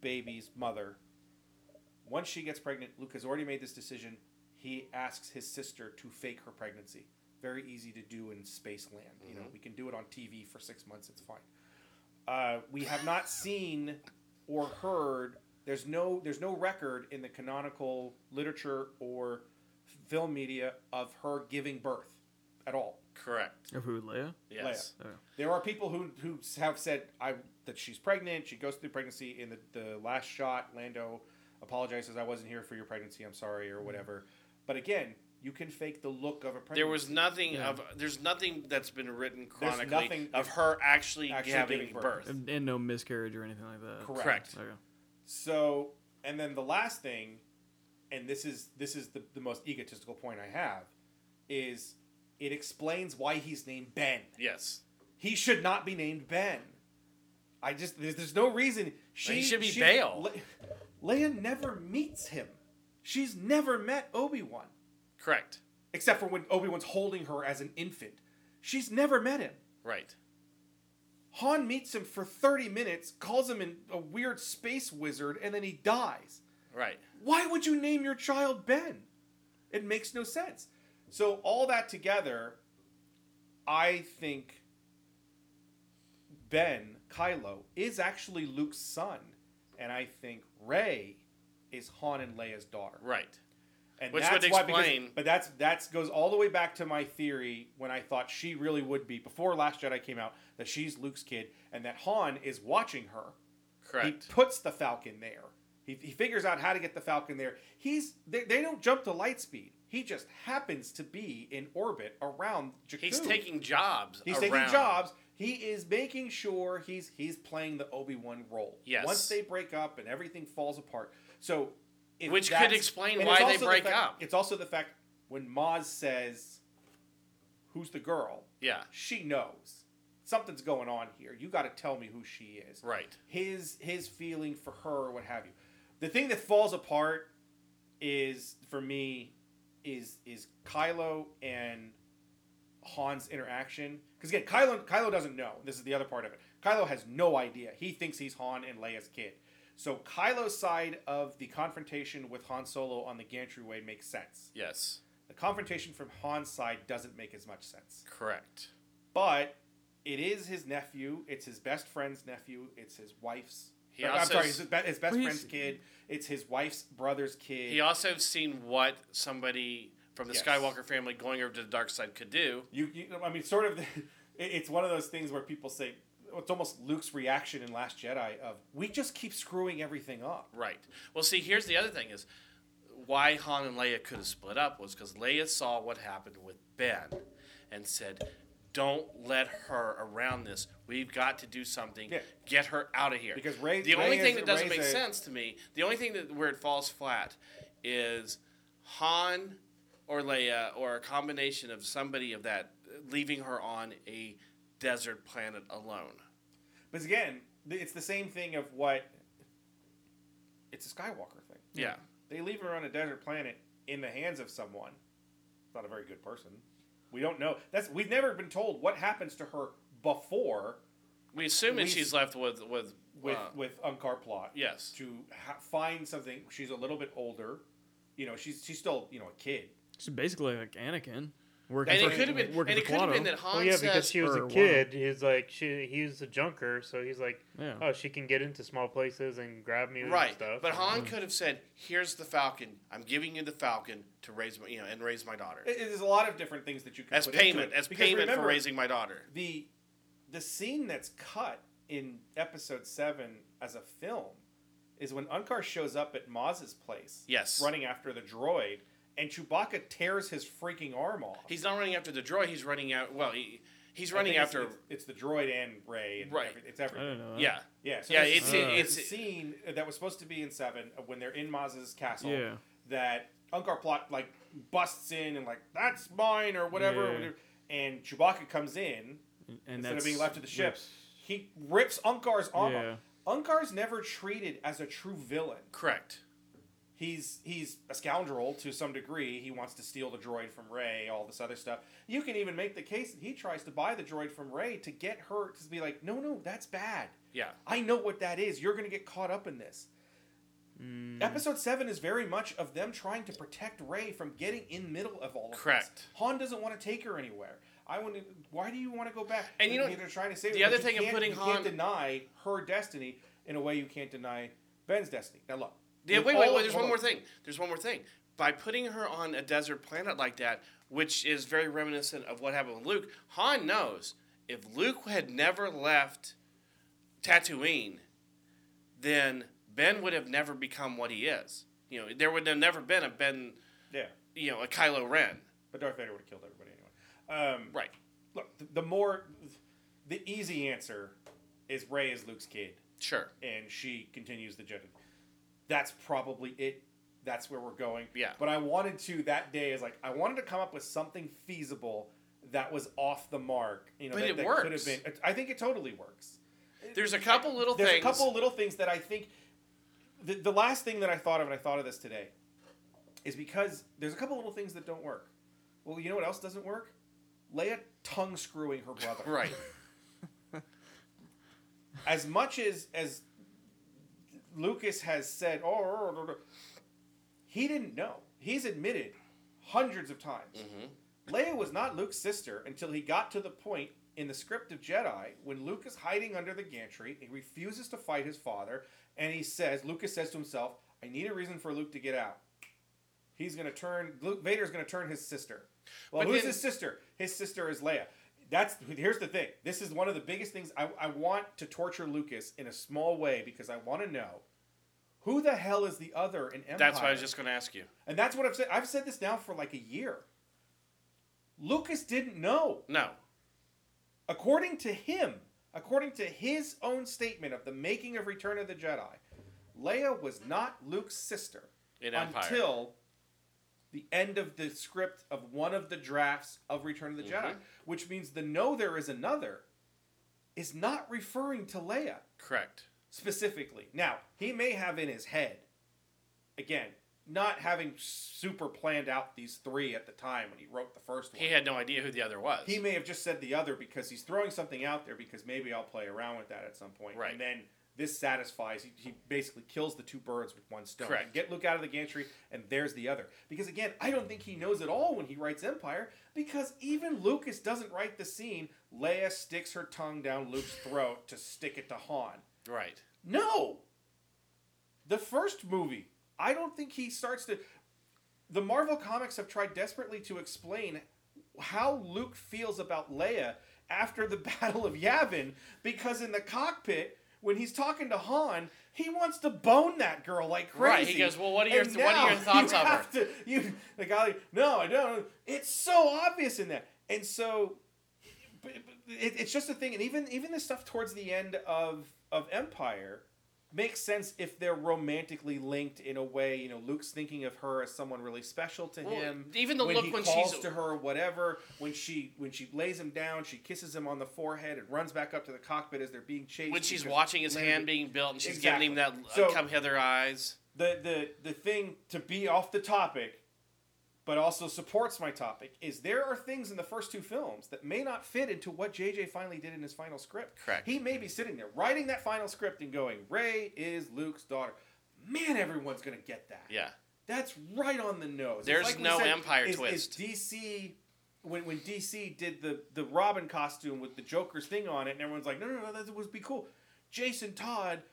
Speaker 6: baby's mother. Once she gets pregnant, Luke has already made this decision. He asks his sister to fake her pregnancy. Very easy to do in space land. You
Speaker 7: Mm-hmm.
Speaker 6: know, we can do it on TV for six months. It's fine. Uh, we have not seen or heard. There's no there's no record in the canonical literature or film media of her giving birth at all.
Speaker 7: Correct.
Speaker 1: Of who, Leia?
Speaker 7: Yes.
Speaker 1: Oh.
Speaker 6: There are people who who have said I that she's pregnant. She goes through pregnancy in the, the last shot. Lando apologizes. I wasn't here for your pregnancy. I'm sorry or whatever. But again, you can fake the look of a pregnancy.
Speaker 7: There was nothing of there's nothing that's been written chronically
Speaker 6: nothing-
Speaker 7: of her actually,
Speaker 6: Actually
Speaker 7: having
Speaker 6: giving
Speaker 7: birth.
Speaker 6: birth.
Speaker 1: And, and no miscarriage or anything like that.
Speaker 6: Correct.
Speaker 7: Correct.
Speaker 1: Okay.
Speaker 6: So, and then the last thing, and this is this is the, the most egotistical point I have, is it explains why he's named Ben.
Speaker 7: Yes.
Speaker 6: He should not be named Ben. I just there's, there's no reason she
Speaker 7: He should be
Speaker 6: she-
Speaker 7: Bail.
Speaker 6: Le- Leia never meets him. She's never met Obi Wan
Speaker 7: Correct.
Speaker 6: except for when Obi Wan's holding her as an infant. She's never met him.
Speaker 7: Right.
Speaker 6: Han meets him for 30 minutes, calls him an, a weird space wizard, and then he dies.
Speaker 7: Right.
Speaker 6: Why would you name your child Ben? It makes no sense. So all that together, I think Ben Kylo is actually Luke's son, and I think Rey is Han and Leia's daughter.
Speaker 7: Right.
Speaker 6: And
Speaker 7: Which
Speaker 6: that's
Speaker 7: would
Speaker 6: why, because-
Speaker 7: explain-
Speaker 6: but that's that's goes all the way back to my theory when I thought she really would be before Last Jedi came out that she's Luke's kid and that Han is watching her.
Speaker 7: Correct.
Speaker 6: He puts the Falcon there. He, he figures out how to get the Falcon there. He's they, they don't jump to light speed. He just happens to be in orbit around Jakku.
Speaker 7: He's taking jobs.
Speaker 6: He's
Speaker 7: around.
Speaker 6: taking jobs. He is making sure he's he's playing the Obi Wan role.
Speaker 7: Yes.
Speaker 6: Once they break up and everything falls apart, so if
Speaker 7: Which could
Speaker 6: that's-
Speaker 7: explain
Speaker 6: and
Speaker 7: why
Speaker 6: it's
Speaker 7: they
Speaker 6: also the
Speaker 7: break
Speaker 6: fact-
Speaker 7: up.
Speaker 6: It's also the fact when Maz says, "Who's the girl?"
Speaker 7: Yeah.
Speaker 6: She knows something's going on here. You got to tell me who she is.
Speaker 7: Right.
Speaker 6: His his feeling for her or what have you. The thing that falls apart is for me is is Kylo and Han's interaction. Because again, Kylo Kylo doesn't know. This is the other part of it. Kylo has no idea. He thinks he's Han and Leia's kid. So Kylo's side of the confrontation with Han Solo on the gantry way makes sense.
Speaker 7: Yes.
Speaker 6: The confrontation from Han's side doesn't make as much sense.
Speaker 7: Correct.
Speaker 6: But it is his nephew. It's his best friend's nephew. It's his wife's.
Speaker 7: He
Speaker 6: I'm
Speaker 7: also
Speaker 6: sorry,
Speaker 7: s-
Speaker 6: his, be- his best
Speaker 1: Well, he's-
Speaker 6: friend's kid. It's his wife's brother's kid.
Speaker 7: He also have seen what somebody from the
Speaker 6: Yes.
Speaker 7: Skywalker family going over to the dark side could do.
Speaker 6: You, you I mean, sort of. *laughs* it- It's one of those things where people say it's almost Luke's reaction in Last Jedi of we just keep screwing everything up.
Speaker 7: Right. Well, see, here's the other thing is why Han and Leia could have split up was because Leia saw what happened with Ben and said, "Don't let her around this. We've got to do something.
Speaker 6: Yeah.
Speaker 7: Get her out of here."
Speaker 6: Because Rey-
Speaker 7: the only
Speaker 6: Rey
Speaker 7: thing
Speaker 6: is-
Speaker 7: that doesn't
Speaker 6: Rey's
Speaker 7: make
Speaker 6: a-
Speaker 7: sense to me, the only thing that where it falls flat is Han or Leia or a combination of somebody of that leaving her on a desert planet alone.
Speaker 6: But again, th- it's the same thing of what it's a Skywalker thing.
Speaker 7: Yeah.
Speaker 6: They leave her on a desert planet in the hands of someone. Not a very good person. We don't know. That's we've never been told what happens to her before
Speaker 7: We assume that
Speaker 6: We-
Speaker 7: she's left with with
Speaker 6: with
Speaker 7: uh,
Speaker 6: with Unkar plot.
Speaker 7: yes.
Speaker 6: To ha- find something, she's a little bit older. You know, she's she's still you know a kid.
Speaker 1: She's basically like Anakin. Working
Speaker 7: And
Speaker 1: for,
Speaker 7: it could have been, and
Speaker 1: working
Speaker 7: it
Speaker 1: for
Speaker 7: could have been
Speaker 1: Watto.
Speaker 7: that Han
Speaker 8: Well, yeah,
Speaker 7: says,
Speaker 8: because she was
Speaker 1: or
Speaker 8: a
Speaker 1: one.
Speaker 8: kid. He's like she. He's a junker, so he's like,
Speaker 1: Yeah.
Speaker 8: oh, she can get into small places and grab me
Speaker 7: right,
Speaker 8: and stuff.
Speaker 7: but Han could have said, "Here's the Falcon. I'm giving you the Falcon to raise my, you know, and raise my daughter
Speaker 6: It, there's a lot of different things that you can
Speaker 7: as
Speaker 6: put into
Speaker 7: payment,
Speaker 6: it.
Speaker 7: as
Speaker 6: Because
Speaker 7: payment for
Speaker 6: remember,
Speaker 7: raising my daughter."
Speaker 6: the the scene that's cut in episode seven as a film is when Unkar shows up at Maz's place.
Speaker 7: Yes.
Speaker 6: running after the droid, and Chewbacca tears his freaking arm off.
Speaker 7: He's not running after the droid. He's running out. Well, he, he's
Speaker 6: I
Speaker 7: running
Speaker 6: think
Speaker 7: after.
Speaker 6: It's, it's, it's the droid and Ray. And
Speaker 7: Right.
Speaker 6: every- it's
Speaker 1: I don't
Speaker 6: everything.
Speaker 1: know.
Speaker 7: yeah,
Speaker 6: Yeah. So
Speaker 7: Yeah,
Speaker 6: there's-
Speaker 7: it's-
Speaker 6: there's
Speaker 7: it's-
Speaker 6: a scene that was supposed to be in seven uh, when they're in Maz's castle.
Speaker 1: Yeah.
Speaker 6: That Unkar Plot like busts in and like that's mine or whatever,
Speaker 1: Yeah.
Speaker 6: whatever. and Chewbacca comes in
Speaker 1: and
Speaker 6: instead
Speaker 1: that's
Speaker 6: of being left to the ship.
Speaker 1: rips.
Speaker 6: He rips Unkar's arm.
Speaker 1: Yeah.
Speaker 6: off. Unkar's never treated as a true villain.
Speaker 7: Correct.
Speaker 6: He's he's a scoundrel to some degree. He wants to steal the droid from Ray, all this other stuff. You can even make the case that he tries to buy the droid from Ray to get her to be like, no, no, that's bad.
Speaker 7: Yeah.
Speaker 6: I know what that is. You're going to get caught up in this. Episode seven is very much of them trying to protect Ray from getting in middle of all of
Speaker 7: Correct.
Speaker 6: this. Han doesn't want to take her anywhere. I want to. Why do you want to go back?
Speaker 7: And you know-
Speaker 6: they're trying to save
Speaker 7: the
Speaker 6: her,
Speaker 7: other
Speaker 6: but you
Speaker 7: thing of
Speaker 6: can't-
Speaker 7: putting
Speaker 6: you
Speaker 7: Han-
Speaker 6: can't deny her destiny in a way you can't deny Ben's destiny. Now look.
Speaker 7: Yeah,
Speaker 6: with
Speaker 7: wait, wait,
Speaker 6: all-
Speaker 7: wait. There's
Speaker 6: hold
Speaker 7: one
Speaker 6: on.
Speaker 7: more thing. There's one more thing. By putting her on a desert planet like that, which is very reminiscent of what happened with Luke, Han knows if Luke had never left Tatooine, then Ben would have never become what he is. You know, there would have never been a Ben,
Speaker 6: Yeah,
Speaker 7: you know, a Kylo Ren.
Speaker 6: but Darth Vader would have killed everybody anyway. Um,
Speaker 7: Right.
Speaker 6: Look, the, the more, the easy answer is Ray is Luke's kid.
Speaker 7: Sure.
Speaker 6: and she continues the Jedi. That's probably it. That's where we're going.
Speaker 7: Yeah.
Speaker 6: But I wanted to that day is like I wanted to come up with something feasible that was off the mark. You know,
Speaker 7: But
Speaker 6: that,
Speaker 7: it
Speaker 6: that Could
Speaker 7: works.
Speaker 6: have been. I think it totally works.
Speaker 7: There's a couple little
Speaker 6: There's
Speaker 7: things.
Speaker 6: a couple little things that I think. The, the last thing that I thought of, and I thought of this today, is because there's a couple little things that don't work. Well, you know what else doesn't work? Leia tongue screwing her brother. *laughs*
Speaker 7: *laughs* Right.
Speaker 6: as much as as Lucas has said, oh, oh, oh, oh," he didn't know. He's admitted hundreds of times.
Speaker 7: Mm-hmm.
Speaker 6: Leia was not Luke's sister until he got to the point in the script of Jedi when Luke is hiding under the gantry. He refuses to fight his father, and he says, Lucas says to himself, "I need a reason for Luke to get out." He's going to turn. Luke Vader's going to turn his sister. Well,
Speaker 7: But
Speaker 6: who's
Speaker 7: then-
Speaker 6: his sister? His sister is Leia. That's here's the thing. This is one of the biggest things. I, I want to torture Lucas in a small way because I want to know who the hell is the other in Empire.
Speaker 7: That's what I was just going to ask you.
Speaker 6: and that's what I've said. I've said this now for like a year. Lucas didn't know,
Speaker 7: No.
Speaker 6: according to him, according to his own statement of the making of Return of the Jedi. Leia was not Luke's sister
Speaker 7: In Empire.
Speaker 6: until the end of the script of one of the drafts of Return of the Jedi,
Speaker 7: Mhm.
Speaker 6: which means the no there is another is not referring to Leia
Speaker 7: Correct.
Speaker 6: specifically. Now, he may have in his head, again, not having super planned out these three at the time when he wrote the first one.
Speaker 7: He had no idea who the other was.
Speaker 6: He may have just said the other because he's throwing something out there because maybe I'll play around with that at some point.
Speaker 7: Right.
Speaker 6: And then this satisfies. He, he basically kills the two birds with one stone.
Speaker 7: Correct.
Speaker 6: Get Luke out of the gantry, and there's the other. Because again, I don't think he knows at all when he writes Empire because even Lucas doesn't write the scene. Leia sticks her tongue down Luke's throat to stick it to Han.
Speaker 7: right.
Speaker 6: No. The first movie. I don't think he starts to. The Marvel comics have tried desperately to explain how Luke feels about Leia after the *laughs* Battle of Yavin, because in the cockpit, when he's talking to Han, he wants to bone that girl like crazy.
Speaker 7: Right, he goes, "Well, what are your-
Speaker 6: And
Speaker 7: what are
Speaker 6: now
Speaker 7: your
Speaker 6: *laughs*
Speaker 7: thoughts
Speaker 6: you
Speaker 7: on her?"
Speaker 6: have To, you, the guy, like, no, I don't. It's so obvious in that, and so but, but it, it's just a thing, and even even the stuff towards the end of of Empire makes sense if they're romantically linked in a way. You know, Luke's thinking of her as someone really special to
Speaker 7: Well,
Speaker 6: him.
Speaker 7: even the look
Speaker 6: he
Speaker 7: when
Speaker 6: calls
Speaker 7: she's-
Speaker 6: to her, or whatever. When she when she lays him down, she kisses him on the forehead and runs back up to the cockpit as they're being chased.
Speaker 7: When she's
Speaker 6: because
Speaker 7: watching his
Speaker 6: Lando-
Speaker 7: hand being built and she's giving him that
Speaker 6: Exactly.
Speaker 7: uh,
Speaker 6: So-
Speaker 7: come hither eyes.
Speaker 6: the the the thing to be off the topic but also supports my topic is there are things in the first two films that may not fit into what JJ finally did in his final script.
Speaker 7: Correct.
Speaker 6: He may be sitting there writing that final script and going, "Ray is Luke's daughter." Man, everyone's going to get that.
Speaker 7: Yeah.
Speaker 6: That's right on the nose. It's
Speaker 7: There's
Speaker 6: we
Speaker 7: no Empire
Speaker 6: is-
Speaker 7: twist.
Speaker 6: Is DC when, when DC did the, the Robin costume with the Joker's thing on it, and everyone's like, no, no, no, that would be cool. Jason Todd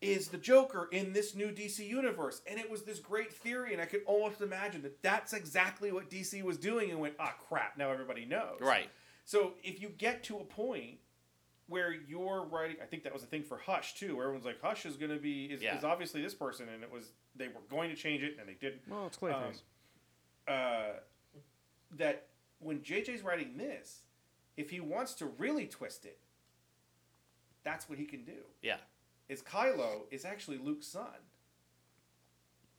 Speaker 6: is the Joker in this new DC universe, and it was this great theory, and I could almost imagine that that's exactly what DC was doing, and went, ah, crap, now everybody knows.
Speaker 7: Right.
Speaker 6: So if you get to a point where you're writing, I think that was a thing for Hush too. Where everyone's like, Hush is going to be is,
Speaker 7: Yeah.
Speaker 6: is obviously this person, and it was they were going to change it and they didn't.
Speaker 1: Well, it's Clayface.
Speaker 6: Um, Uh, that when JJ's writing this, if he wants to really twist it, that's what he can do.
Speaker 7: Yeah.
Speaker 6: Is Kylo is actually Luke's son.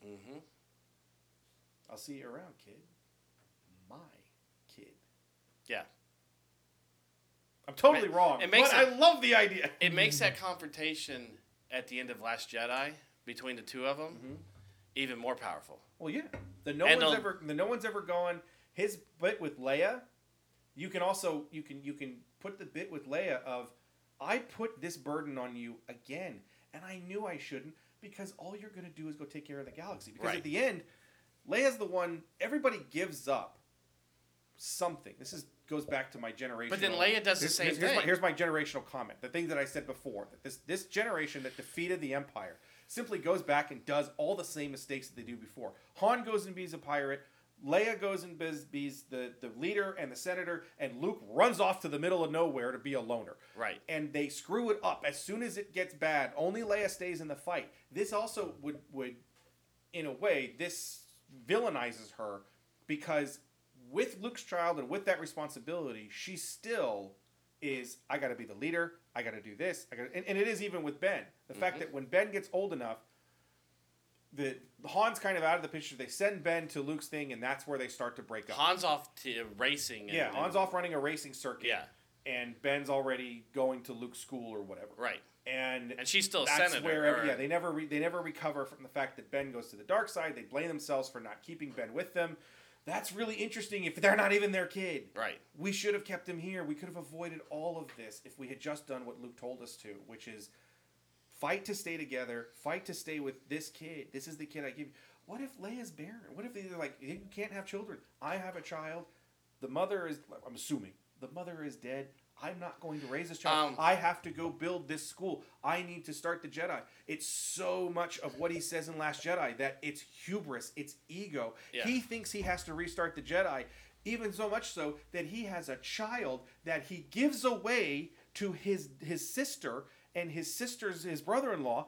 Speaker 7: Mm-hmm.
Speaker 6: I'll see you around, kid. My kid.
Speaker 7: Yeah.
Speaker 6: I'm totally
Speaker 7: It-
Speaker 6: wrong.
Speaker 7: it makes
Speaker 6: but
Speaker 7: it-
Speaker 6: I love the idea.
Speaker 7: It makes that confrontation at the end of Last Jedi between the two of them
Speaker 6: Mm-hmm.
Speaker 7: even more powerful.
Speaker 6: Well, yeah. The no
Speaker 7: And
Speaker 6: one's
Speaker 7: they'll-
Speaker 6: ever the no one's ever gone his bit with Leia. You can also you can you can put the bit with Leia of I put this burden on you again, and I knew I shouldn't because all you're going to do is go take care of the galaxy. Because
Speaker 7: Right.
Speaker 6: at the end, Leia's the one everybody gives up something. This is goes back to my generation.
Speaker 7: But then Leia does the same
Speaker 6: here's, here's My,
Speaker 7: thing.
Speaker 6: here's my generational comment. The thing that I said before that this this generation that defeated the Empire simply goes back and does all the same mistakes that they do before. Han goes and bees a pirate. Leia goes and biz, bees the, the leader and the senator, and Luke runs off to the middle of nowhere to be a loner.
Speaker 7: Right.
Speaker 6: And they screw it up as soon as it gets bad. Only Leia stays in the fight. This also would would in a way, this villainizes her because with Luke's child and with that responsibility, she still is. I got to be the leader. I got to do this. I got. And, and it is even with Ben. The fact
Speaker 7: Mm-hmm.
Speaker 6: that when Ben gets old enough, the Han's kind of out of the picture. They send Ben to Luke's thing, and that's where they start to break up.
Speaker 7: Han's off to racing. And,
Speaker 6: yeah, Han's off running a racing circuit.
Speaker 7: Yeah.
Speaker 6: and Ben's already going to Luke's school or whatever.
Speaker 7: Right.
Speaker 6: And
Speaker 7: And she's still a
Speaker 6: that's
Speaker 7: senator.
Speaker 6: where every-
Speaker 7: or-
Speaker 6: yeah they never re- they never recover from the fact that Ben goes to the dark side. They blame themselves for not keeping Ben with them. That's really interesting. If they're not even their kid,
Speaker 7: Right.
Speaker 6: We should have kept him here. We could have avoided all of this if we had just done what Luke told us to, which is fight to stay together, fight to stay with this kid. This is the kid I give you. What if Leia's barren? What if they're like, you can't have children? I have a child. The mother is, I'm assuming, the mother is dead. I'm not going to raise this child.
Speaker 7: Um,
Speaker 6: I have to go build this school. I need to start the Jedi. It's so much of what he says in Last Jedi that it's hubris, it's ego.
Speaker 7: Yeah.
Speaker 6: He thinks he has to restart the Jedi, even so much so that he has a child that he gives away to his his sister and his sister's his brother-in-law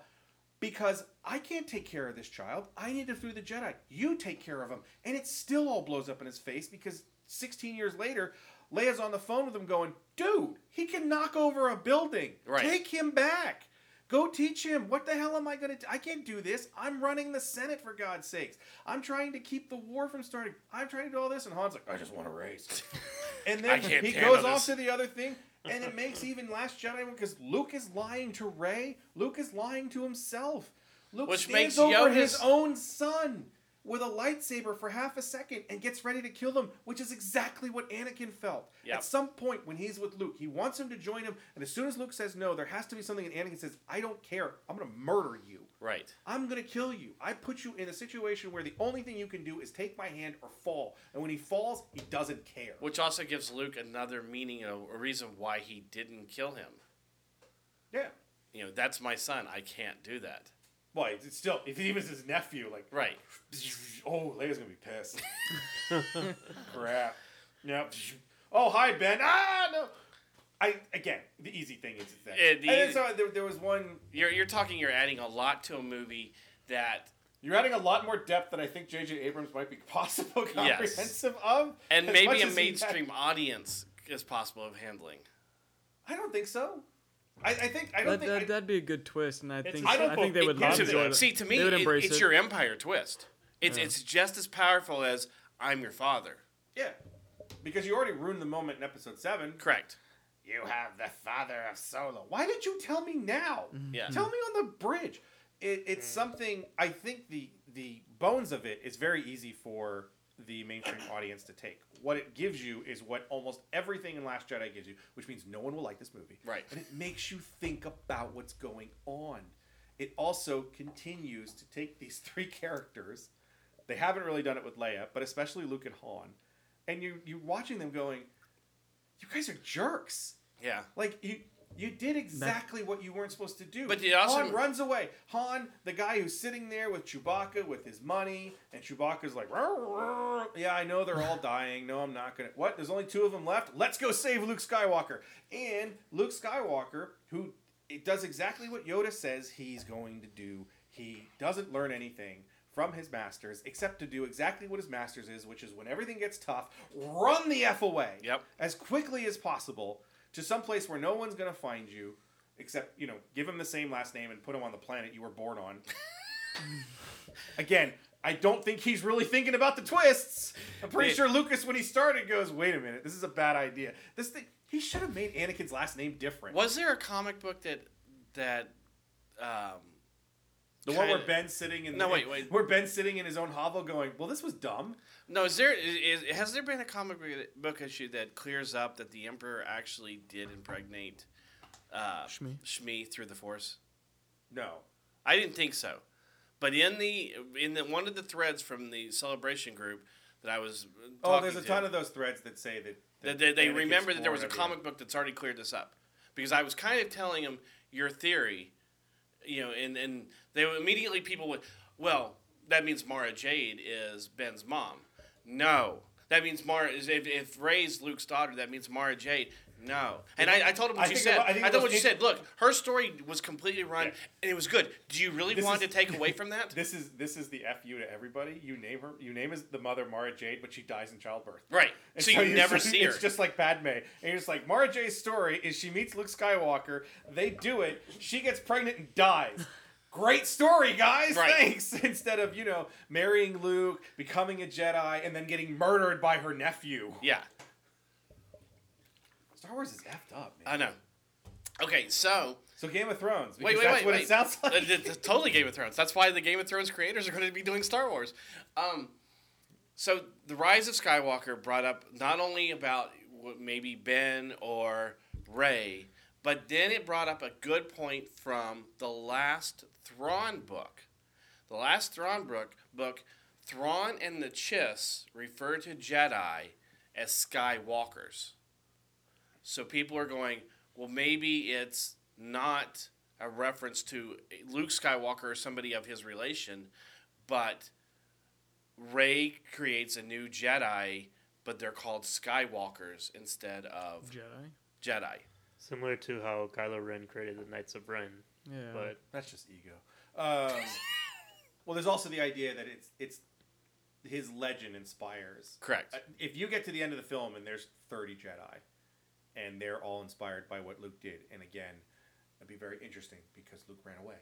Speaker 6: because I can't take care of this child. I need to through the Jedi. You take care of him. And it still all blows up in his face because 16 years later, Leia's on the phone with him going, dude, he can knock over a building.
Speaker 7: Right.
Speaker 6: Take him back. Go teach him. What the hell am I going to do? I can't do this. I'm running the Senate, for God's sakes. I'm trying to keep the war from starting. I'm trying to do all this. And Han's like, I just want to race.
Speaker 7: *laughs*
Speaker 6: and
Speaker 7: I
Speaker 6: then
Speaker 7: can't
Speaker 6: he
Speaker 7: handle
Speaker 6: goes off to
Speaker 7: this.
Speaker 6: the other thing. And it makes even Last Jedi because Luke is lying to Ray. Luke is lying to himself. Luke
Speaker 7: Which
Speaker 6: stands
Speaker 7: makes
Speaker 6: over his
Speaker 7: Yoda's-
Speaker 6: own son with a lightsaber for half a second and gets ready to kill them, which is exactly what Anakin felt.
Speaker 7: Yep.
Speaker 6: At some point when he's with Luke, he wants him to join him, and as soon as Luke says no, there has to be something, and Anakin says, I don't care. I'm going to murder you.
Speaker 7: Right.
Speaker 6: I'm going to kill you. I put you in a situation where the only thing you can do is take my hand or fall. And when he falls, he doesn't care.
Speaker 7: Which also gives Luke another meaning, a, a reason why he didn't kill him.
Speaker 6: Yeah.
Speaker 7: You know, that's my son. I can't do that.
Speaker 6: Well, it's it's still, if even his nephew, like,
Speaker 7: Right.
Speaker 6: Oh, Leia's gonna be pissed. *laughs* Crap. Yep. Oh, hi Ben. Ah, no. I again, the easy thing is that.
Speaker 7: Yeah, the
Speaker 6: and then
Speaker 7: easy-
Speaker 6: so there, there was one.
Speaker 7: You're, you're talking, you're adding a lot to a movie that,
Speaker 6: You're adding a lot more depth than I think J.J. Abrams might be *laughs* possible comprehensive of, as
Speaker 7: and
Speaker 6: much
Speaker 7: maybe a
Speaker 6: as he had.
Speaker 7: mainstream audience is possible of handling.
Speaker 6: I don't think so. I, I think I
Speaker 1: That,
Speaker 6: don't think.
Speaker 1: that,
Speaker 6: I-
Speaker 1: that'd be a good twist, and I think
Speaker 8: I
Speaker 1: I,
Speaker 8: don't
Speaker 1: think they
Speaker 8: think
Speaker 1: would
Speaker 8: it
Speaker 1: love
Speaker 8: gives
Speaker 1: to
Speaker 8: it-
Speaker 1: do it.
Speaker 7: See, to me,
Speaker 1: they would
Speaker 7: it-
Speaker 1: embrace
Speaker 7: it's
Speaker 1: it.
Speaker 7: your empire twist. It's it's just as powerful as I'm your father.
Speaker 6: yeah, because you already ruined the moment in episode seven.
Speaker 7: Correct.
Speaker 6: You have the father of Solo. Why did you tell me now?
Speaker 7: Yeah.
Speaker 6: Tell me on the bridge. It, it's
Speaker 7: Hmm.
Speaker 6: something I think the the bones of it is very easy for the
Speaker 7: *coughs*
Speaker 6: mainstream audience to take. What it gives you is what almost everything in Last Jedi gives you, which means no one will like this movie.
Speaker 7: Right.
Speaker 6: And it makes you think about what's going on. It also continues to take these *laughs* three characters. They haven't really done it with Leia, but especially Luke and Han. And you you're watching them going, You guys are jerks.
Speaker 7: Yeah.
Speaker 6: Like you you did exactly what you weren't supposed to do.
Speaker 7: But it also-
Speaker 6: Han runs away. Han, the guy who's sitting there with Chewbacca with his money, and Chewbacca's like, "Rrr, rrr." yeah, I know they're all dying. No, I'm not gonna. What? There's only two of them left. Let's go save Luke Skywalker. And Luke Skywalker, who it does exactly what Yoda says he's going to do. He doesn't learn anything from his masters except to do exactly what his masters is, which is when everything gets tough, run the f away
Speaker 7: Yep.
Speaker 6: as quickly as possible to some place where no one's going to find you except you know give him the same last name and put him on the planet you were born on again I don't think he's really thinking about the twists. I'm pretty
Speaker 7: Yeah.
Speaker 6: sure Lucas, when he started, goes, "Wait a minute, this is a bad idea. This thing he should have made Anakin's last name different."
Speaker 7: Was there a comic book that that um,
Speaker 6: The one where
Speaker 7: kinda-
Speaker 6: Ben's sitting in
Speaker 7: No,
Speaker 6: the,
Speaker 7: wait, wait.
Speaker 6: where Ben's sitting in his own hovel, going, "Well, this was dumb."
Speaker 7: No, is there is, is- has there been a comic book- book issue that clears up that the Emperor actually did impregnate uh,
Speaker 1: Shmi.
Speaker 7: Shmi through the Force?
Speaker 6: No,
Speaker 7: I didn't think so, but in the in the one of the threads from the celebration group that I was
Speaker 6: oh,
Speaker 7: talking
Speaker 6: there's a
Speaker 7: to,
Speaker 6: ton of those threads that say that,
Speaker 7: that they, they
Speaker 6: Anakin's
Speaker 7: remember that there was
Speaker 6: born
Speaker 7: a
Speaker 6: of the-
Speaker 7: comic book that's already cleared this up because I was kind of telling them your theory, you know, and and they were immediately people went, well, that means Mara Jade is Ben's mom. No, that means Mara is if, if Ray's Luke's daughter. That means Mara Jade. No, and I, I told him
Speaker 6: I
Speaker 7: what you
Speaker 6: think
Speaker 7: said.
Speaker 6: about- I
Speaker 7: I,
Speaker 6: think
Speaker 7: told
Speaker 6: those
Speaker 7: what you
Speaker 6: in-
Speaker 7: said. Look, her story was completely run,
Speaker 6: Yeah.
Speaker 7: and it was good. Do you really
Speaker 6: This
Speaker 7: want
Speaker 6: is-
Speaker 7: to take
Speaker 6: *laughs*
Speaker 7: away from that?
Speaker 6: This is this is the fu to everybody. You name her. You name is the mother Mara Jade, but she dies in childbirth.
Speaker 7: Right.
Speaker 6: And
Speaker 7: so, you
Speaker 6: it's *laughs*
Speaker 7: never
Speaker 6: just-
Speaker 7: see her.
Speaker 6: It's just like Padme, and you're just like Mara Jade's story is she meets Luke Skywalker. They do it. She gets pregnant and dies. Great story, guys.
Speaker 7: Right.
Speaker 6: Thanks. *laughs* Instead of you know marrying Luke, becoming a Jedi, and then getting murdered by her nephew.
Speaker 7: yeah.
Speaker 6: Star Wars is effed up, man.
Speaker 7: I know. Okay, so
Speaker 6: So Game of Thrones. Because
Speaker 7: wait, wait,
Speaker 6: that's
Speaker 7: wait,
Speaker 6: what
Speaker 7: wait.
Speaker 6: it sounds *laughs* like.
Speaker 7: Uh, th- th- totally Game of Thrones. That's why the Game of Thrones creators are going to be doing Star Wars. Um, so the Rise of Skywalker brought up not only about what maybe Ben or Ray, but then it brought up a good point from the last Thrawn book. The last Thrawn book, book Thrawn and the Chiss refer to Jedi as Skywalkers. So people are going, well, maybe it's not a reference to Luke Skywalker or somebody of his relation, but Ray creates a new Jedi, but they're called Skywalkers instead of
Speaker 1: Jedi.
Speaker 7: Jedi.
Speaker 8: Similar to how Kylo Ren created the Knights of Ren,
Speaker 1: Yeah.
Speaker 8: but
Speaker 6: That's just ego.
Speaker 7: *laughs*
Speaker 6: Um, well, there's also the idea that it's it's his legend inspires.
Speaker 7: Correct.
Speaker 6: Uh, If you get to the end of the film and there's 30 Jedi, and they're all inspired by what Luke did, and again, that'd be very interesting because Luke ran away.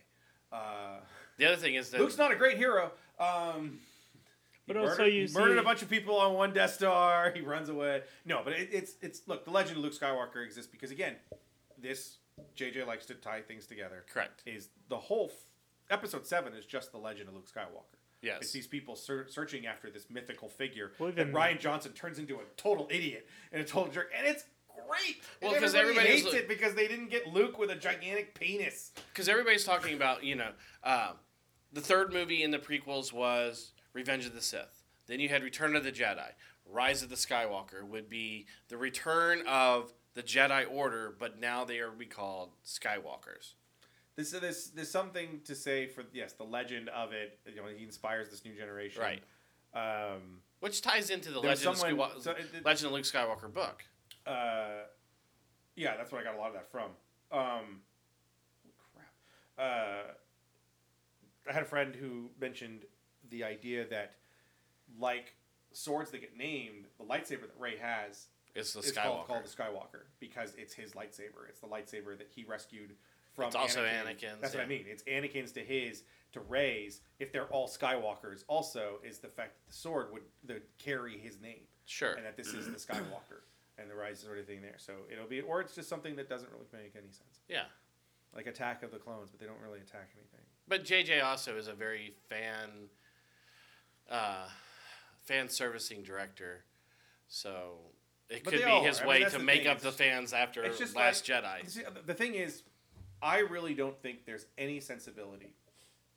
Speaker 6: Uh,
Speaker 7: The other thing is that
Speaker 6: Luke's not a great hero. Um, he
Speaker 8: But also
Speaker 6: murdered,
Speaker 8: you
Speaker 6: he murdered a
Speaker 8: see-
Speaker 6: bunch of people on one Death Star. He runs away. No, but it, it's it's look the legend of Luke Skywalker exists because again, this JJ likes to tie things together.
Speaker 7: Correct.
Speaker 6: Is the whole f- episode seven is just the legend of Luke Skywalker.
Speaker 7: Yes.
Speaker 6: It's these people ser- searching after this mythical figure
Speaker 8: Well,
Speaker 6: that
Speaker 8: even-
Speaker 6: Ryan Johnson turns into a total idiot and a total jerk, and it's great.
Speaker 7: Well,
Speaker 6: And
Speaker 7: 'cause everybody was
Speaker 6: hates
Speaker 7: like-
Speaker 6: it because they didn't get Luke with a gigantic penis.
Speaker 7: because everybody's talking about you know uh, the third movie in the prequels was Revenge of the Sith. Then you had Return of the Jedi. Rise of the Skywalker would be the return of the Jedi Order, but now they are be called Skywalkers.
Speaker 6: This, this, there's something to say for yes, the legend of it. You know, he inspires this new generation.
Speaker 7: Right.
Speaker 6: Um,
Speaker 7: Which ties into the
Speaker 6: There was
Speaker 7: Legend, of
Speaker 6: someone-
Speaker 7: Skywa-
Speaker 6: so it- it-
Speaker 7: Legend of Luke Skywalker book.
Speaker 6: uh, yeah, that's where I got a lot of that from. Um, crap. Uh, I had a friend who mentioned the idea that, like swords that get named, the lightsaber that Ray has
Speaker 7: It's the
Speaker 6: is
Speaker 7: Skywalker.
Speaker 6: called, called the Skywalker because it's his lightsaber. It's the lightsaber that he rescued from.
Speaker 7: It's also
Speaker 6: Anakin.
Speaker 7: Anakin's,
Speaker 6: That's what I
Speaker 7: yeah.
Speaker 6: mean. It's Anakin's to his to Ray's. If they're all Skywalkers, also is the fact that the sword would the carry his name,
Speaker 7: sure.
Speaker 6: and that this is the Skywalker and the rise sort of thing there. So it'll be, or it's just something that doesn't really make any sense,
Speaker 7: Yeah.
Speaker 6: like Attack of the Clones, but they don't really attack anything.
Speaker 7: But JJ also is a very fan uh, fan servicing director. So it
Speaker 6: But
Speaker 7: could
Speaker 6: they
Speaker 7: be
Speaker 6: all
Speaker 7: his
Speaker 6: are. I mean,
Speaker 7: way
Speaker 6: that's
Speaker 7: to
Speaker 6: the
Speaker 7: make
Speaker 6: thing.
Speaker 7: up
Speaker 6: It's
Speaker 7: the
Speaker 6: just-
Speaker 7: fans after
Speaker 6: It's just
Speaker 7: Last
Speaker 6: like-
Speaker 7: Jedi.
Speaker 6: See, The thing is, I really don't think there's any sensibility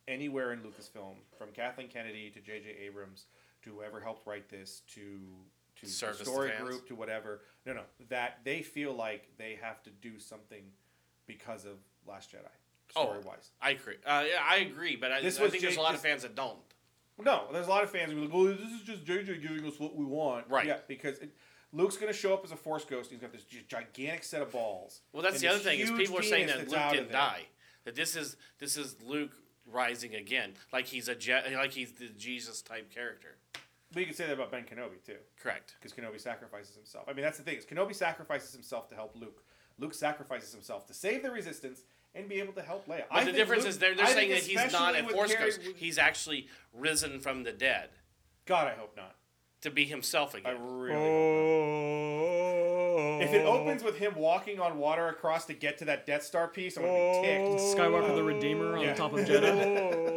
Speaker 6: anywhere in Lucasfilm, from Kathleen Kennedy to J.J. Abrams to whoever helped write this to to the
Speaker 7: Service to
Speaker 6: story
Speaker 7: fans.
Speaker 6: group to whatever. No, no, that they feel like they have to do something because of Last Jedi
Speaker 7: Oh.
Speaker 6: story wise.
Speaker 7: I agree. Uh, yeah, I agree, but I,
Speaker 6: This
Speaker 7: I
Speaker 6: was
Speaker 7: think there's a
Speaker 6: Jake-
Speaker 7: lot of
Speaker 6: this-
Speaker 7: fans that don't.
Speaker 6: No, there's a lot of fans who are like, well, this is just JJ giving us what we want.
Speaker 7: Right.
Speaker 6: Yeah, because it, Luke's going to show up as a Force ghost. and He's got this gi- gigantic set of balls.
Speaker 7: Well, that's
Speaker 6: and
Speaker 7: the
Speaker 6: this
Speaker 7: other thing is
Speaker 6: huge
Speaker 7: people are saying
Speaker 6: penis
Speaker 7: that
Speaker 6: that's
Speaker 7: Luke
Speaker 6: out of
Speaker 7: didn't
Speaker 6: there.
Speaker 7: die. That this is this is Luke rising again, like he's a Je- like he's the Jesus type character.
Speaker 6: But you could say that about Ben Kenobi, too.
Speaker 7: Correct.
Speaker 6: because Kenobi sacrifices himself. I mean, that's the thing is Kenobi sacrifices himself to help Luke. Luke sacrifices himself to save the Resistance and be able to help Leia.
Speaker 7: But the
Speaker 6: think
Speaker 7: difference
Speaker 6: Luke-
Speaker 7: is they're, they're
Speaker 6: I
Speaker 7: saying
Speaker 6: think
Speaker 7: that he's not
Speaker 6: especially
Speaker 7: a
Speaker 6: with
Speaker 7: force
Speaker 6: Carrie-
Speaker 7: ghost. He's actually risen from the dead
Speaker 6: God, I hope not.
Speaker 7: to be himself
Speaker 6: I
Speaker 7: again.
Speaker 6: really. hope
Speaker 8: Oh.
Speaker 6: not. If it opens with him walking on water across to get to that Death Star piece, I'm gonna be ticked.
Speaker 1: Skywalker the Redeemer on
Speaker 6: Yeah.
Speaker 1: top
Speaker 8: *laughs*
Speaker 1: of Jeddah.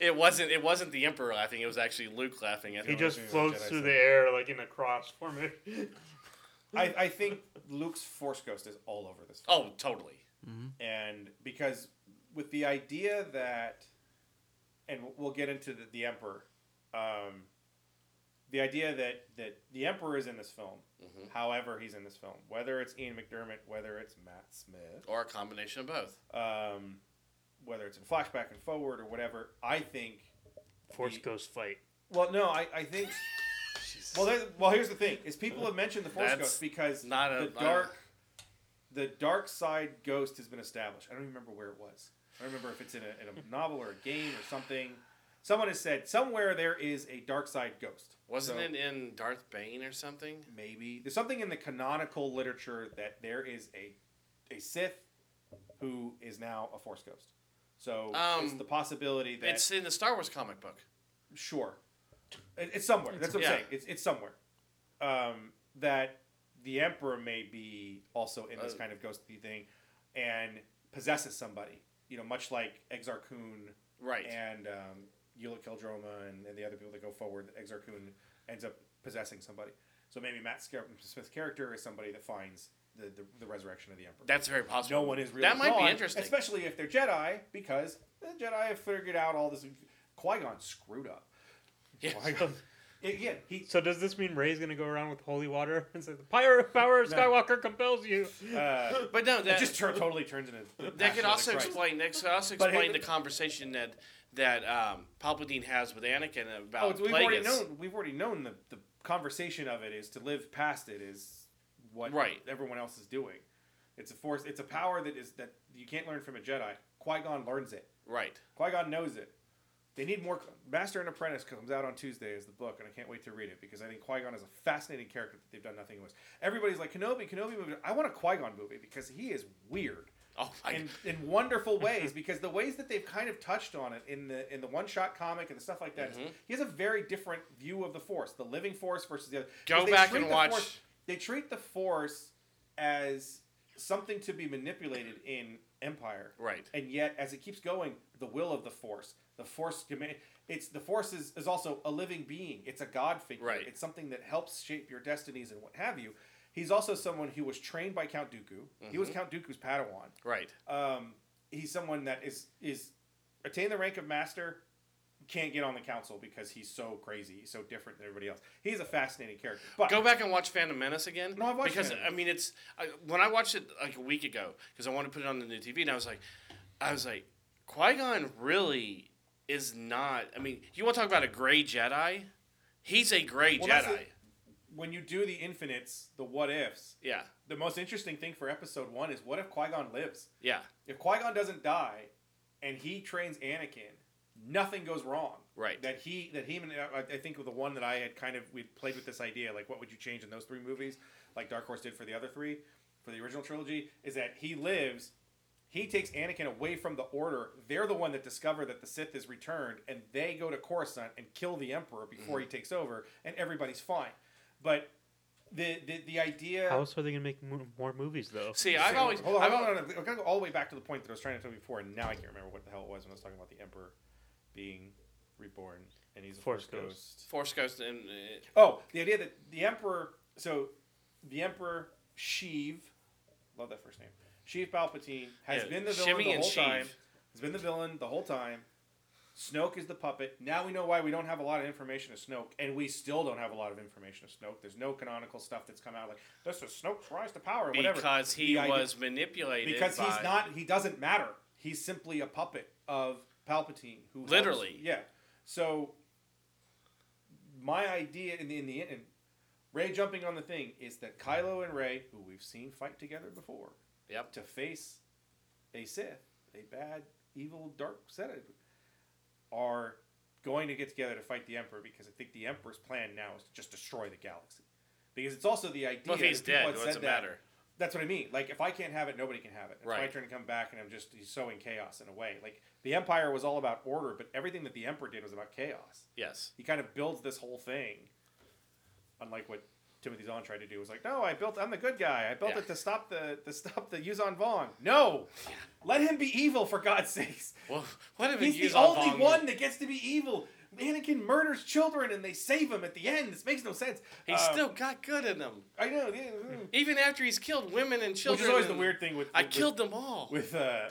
Speaker 7: It wasn't. It wasn't the Emperor laughing. It was actually Luke laughing at
Speaker 8: he
Speaker 7: him.
Speaker 8: just
Speaker 6: Jedi
Speaker 8: floats through
Speaker 6: said.
Speaker 8: the air like in a cross formation.
Speaker 6: I, I think Luke's Force Ghost is all over this.
Speaker 7: oh, totally.
Speaker 6: and because with the idea that and we'll get into the, the emperor um, the idea that that the emperor is in this film
Speaker 7: Mm-hmm.
Speaker 6: however he's in this film whether it's ian mcdermott whether it's matt smith
Speaker 7: Or a combination of both.
Speaker 6: um, whether it's in flashback and forward or whatever i think
Speaker 8: *laughs* Force
Speaker 6: The-
Speaker 8: Ghost *laughs* fight.
Speaker 6: well no i, I
Speaker 7: *laughs*
Speaker 6: think well, there's- well here's the thing is people have mentioned the force
Speaker 7: That's
Speaker 6: ghost because
Speaker 7: not a- uh,
Speaker 6: the
Speaker 7: not a-
Speaker 6: dark the dark side ghost has been established. I don't even remember where it was. I don't remember if it's in a,
Speaker 7: *laughs*
Speaker 6: in a novel or a game or something. Someone has said somewhere there is a dark side ghost.
Speaker 7: Wasn't
Speaker 6: So
Speaker 7: it in Darth Bane or something?
Speaker 6: Maybe there's something in the canonical literature that there is a a Sith who is now a Force ghost. So it's
Speaker 7: Um,
Speaker 6: the possibility that
Speaker 7: It's in the Star Wars comic book.
Speaker 6: sure It- it's somewhere. That's what I'm
Speaker 7: Yeah.
Speaker 6: saying. It's it's somewhere um, that the emperor may be also in this
Speaker 7: Uh,
Speaker 6: kind of ghostly thing and possesses somebody. You know, much like Exar Kun
Speaker 7: Right.
Speaker 6: and um, Eula Keldroma and, and the other people that go forward. Exar Kun ends up possessing somebody. So maybe Matt Scar- Smith's character is somebody that finds the, the, the resurrection of the emperor
Speaker 7: That's very possible.
Speaker 6: no one is really
Speaker 7: That might
Speaker 6: gone,
Speaker 7: be interesting.
Speaker 6: especially if they're Jedi, because the Jedi have figured out all this. Qui Gon screwed up.
Speaker 7: Yeah.
Speaker 6: Qui-Gon- Again, he
Speaker 8: So does this mean Ray's gonna go around with holy water *laughs* and say the power power of
Speaker 6: No.
Speaker 8: Skywalker compels you?
Speaker 7: *laughs*
Speaker 6: uh,
Speaker 7: But no,
Speaker 6: it
Speaker 7: that
Speaker 6: just tur- totally turns into. the
Speaker 7: that
Speaker 6: Passion
Speaker 7: could
Speaker 6: of
Speaker 7: also
Speaker 6: the Christ.
Speaker 7: explain. That could also
Speaker 6: But hey,
Speaker 7: explain
Speaker 6: but-
Speaker 7: the conversation that that um, Palpatine has with Anakin about
Speaker 6: Oh, it's- we've already
Speaker 7: Plagueis.
Speaker 6: known. We've already known the the conversation of it is to live past it is what
Speaker 7: Right.
Speaker 6: everyone else is doing. It's a force. It's a power that is that you can't learn from a Jedi. Qui Gon learns it.
Speaker 7: Right.
Speaker 6: Qui Gon knows it. They need more. Master and Apprentice comes out on Tuesday as the book, and I can't wait to read it because I think Qui Gon is a fascinating character that they've done nothing with. Everybody's like Kenobi, Kenobi movie. I want a Qui Gon movie because he is weird
Speaker 7: Oh my.
Speaker 6: in, in wonderful
Speaker 7: *laughs*
Speaker 6: ways because the ways that they've kind of touched on it in the in the one shot comic and the stuff like that
Speaker 7: Mm-hmm.
Speaker 6: is- he has a very different view of the force the living force versus the other 'Cause
Speaker 7: Go
Speaker 6: they
Speaker 7: back
Speaker 6: treat
Speaker 7: and
Speaker 6: the
Speaker 7: watch-
Speaker 6: Force- they treat the force as something to be manipulated in empire
Speaker 7: Right.
Speaker 6: and yet as it keeps going the will of the force the force command it's the force is, is also a living being it's a god figure
Speaker 7: Right.
Speaker 6: it's something that helps shape your destinies and what have you he's also someone who was trained by count dooku he
Speaker 7: Mm-hmm.
Speaker 6: was count dooku's padawan
Speaker 7: Right.
Speaker 6: um, he's someone that is is attained the rank of master can't get on the council because he's so crazy he's so different than everybody else he's a fascinating character but
Speaker 7: Go back and watch Phantom Menace again.
Speaker 6: No, I've watched
Speaker 7: because
Speaker 6: Phantom
Speaker 7: I mean it's I, when I watched it like a week ago because I wanted to put it on the new TV and I was like, I was like, Qui Gon really is not. I mean, you want to talk about a gray Jedi? He's a gray
Speaker 6: Well, that's
Speaker 7: Jedi.
Speaker 6: it. when you do the infinites the what ifs
Speaker 7: Yeah.
Speaker 6: the most interesting thing for episode one is what if qui-gon lives
Speaker 7: Yeah.
Speaker 6: if qui-gon doesn't die and he trains anakin nothing goes wrong
Speaker 7: Right.
Speaker 6: that he that he I- i think the one that i had kind of we played with this idea like what would you change in those three movies like dark horse did for the other three for the original trilogy is that he lives he takes Anakin away from the Order. They're the one that discover that the Sith is returned, and they go to Coruscant and kill the Emperor before he takes over, and everybody's fine. But the the, the idea.
Speaker 8: How else are they gonna make mo- more movies though?
Speaker 7: See, I've always
Speaker 6: hold on,
Speaker 7: I've
Speaker 6: hold
Speaker 7: al-
Speaker 6: on, hold on. I'm gonna go all the way back to the point that I was trying to tell you before, and now I can't remember what the hell it was when I was talking about the Emperor being reborn, and he's a
Speaker 8: Force
Speaker 6: Force
Speaker 8: ghost.
Speaker 6: ghost.
Speaker 7: Force Ghost and uh,
Speaker 6: Oh, the idea that the Emperor, so the Emperor Sheev, love that first name, Sheev Palpatine has
Speaker 7: Yeah,
Speaker 6: been the villain
Speaker 7: Shimmy
Speaker 6: the
Speaker 7: and
Speaker 6: whole time.
Speaker 7: Sheev.
Speaker 6: Has been the villain the whole time. Snoke is the puppet. Now we know why we don't have a lot of information of Snoke, and we still don't have a lot of information of Snoke. There's no canonical stuff that's come out like this is Snoke's rise to power, or whatever.
Speaker 7: because he
Speaker 6: The idea-
Speaker 7: was manipulated
Speaker 6: because
Speaker 7: by,
Speaker 6: he's not he doesn't matter he's simply a puppet of palpatine who helps-
Speaker 7: Literally.
Speaker 6: yeah so my idea in the in the end ray jumping on the thing is that kylo and ray who we've seen fight together before
Speaker 7: Yep.
Speaker 6: to face a sith a bad evil dark sith are going to get together to fight the emperor because i think the emperor's plan now is to just destroy the galaxy because it's also the idea
Speaker 7: Well, if he's
Speaker 6: that people
Speaker 7: dead,
Speaker 6: had
Speaker 7: what's
Speaker 6: said
Speaker 7: the matter?
Speaker 6: That's what I mean. Like, if I can't have it, nobody can have it. It's my
Speaker 7: Right.
Speaker 6: turn to come back, and I'm just sowing chaos in a way. Like, the Empire was all about order, but everything that the Emperor did was about chaos.
Speaker 7: Yes.
Speaker 6: He kind of builds this whole thing, unlike what Timothy Zahn tried to do. It was like, no, I built. I'm the good guy. I built
Speaker 7: Yeah.
Speaker 6: it to stop the to stop the Yuzon Vong. No, let him be evil for God's
Speaker 7: *laughs*
Speaker 6: sakes.
Speaker 7: Well, what if
Speaker 6: He's
Speaker 7: it
Speaker 6: the only one that gets to be evil. Anakin murders children and they save him at the end. This makes no sense.
Speaker 7: He's
Speaker 6: Uh,
Speaker 7: still got good in him,
Speaker 6: I know. Yeah, yeah.
Speaker 7: even after he's killed women and
Speaker 6: Which
Speaker 7: children.
Speaker 6: is always the
Speaker 7: and-
Speaker 6: weird thing with
Speaker 7: I
Speaker 6: with-
Speaker 7: killed them all.
Speaker 6: with uh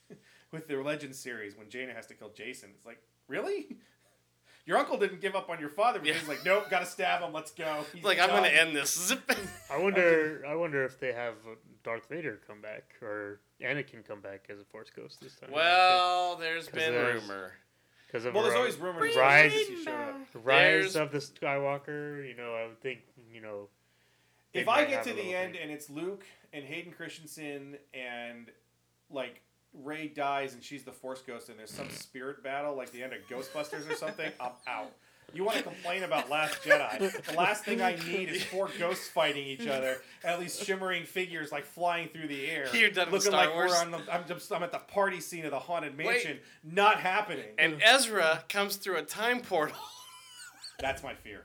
Speaker 6: *laughs* with the Legends series when Jaina has to kill Jason. It's like, really? *laughs* Your uncle didn't give up on your father, but
Speaker 7: Yeah.
Speaker 6: he's like, nope, gotta stab him. Let's go. He's
Speaker 7: like I'm gonna
Speaker 6: done.
Speaker 7: end this.
Speaker 6: *laughs*
Speaker 7: *laughs* Zip.
Speaker 8: I wonder. I wonder if they have Darth Vader come back or Anakin come back as a Force Ghost this time.
Speaker 7: well, there's
Speaker 8: 'Cause
Speaker 7: been
Speaker 8: there's-
Speaker 7: rumor.
Speaker 8: because of
Speaker 6: Well, there's
Speaker 8: Ri-
Speaker 6: always rumors.
Speaker 8: Rise-
Speaker 6: He showed up.
Speaker 8: Rise
Speaker 7: there's-
Speaker 8: of the Skywalker. You know, I would think. You know, they
Speaker 6: If I
Speaker 8: might
Speaker 6: get
Speaker 8: have
Speaker 6: to
Speaker 8: a
Speaker 6: the
Speaker 8: little
Speaker 6: end
Speaker 8: thing.
Speaker 6: and it's Luke and Hayden Christensen and like Ray dies and she's the Force Ghost and there's
Speaker 7: *clears throat*
Speaker 6: some spirit battle like the end of Ghostbusters or something, I'm out. You want to complain about Last Jedi? The last thing I need is four ghosts fighting each other, at least shimmering figures like flying through the air,
Speaker 7: You're done with
Speaker 6: looking
Speaker 7: Star
Speaker 6: like
Speaker 7: Wars?
Speaker 6: we're on the. I'm, just, I'm at the party scene of the haunted mansion. Not happening.
Speaker 7: And Ezra comes through a
Speaker 6: *laughs*
Speaker 7: time portal.
Speaker 6: That's my fear.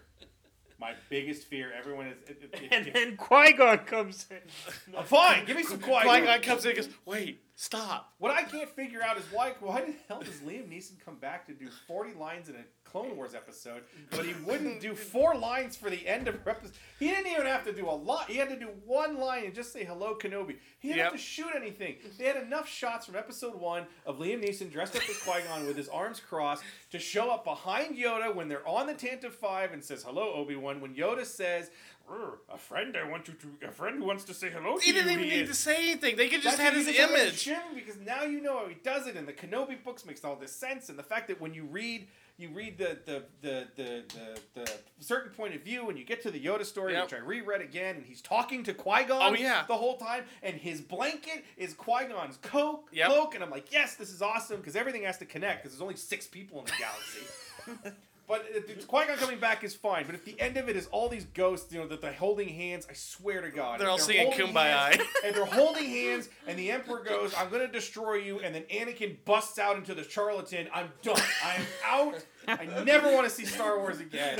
Speaker 6: My biggest fear. Everyone is. It, it, it,
Speaker 8: and then Qui Gon comes *laughs* in.
Speaker 6: I'm fine. Give me some quiet.
Speaker 7: Qui-Gon comes in and goes, "Wait, stop."
Speaker 6: What I can't figure out is why why the hell does Liam Neeson come back to do 40 lines in a Clone Wars episode, but he wouldn't do four lines for the end of her episode. He didn't even have to do a lot. He had to do one line and just say hello Kenobi. He didn't have
Speaker 7: Yep.
Speaker 6: to shoot anything. They had enough shots from episode 1 of Liam Neeson dressed up as Qui-Gon with his arms crossed to show up behind Yoda when they're on the Tantive 5 and says hello Obi-Wan when Yoda says "Er, a friend I want you to a friend who wants to say hello to
Speaker 7: He
Speaker 6: you
Speaker 7: didn't even
Speaker 6: he
Speaker 7: need
Speaker 6: is."
Speaker 7: to say anything. They could just
Speaker 6: That's
Speaker 7: had
Speaker 6: what
Speaker 7: his
Speaker 6: he does on
Speaker 7: image.
Speaker 6: Jim, because now you know how he does it, and the Kenobi books makes all this sense, and the fact that when you read, you read the the the the the, the certain point of view, and you get to the Yoda story,
Speaker 7: Yep.
Speaker 6: which I reread again, and he's talking to Qui Gon.
Speaker 7: Oh, yeah.
Speaker 6: the whole time, and his blanket is Qui Gon's coke
Speaker 7: Yep.
Speaker 6: cloak, and I'm like, yes, this is awesome because everything has to connect because there's only six people in the galaxy.
Speaker 7: *laughs*
Speaker 6: But Qui Gon coming back is fine. But if the end of it is all these ghosts, you know, that they're holding hands, I swear to God,
Speaker 7: They're
Speaker 6: if
Speaker 7: all singing
Speaker 6: holding
Speaker 7: Kumbaya. *laughs*
Speaker 6: hands, and they're holding hands, and the Emperor goes, "I'm gonna destroy you," and then Anakin busts out into the charlatan. I'm done. I am out. I never want to see Star Wars again.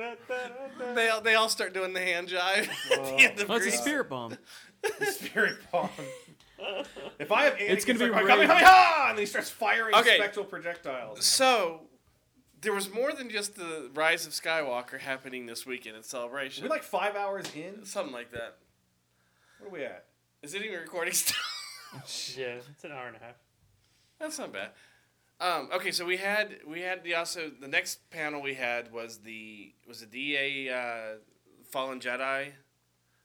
Speaker 8: Da-da-da-da-da-da-da.
Speaker 7: They all, they all start doing the hand jive *laughs* at the end of
Speaker 1: That's a
Speaker 7: Grease.
Speaker 1: spirit bomb.
Speaker 6: Spirit bomb. If I have Anakin,
Speaker 1: It's gonna be
Speaker 6: like,
Speaker 1: Rey.
Speaker 6: "Kami, Kami, ha!" ah!" and then he starts firing
Speaker 7: Okay.
Speaker 6: spectral projectiles.
Speaker 7: So there was more than just the Rise of Skywalker happening this weekend in celebration.
Speaker 6: We're like five hours in.
Speaker 7: Something like that.
Speaker 6: What are we at?
Speaker 7: Is it even recording still? *laughs*
Speaker 8: Yeah, it's an hour and a half.
Speaker 7: That's not bad. Um, okay, so we had we had the also the next panel we had was the was the DA uh, Fallen Jedi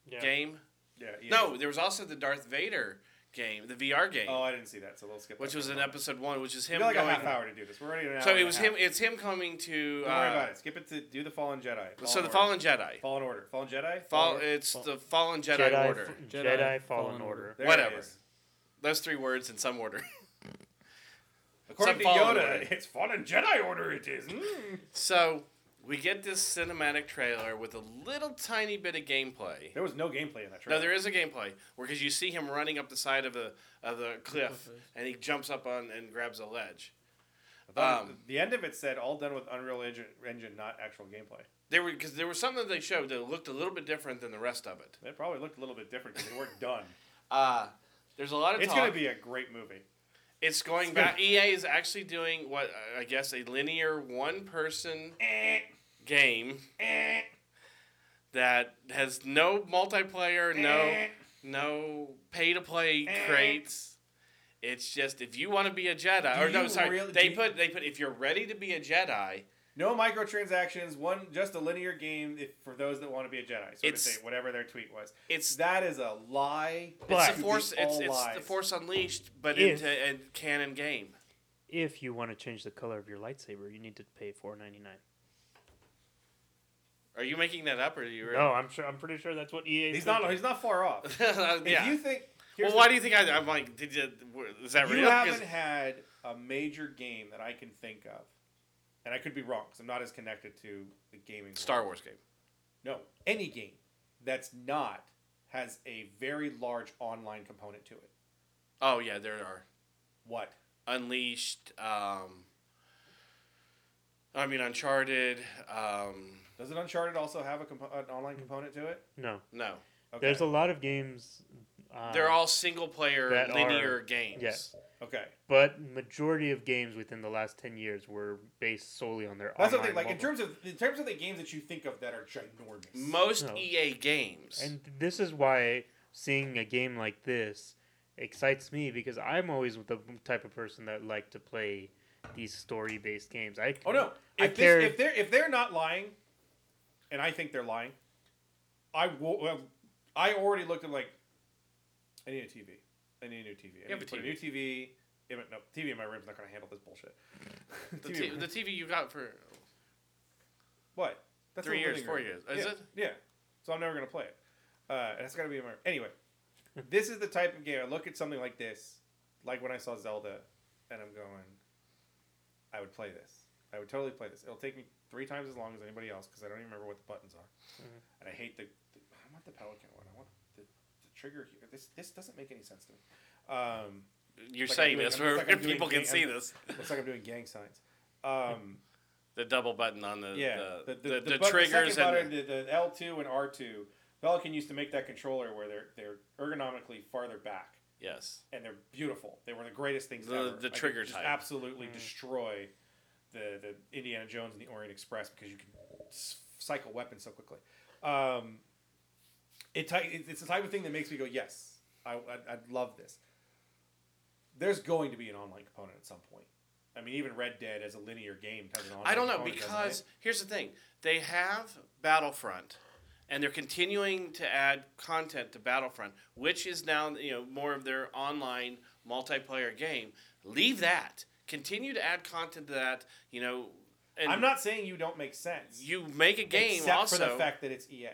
Speaker 8: Yeah.
Speaker 7: game.
Speaker 6: Yeah. yeah.
Speaker 7: No, there was also the Darth Vader game, the VR game,
Speaker 6: Oh, I didn't see that. So let's skip.
Speaker 7: which
Speaker 6: that.
Speaker 7: was in episode one, which is
Speaker 6: We
Speaker 7: him
Speaker 6: got like
Speaker 7: going.
Speaker 6: a half hour to do this. We're already at an hour.
Speaker 7: So
Speaker 6: and
Speaker 7: it
Speaker 6: a
Speaker 7: was
Speaker 6: half.
Speaker 7: him. It's him coming to.
Speaker 6: Don't
Speaker 7: uh,
Speaker 6: worry about it. Skip it to do the Fallen Jedi. Fallen
Speaker 7: So the
Speaker 6: Order.
Speaker 7: Fallen Jedi.
Speaker 6: Fallen Order. Fallen Jedi.
Speaker 7: Fall,
Speaker 6: Order.
Speaker 7: it's the Fallen Jedi,
Speaker 8: Jedi,
Speaker 7: Order.
Speaker 8: F-
Speaker 1: Jedi Fallen
Speaker 8: Jedi, Fallen
Speaker 1: Order.
Speaker 8: Order.
Speaker 6: There it
Speaker 7: whatever.
Speaker 6: is.
Speaker 7: Those three words in some order. *laughs*
Speaker 6: According
Speaker 7: Some
Speaker 6: to
Speaker 7: Fallen
Speaker 6: Yoda,
Speaker 7: Order.
Speaker 6: it's Fallen Jedi Order. It is. Hmm.
Speaker 7: So we get this cinematic trailer with a little tiny bit of gameplay.
Speaker 6: There was no gameplay in that
Speaker 7: No,
Speaker 6: trailer.
Speaker 7: there is a gameplay where because you see him running up the side of a of the cliff, and he jumps up on and grabs a ledge. um,
Speaker 6: the end of it said all done with Unreal Engine, Engine not actual gameplay.
Speaker 7: There were because there was something that they showed that looked a little bit different than the rest of it.
Speaker 6: It probably looked a little bit different because they weren't done.
Speaker 7: *laughs* Uh, there's a lot of
Speaker 6: It's
Speaker 7: talk.
Speaker 6: going to be a great movie.
Speaker 7: It's going back. EA is actually doing what uh, I guess a linear one person game eh, that has no multiplayer, no no pay to play crates. It's just if you want to be a Jedi,
Speaker 6: Do
Speaker 7: or no,
Speaker 6: you
Speaker 7: sorry,
Speaker 6: really- do
Speaker 7: they
Speaker 6: you-
Speaker 7: put they put if you're ready to be a Jedi,
Speaker 6: No microtransactions. One just a linear game if, for those that want to be a Jedi. Sort of
Speaker 7: It's-
Speaker 6: thing, whatever their tweet was.
Speaker 7: it's
Speaker 6: That is a lie.
Speaker 8: But-
Speaker 7: it's the force
Speaker 6: All
Speaker 7: it's it's the
Speaker 6: lies.
Speaker 7: Force Unleashed, but
Speaker 8: If-
Speaker 7: into a canon game.
Speaker 8: If you want to change the color of your lightsaber, you need to pay four ninety nine.
Speaker 7: Are you making that up, or are you? *laughs* Uh,
Speaker 8: No, I'm sure. I'm pretty sure that's what E EA.
Speaker 6: He's
Speaker 8: is
Speaker 6: not.
Speaker 8: thinking.
Speaker 6: He's not far off. If
Speaker 7: yeah.
Speaker 6: you think, here's
Speaker 7: well,
Speaker 6: the
Speaker 7: why do you think I? I'm like, did you? Is that
Speaker 6: You
Speaker 7: real? 'Cause-
Speaker 6: haven't had a major game that I can think of, and I could be wrong because I'm not as connected to the gaming. world.
Speaker 7: Star Wars game.
Speaker 6: No, any game that's not has a very large online component to it.
Speaker 7: Oh yeah, there are
Speaker 6: What?
Speaker 7: Unleashed. Um, I mean Uncharted. Um,
Speaker 6: Does it Uncharted also have a compo- an online component to it?
Speaker 8: No,
Speaker 7: no,
Speaker 6: Okay.
Speaker 8: there's a lot of games. Uh,
Speaker 7: they're all single player
Speaker 8: that
Speaker 7: linear
Speaker 8: are-
Speaker 7: games.
Speaker 8: yeah.
Speaker 6: okay.
Speaker 8: but majority of games within the last ten years were based solely on their.
Speaker 6: That's the
Speaker 8: online
Speaker 6: thing. Like in
Speaker 8: mobile.
Speaker 6: terms of in terms of the games that you think of that are ginormous.
Speaker 7: Most
Speaker 8: No.
Speaker 7: EA games.
Speaker 8: And this is why seeing a game like this excites me because I'm always the type of person that like to play these story-based games. I
Speaker 6: oh no!
Speaker 8: I
Speaker 6: If, this,
Speaker 8: care-
Speaker 6: if they're if they're not lying, and I think they're lying, I will. Well, I already looked at like, I need a TV. I need a new TV. I
Speaker 7: You
Speaker 6: need
Speaker 7: have
Speaker 6: to
Speaker 7: a
Speaker 6: put a new TV. in my- No, TV in my room's not going to handle this bullshit. *laughs*
Speaker 7: the,
Speaker 6: TV
Speaker 7: t-
Speaker 6: in my
Speaker 7: the
Speaker 6: room-
Speaker 7: TV you got for
Speaker 6: what? That's
Speaker 7: three
Speaker 6: a
Speaker 7: years,
Speaker 6: living
Speaker 7: four
Speaker 6: room.
Speaker 7: years. Is
Speaker 6: yeah.
Speaker 7: it?
Speaker 6: Yeah. So I'm never gonna play it. Uh, and it's gotta be in my anyway. this is the type of game I look at something like this, like when I saw Zelda, and I'm going, I would play this. I would totally play this. It'll take me three times as long as anybody else because I don't even remember what the buttons are, and I hate the, the. I want the pelican one. I want the, the trigger here. This this doesn't make any sense to me. Um,
Speaker 7: You're
Speaker 6: Like I'm
Speaker 7: saying
Speaker 6: doing-
Speaker 7: this
Speaker 6: I'm just
Speaker 7: where
Speaker 6: like I'm doing
Speaker 7: *laughs* people can
Speaker 6: gang-
Speaker 7: see
Speaker 6: I'm-
Speaker 7: this.
Speaker 6: looks like I'm doing gang signs. Um,
Speaker 7: The double button on the
Speaker 6: yeah,
Speaker 7: the, the, the
Speaker 6: button-
Speaker 7: triggers
Speaker 6: second
Speaker 7: and
Speaker 6: button, the, the L two and R two. Pelican used to make that controller where they're they're ergonomically farther back,
Speaker 7: yes.
Speaker 6: and they're beautiful. They were the greatest things
Speaker 7: The-
Speaker 6: ever.
Speaker 7: the
Speaker 6: I could
Speaker 7: trigger
Speaker 6: just
Speaker 7: type.
Speaker 6: absolutely destroy the the Indiana Jones and the Orient Express because you can s- cycle weapons so quickly. Um, it ty- it- it's the type of thing that makes me go yes, I I'd, I'd love this. There's going to be an online component at some point. I mean, even Red Dead as a linear game has an online.
Speaker 7: I don't know
Speaker 6: component, doesn't
Speaker 7: because
Speaker 6: it?
Speaker 7: here's the thing: they have Battlefront, and they're continuing to add content to Battlefront, which is now you know more of their online multiplayer game. Leave that. Continue to add content to that. You know, and
Speaker 6: I'm not saying you don't make sense.
Speaker 7: You make a game
Speaker 6: except
Speaker 7: also.
Speaker 6: for the fact that it's EA,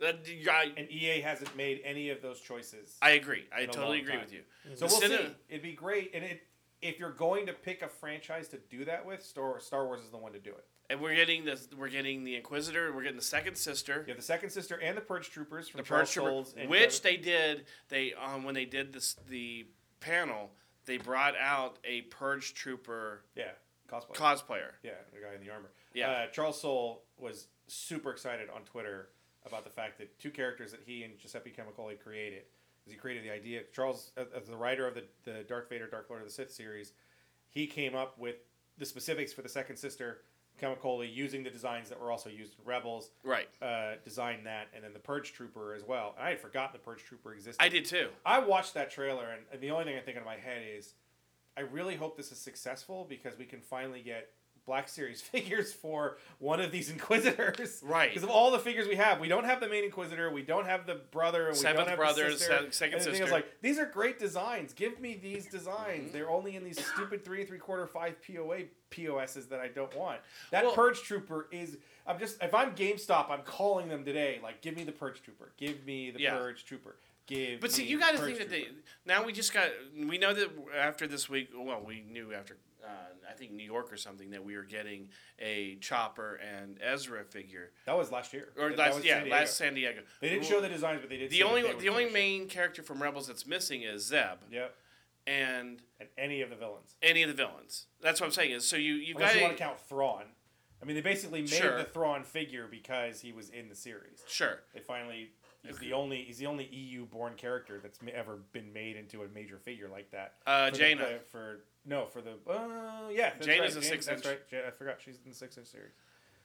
Speaker 7: that I,
Speaker 6: and EA hasn't made any of those choices.
Speaker 7: I agree. I
Speaker 6: In a
Speaker 7: totally
Speaker 6: long
Speaker 7: agree
Speaker 6: time.
Speaker 7: with you.
Speaker 6: so
Speaker 7: The
Speaker 6: we'll
Speaker 7: cine-
Speaker 6: see. It'd be great, and it if you're going to pick a franchise to do that with, Star Star Wars is the one to do it.
Speaker 7: And we're getting this. We're getting the Inquisitor. We're getting the Second Sister.
Speaker 6: You have the Second Sister and the Purge Troopers from
Speaker 7: the
Speaker 6: Charles
Speaker 7: Purge Trooper,
Speaker 6: Soules and Trevor-
Speaker 7: which they did. They um, when they did this the panel, they brought out a Purge Trooper
Speaker 6: yeah cosplay
Speaker 7: cosplayer.
Speaker 6: yeah the guy in the armor
Speaker 7: Yeah.
Speaker 6: uh, Charles Soule was super excited on Twitter about the fact that two characters that he and Giuseppe Camicoli created. 'cause He created the idea. Charles, uh, as- as the writer of the, the Darth Vader, Dark Lord of the Sith series, he came up with the specifics for the second sister, Camicoli, using the designs that were also used in Rebels,
Speaker 7: Right,
Speaker 6: uh, designed that, and then the Purge Trooper as well. And I had forgotten the Purge Trooper existed.
Speaker 7: I did too.
Speaker 6: I watched that trailer, and, and the only thing I think in my head is, I really hope this is successful because we can finally get Black Series *laughs* figures for one of these Inquisitors.
Speaker 7: Right.
Speaker 6: Because of all the figures we have, we don't have the main Inquisitor, we don't have the brother, and we
Speaker 7: Seventh
Speaker 6: don't have
Speaker 7: brother,
Speaker 6: the sister.
Speaker 7: se- second
Speaker 6: and the thing is,
Speaker 7: sister. Mm-hmm.
Speaker 6: like, these are great designs. Give me these designs. They're only in these stupid three and three quarter five POA POSs that I don't want. That
Speaker 7: Well-
Speaker 6: Purge Trooper is. I'm just if I'm GameStop, I'm calling them today. Like, give me the Purge Trooper. Give me the
Speaker 7: Yeah.
Speaker 6: Purge Trooper. Give.
Speaker 7: But see,
Speaker 6: me
Speaker 7: you
Speaker 6: the
Speaker 7: got to
Speaker 6: Purge
Speaker 7: think that
Speaker 6: Trooper.
Speaker 7: they now we just got we know that after this week. Well, we knew after uh, I think New York or something that we were getting a Chopper and Ezra figure
Speaker 6: That was last year.
Speaker 7: or
Speaker 6: That- that
Speaker 7: last
Speaker 6: was
Speaker 7: yeah
Speaker 6: San Diego.
Speaker 7: last San Diego.
Speaker 6: They didn't show the designs, but they did.
Speaker 7: The
Speaker 6: say that
Speaker 7: only
Speaker 6: they were
Speaker 7: the only
Speaker 6: finished.
Speaker 7: main character from Rebels that's missing is Zeb
Speaker 6: Yep,
Speaker 7: and
Speaker 6: and any of the villains.
Speaker 7: any of the villains. That's what I'm saying. Is so you you
Speaker 6: Unless
Speaker 7: got
Speaker 6: you want to count Thrawn. I mean, they basically made
Speaker 7: Sure.
Speaker 6: the Thrawn figure because he was in the series.
Speaker 7: sure.
Speaker 6: They finally. He's the only. He's the only EU-born character that's m- ever been made into a major figure like that.
Speaker 7: Uh,
Speaker 6: For the-
Speaker 7: Jaina.
Speaker 6: for no for the uh, yeah. that's
Speaker 7: Jaina's
Speaker 6: right.
Speaker 7: a six
Speaker 6: That's
Speaker 7: inch.
Speaker 6: right. Ja- I forgot she's in the six inch series.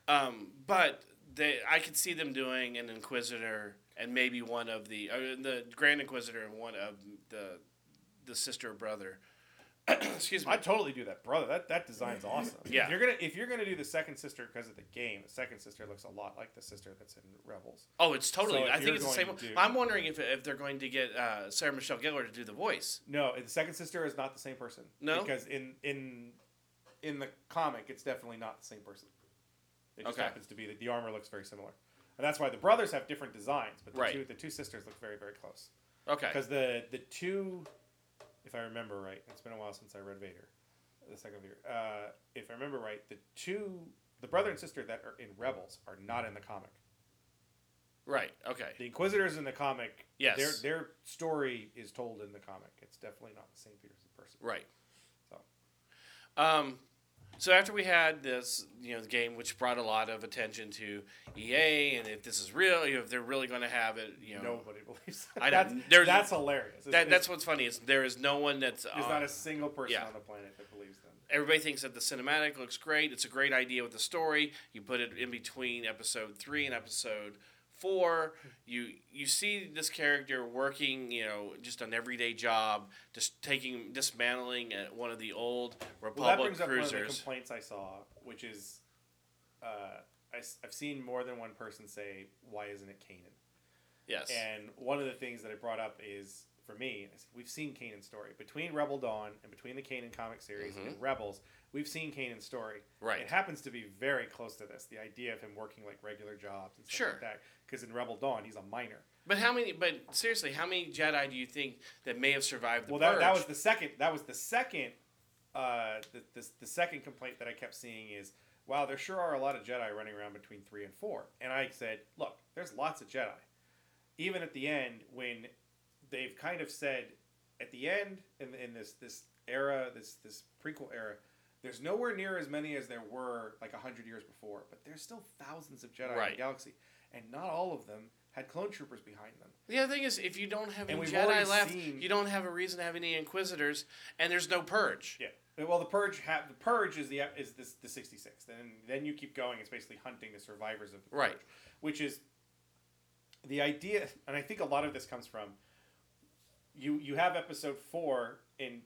Speaker 7: Um, but they, I could see them doing an Inquisitor and maybe one of the uh, the Grand Inquisitor and one of the the sister or brother. *clears throat* Excuse me.
Speaker 6: I'd totally do that, brother. That that design's awesome.
Speaker 7: Yeah.
Speaker 6: If you're gonna if you're gonna do the second sister because of the game, the second sister looks a lot like the sister that's in Rebels.
Speaker 7: oh, it's totally.
Speaker 6: So if
Speaker 7: I think
Speaker 6: you're
Speaker 7: it's the
Speaker 6: going
Speaker 7: same.
Speaker 6: to do-
Speaker 7: I'm wondering if, if they're going to get uh, Sarah Michelle Gellar to do the voice.
Speaker 6: No, the second sister is not the same person.
Speaker 7: No?
Speaker 6: because in in in the comic, it's definitely not the same person. It just
Speaker 7: Okay.
Speaker 6: happens to be that the armor looks very similar, and that's why the brothers have different designs, but the
Speaker 7: Right.
Speaker 6: two the two sisters look very very close.
Speaker 7: Okay.
Speaker 6: Because the the two, if I remember right, it's been a while since I read Vader, the second Vader. Uh, if I remember right, the two, the brother and sister that are in Rebels are not in the comic.
Speaker 7: Right. Okay.
Speaker 6: The Inquisitors in the comic,
Speaker 7: Yes.
Speaker 6: their their story is told in the comic. It's definitely not the same Peter's in person.
Speaker 7: Right.
Speaker 6: So.
Speaker 7: Um, so after we had this, you know, the game which brought a lot of attention to EA, and if this is real, you know, if they're really going to have it, you know,
Speaker 6: Nobody *laughs* believes that.
Speaker 7: I know.
Speaker 6: that's,
Speaker 7: There's-
Speaker 6: that's hilarious. It's-
Speaker 7: that, that's
Speaker 6: it's-
Speaker 7: what's funny is there is no one that's
Speaker 6: There's
Speaker 7: um,
Speaker 6: not a single person
Speaker 7: yeah.
Speaker 6: on the planet that believes them.
Speaker 7: everybody thinks that the cinematic looks great. It's a great idea with the story. You put it in between episode three and episode four. You you see this character working, you know, just an everyday job, just taking dismantling uh, one of the old
Speaker 6: Well, that
Speaker 7: Republic
Speaker 6: brings up one of the
Speaker 7: cruisers.
Speaker 6: complaints I saw, which is, uh, I, have seen more than one person say, "Why isn't it Kanan?"
Speaker 7: yes.
Speaker 6: And one of the things that I brought up is, for me, is we've seen Kanan's story between Rebel Dawn and between the Kanan comic series and Rebels. We've seen Kanan's story.
Speaker 7: Mm-hmm. Right.
Speaker 6: It happens to be very close to this. The idea of him working like regular jobs and stuff
Speaker 7: Sure.
Speaker 6: like that. Because in Rebel Dawn, he's a minor.
Speaker 7: But how many? But seriously, how many Jedi do you think that may have survived the
Speaker 6: well,
Speaker 7: purge?
Speaker 6: that, that was the second. That was the second. Uh, the, the, the second complaint that I kept seeing is, wow, there sure are a lot of Jedi running around between three and four. And I said, look, there's lots of Jedi. Even at the end, when they've kind of said, at the end in, in this this era, this this prequel era, there's nowhere near as many as there were like hundred years before. But there's still thousands of Jedi in
Speaker 7: Right.
Speaker 6: the galaxy, and not all of them had clone troopers behind them.
Speaker 7: the other thing is, if you don't have
Speaker 6: And
Speaker 7: any
Speaker 6: we've
Speaker 7: Jedi
Speaker 6: already
Speaker 7: left,
Speaker 6: seen-
Speaker 7: you don't have a reason to have any Inquisitors, and there's no purge.
Speaker 6: Yeah. Well, the purge ha- the purge is the is this the 66th, and then you keep going. It's basically hunting the survivors of the purge,
Speaker 7: Right.
Speaker 6: which is the idea, and I think a lot of this comes from you. You have episode four in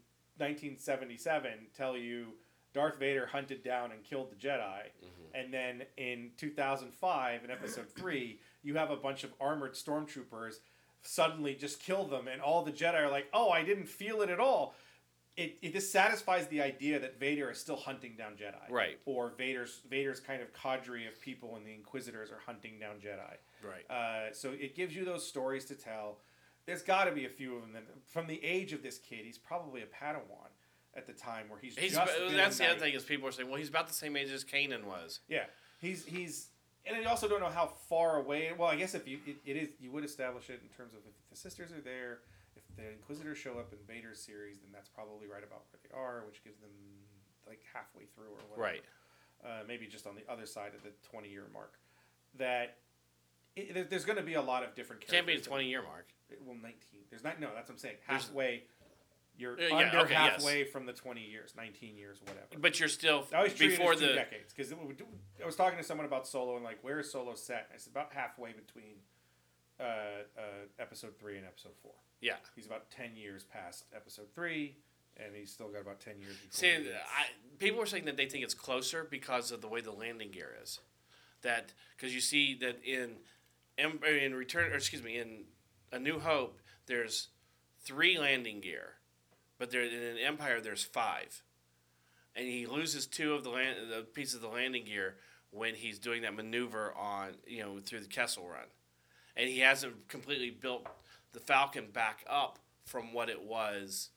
Speaker 6: 1977 tell you Darth Vader hunted down and killed the Jedi,
Speaker 7: Mm-hmm.
Speaker 6: and then in 2005 in episode three you have a bunch of armored stormtroopers suddenly just kill them, and all the Jedi are like, "Oh, I didn't feel it at all." it, it this satisfies the idea that Vader is still hunting down Jedi,
Speaker 7: Right.
Speaker 6: Or Vader's Vader's kind of cadre of people and the Inquisitors are hunting down Jedi,
Speaker 7: Right.
Speaker 6: Uh, so it gives you those stories to tell. There's got to be a few of them. That, from the age of this kid, he's probably a Padawan at the time where he's,
Speaker 7: He's,
Speaker 6: just
Speaker 7: about-
Speaker 6: been
Speaker 7: that's
Speaker 6: a
Speaker 7: the other
Speaker 6: knight.
Speaker 7: thing is people are saying, well, he's about the same age as Kanan was.
Speaker 6: Yeah, he's he's, and I also don't know how far away. Well, I guess if you it, it is you would establish it in terms of if the sisters are there, if the Inquisitors show up in Vader's series, then that's probably right about where they are, which gives them like halfway through or whatever.
Speaker 7: Right.
Speaker 6: Uh, maybe just on the other side of the twenty year mark. That it, there- there's going to be a lot of different.
Speaker 7: Can't be the
Speaker 6: characters that-
Speaker 7: twenty year mark.
Speaker 6: Well, nineteen. There's not. No, that's what I'm saying.
Speaker 7: There's-
Speaker 6: Halfway. You're
Speaker 7: Uh, yeah,
Speaker 6: under
Speaker 7: okay, yes.
Speaker 6: halfway from the twenty years, nineteen years, whatever.
Speaker 7: But you're still
Speaker 6: I always treat
Speaker 7: before
Speaker 6: it as two
Speaker 7: the
Speaker 6: decades because I was talking to someone about Solo and like where is Solo set? It's about halfway between uh, uh, episode three and episode four.
Speaker 7: yeah.
Speaker 6: He's about ten years past episode three, and he's still got about ten years. Before
Speaker 7: See,
Speaker 6: he gets-
Speaker 7: I, people are saying that they think it's closer because of the way the landing gear is. That because you see that in Em- or in return or excuse me in A New Hope there's three landing gear, but there in Empire there's five, and he loses two of the land the pieces of the landing gear when he's doing that maneuver on you know through the Kessel Run, and he hasn't completely built the Falcon back up from what it was.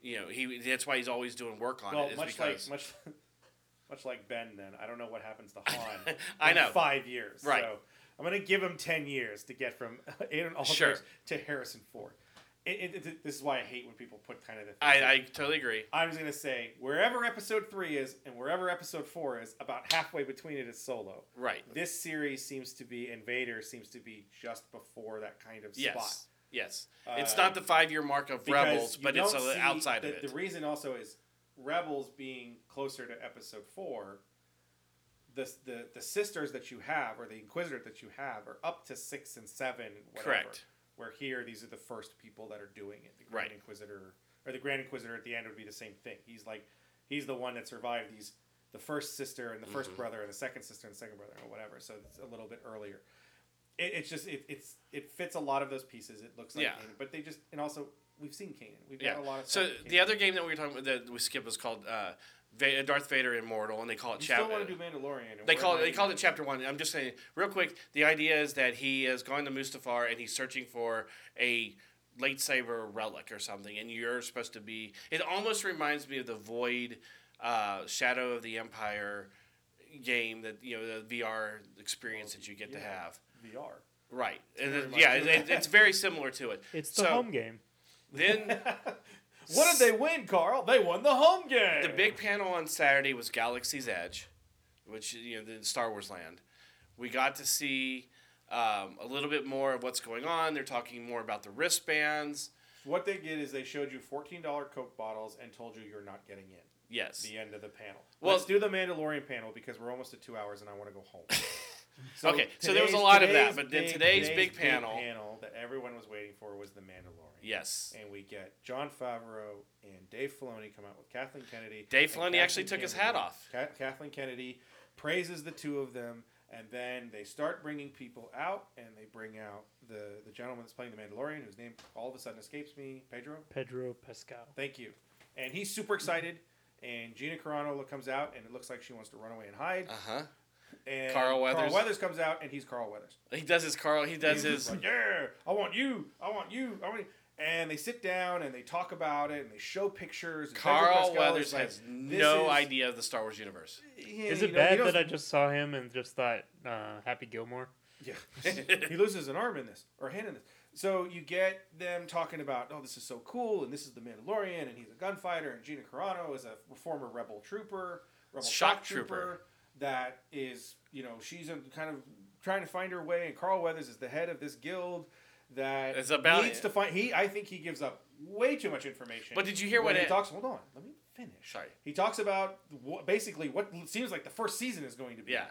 Speaker 7: You know, he that's why he's always doing work on
Speaker 6: well,
Speaker 7: it. Is
Speaker 6: much
Speaker 7: because,
Speaker 6: like much, *laughs* much like Ben. Then I don't know what happens to Han.
Speaker 7: *laughs* I
Speaker 6: in
Speaker 7: know.
Speaker 6: five years.
Speaker 7: Right.
Speaker 6: So I'm gonna give him ten years to get from *laughs* Aiden Alders
Speaker 7: Sure.
Speaker 6: to Harrison Ford. It, it, it, this is why I hate when people put kind of the.
Speaker 7: I, I totally agree.
Speaker 6: I was gonna say wherever episode three is and wherever episode four is, about halfway between it is solo.
Speaker 7: Right.
Speaker 6: This series seems to be Invader seems to be just before that kind of
Speaker 7: Yes.
Speaker 6: spot.
Speaker 7: Yes. it's
Speaker 6: Uh,
Speaker 7: not the five year mark of
Speaker 6: Because
Speaker 7: Rebels,
Speaker 6: you
Speaker 7: but it's
Speaker 6: don't
Speaker 7: a,
Speaker 6: see-
Speaker 7: outside
Speaker 6: the,
Speaker 7: of it.
Speaker 6: The reason also is Rebels being closer to episode four. The, the, the sisters that you have or the inquisitor that you have are up to six and seven whatever.
Speaker 7: Correct.
Speaker 6: where here these are the first people that are doing it the grand
Speaker 7: Right.
Speaker 6: inquisitor or the grand inquisitor at the end would be the same thing he's like he's the one that survived these the first sister and the 1st
Speaker 7: Mm-hmm.
Speaker 6: brother and the second sister and the second brother or whatever so it's a little bit earlier it, it's just it, it's it fits a lot of those pieces it looks like
Speaker 7: Yeah.
Speaker 6: Kanan, but they just and also we've seen Kanan we've
Speaker 7: yeah.
Speaker 6: got a lot of
Speaker 7: so
Speaker 6: stuff with
Speaker 7: the
Speaker 6: Kanan.
Speaker 7: other game that we were talking about that we skipped was called uh, Va- Darth Vader Immortal, and they call it
Speaker 6: you
Speaker 7: Chap- uh,
Speaker 6: still want to do Mandalorian and
Speaker 7: They
Speaker 6: we're
Speaker 7: call it,
Speaker 6: not
Speaker 7: they
Speaker 6: even-
Speaker 7: called it chapter one. I'm just saying, real quick, the idea is that he has gone to Mustafar and he's searching for a lightsaber relic or something, and you're supposed to be. It almost reminds me of the Void, uh, Shadow of the Empire game that you know the VR experience that you get to have.
Speaker 6: VR
Speaker 7: Right. And
Speaker 6: Very
Speaker 7: it-
Speaker 6: much.
Speaker 7: yeah, it, it's very similar to it.
Speaker 8: It's the
Speaker 7: So,
Speaker 8: home game.
Speaker 6: *laughs*
Speaker 7: Then
Speaker 6: What did they win, Carl? They won the home game.
Speaker 7: the big panel on Saturday was Galaxy's Edge, which you know, the Star Wars land. We got to see um, a little bit more of what's going on. They're talking more about the wristbands.
Speaker 6: What they did is they showed you fourteen dollar Coke bottles and told you you're not getting in.
Speaker 7: Yes.
Speaker 6: The end of the panel.
Speaker 7: Well-
Speaker 6: Let's do the Mandalorian panel because we're almost at two hours and I want to go home. So
Speaker 7: *laughs* Okay, so there was a
Speaker 6: today's-
Speaker 7: lot of that,
Speaker 6: today's
Speaker 7: but then today's big panel-
Speaker 6: panel that everyone was waiting for was the Mandalorian.
Speaker 7: Yes.
Speaker 6: and we get John Favreau and Dave Filoni come out with Kathleen Kennedy. And
Speaker 7: Dave Filoni
Speaker 6: Kathleen
Speaker 7: actually took his hat
Speaker 6: Kennedy-
Speaker 7: off.
Speaker 6: Ka- Kathleen Kennedy praises the two of them, and then they start bringing people out, and they bring out the the gentleman that's playing the Mandalorian, whose name all of a sudden escapes me, Pedro.
Speaker 8: Pedro Pascal.
Speaker 6: Thank you. And he's super excited. And Gina Carano lo- comes out, and it looks like she wants to run away and hide.
Speaker 7: Uh huh.
Speaker 6: And
Speaker 7: Carl Weathers.
Speaker 6: Carl Weathers comes out, and he's Carl Weathers.
Speaker 7: He does his Carl. He does
Speaker 6: He's
Speaker 7: his.
Speaker 6: like, yeah, I want you, I want you, I want you. And they sit down and they talk about it and they show pictures. And Pedro
Speaker 7: Carl
Speaker 6: Pascal is
Speaker 7: Weathers
Speaker 6: like,
Speaker 7: has
Speaker 6: "This
Speaker 7: no
Speaker 6: is-
Speaker 7: idea of the Star Wars universe.
Speaker 6: Yeah,
Speaker 8: Is
Speaker 6: you
Speaker 8: it
Speaker 6: know- you
Speaker 8: bad
Speaker 6: know-
Speaker 8: that I just saw him and just thought uh, Happy Gilmore?
Speaker 6: Yeah. *laughs* he loses an arm in this or a hand in this. So you get them talking about, oh, this is so cool, and this is the Mandalorian, and he's a gunfighter, and Gina Carano is a former rebel trooper, rebel
Speaker 7: Shock
Speaker 6: shock, trooper.
Speaker 7: trooper.
Speaker 6: that is, you know, she's a kind of trying to find her way, and Carl Weathers is the head of this guild that
Speaker 7: It's about
Speaker 6: needs
Speaker 7: it.
Speaker 6: to find. He, I think, he gives up way too much information.
Speaker 7: But did you hear
Speaker 6: when
Speaker 7: what
Speaker 6: he
Speaker 7: it-
Speaker 6: talks? Hold on, let me finish.
Speaker 7: Sorry.
Speaker 6: He talks about wha- basically what seems like the first season is going to be
Speaker 7: Yeah.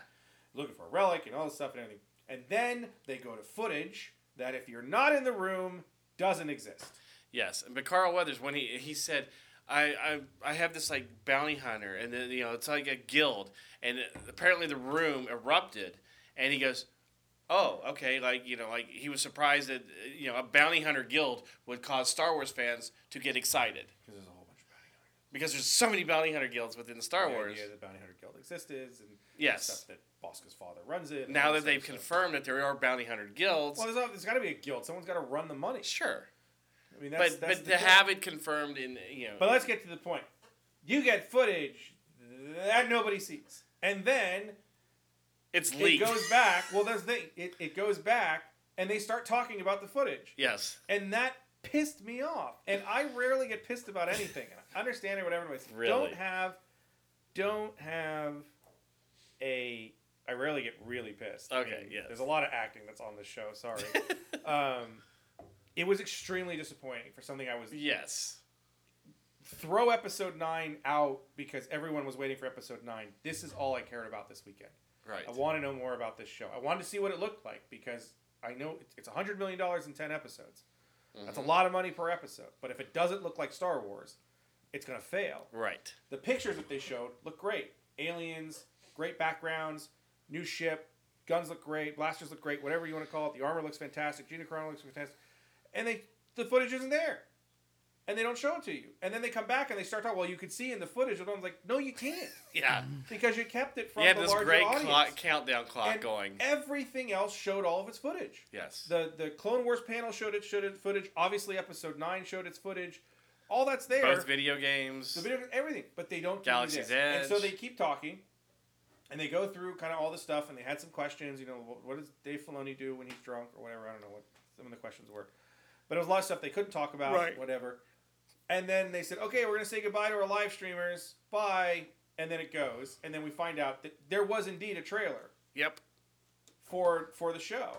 Speaker 6: looking for a relic and all this stuff and everything. And then they go to footage that if you're not in the room, doesn't exist.
Speaker 7: Yes, but Carl Weathers when he he said, I I, I have this like bounty hunter, and then you know it's like a guild, and apparently the room erupted, and he goes, oh okay, like you know like he was surprised that uh, you know a bounty hunter guild would cause Star Wars fans to get excited
Speaker 6: Because there's a whole bunch of bounty hunter.
Speaker 7: because there's so many bounty hunter guilds within the Star
Speaker 6: the
Speaker 7: Wars.
Speaker 6: idea that bounty hunter guild exists and
Speaker 7: Yes.
Speaker 6: stuff that Bosca's father runs it. and all
Speaker 7: Now that
Speaker 6: this
Speaker 7: they've
Speaker 6: other stuff.
Speaker 7: confirmed that there are bounty hunter guilds,
Speaker 6: well, there's, al- there's got to be a guild. Someone's got to run the money.
Speaker 7: sure,
Speaker 6: I mean, that's,
Speaker 7: but
Speaker 6: that's
Speaker 7: but
Speaker 6: the
Speaker 7: to
Speaker 6: thing.
Speaker 7: have it confirmed in you know
Speaker 6: But let's get to the point. You get footage that nobody sees, and then
Speaker 7: it's
Speaker 6: it
Speaker 7: leaked.
Speaker 6: goes back. Well, there's the it, it goes back, and they start talking about the footage. *laughs*
Speaker 7: yes,
Speaker 6: and that pissed me off. And I rarely get pissed about anything. And I understand it, whatever. Everybody's
Speaker 7: Really?
Speaker 6: don't have, don't have a. I rarely get really pissed. I
Speaker 7: Okay, yes.
Speaker 6: There's a lot of acting that's on this show.
Speaker 7: *laughs*
Speaker 6: Sorry. um, it was extremely disappointing for something I was
Speaker 7: yes.
Speaker 6: throw episode nine out because everyone was waiting for episode nine. This is all I cared about this weekend.
Speaker 7: Right.
Speaker 6: I want to know more about this show. I wanted to see what it looked like because I know it's- it's $100 million in 10 episodes. That's a
Speaker 7: Mm-hmm.
Speaker 6: lot of money per episode. But if it doesn't look like Star Wars, it's going to fail.
Speaker 7: Right.
Speaker 6: The pictures that they showed look great. Aliens, great backgrounds, new ship, guns look great, blasters look great, whatever you want to call it. The armor looks fantastic, Gina Carano looks fantastic. And they the footage isn't there. And they don't show it to you. And then they come back and they start talking, well, you could see in the footage. And I'm like, no, you can't.
Speaker 7: Yeah.
Speaker 6: Because you kept it from
Speaker 7: you had
Speaker 6: the
Speaker 7: this
Speaker 6: larger
Speaker 7: great
Speaker 6: audience.
Speaker 7: clock, countdown clock
Speaker 6: And
Speaker 7: going.
Speaker 6: Everything else showed all of its footage.
Speaker 7: Yes.
Speaker 6: The the Clone Wars panel showed it showed its footage. Obviously, Episode Nine showed its footage. All that's there.
Speaker 7: Both video games.
Speaker 6: the video, everything, but they don't.
Speaker 7: Galaxy's
Speaker 6: do this. And so
Speaker 7: Edge.
Speaker 6: they keep talking, and they go through kind of all the stuff, and they had some questions. You know, what, what does Dave Filoni do when he's drunk or whatever? I don't know what some of the questions were, but it was a lot of stuff they couldn't talk about.
Speaker 7: Right.
Speaker 6: Whatever. And then they said, okay, we're gonna say goodbye to our live streamers. Bye. And then it goes, and then we find out that there was indeed a trailer
Speaker 7: yep.
Speaker 6: for for the show.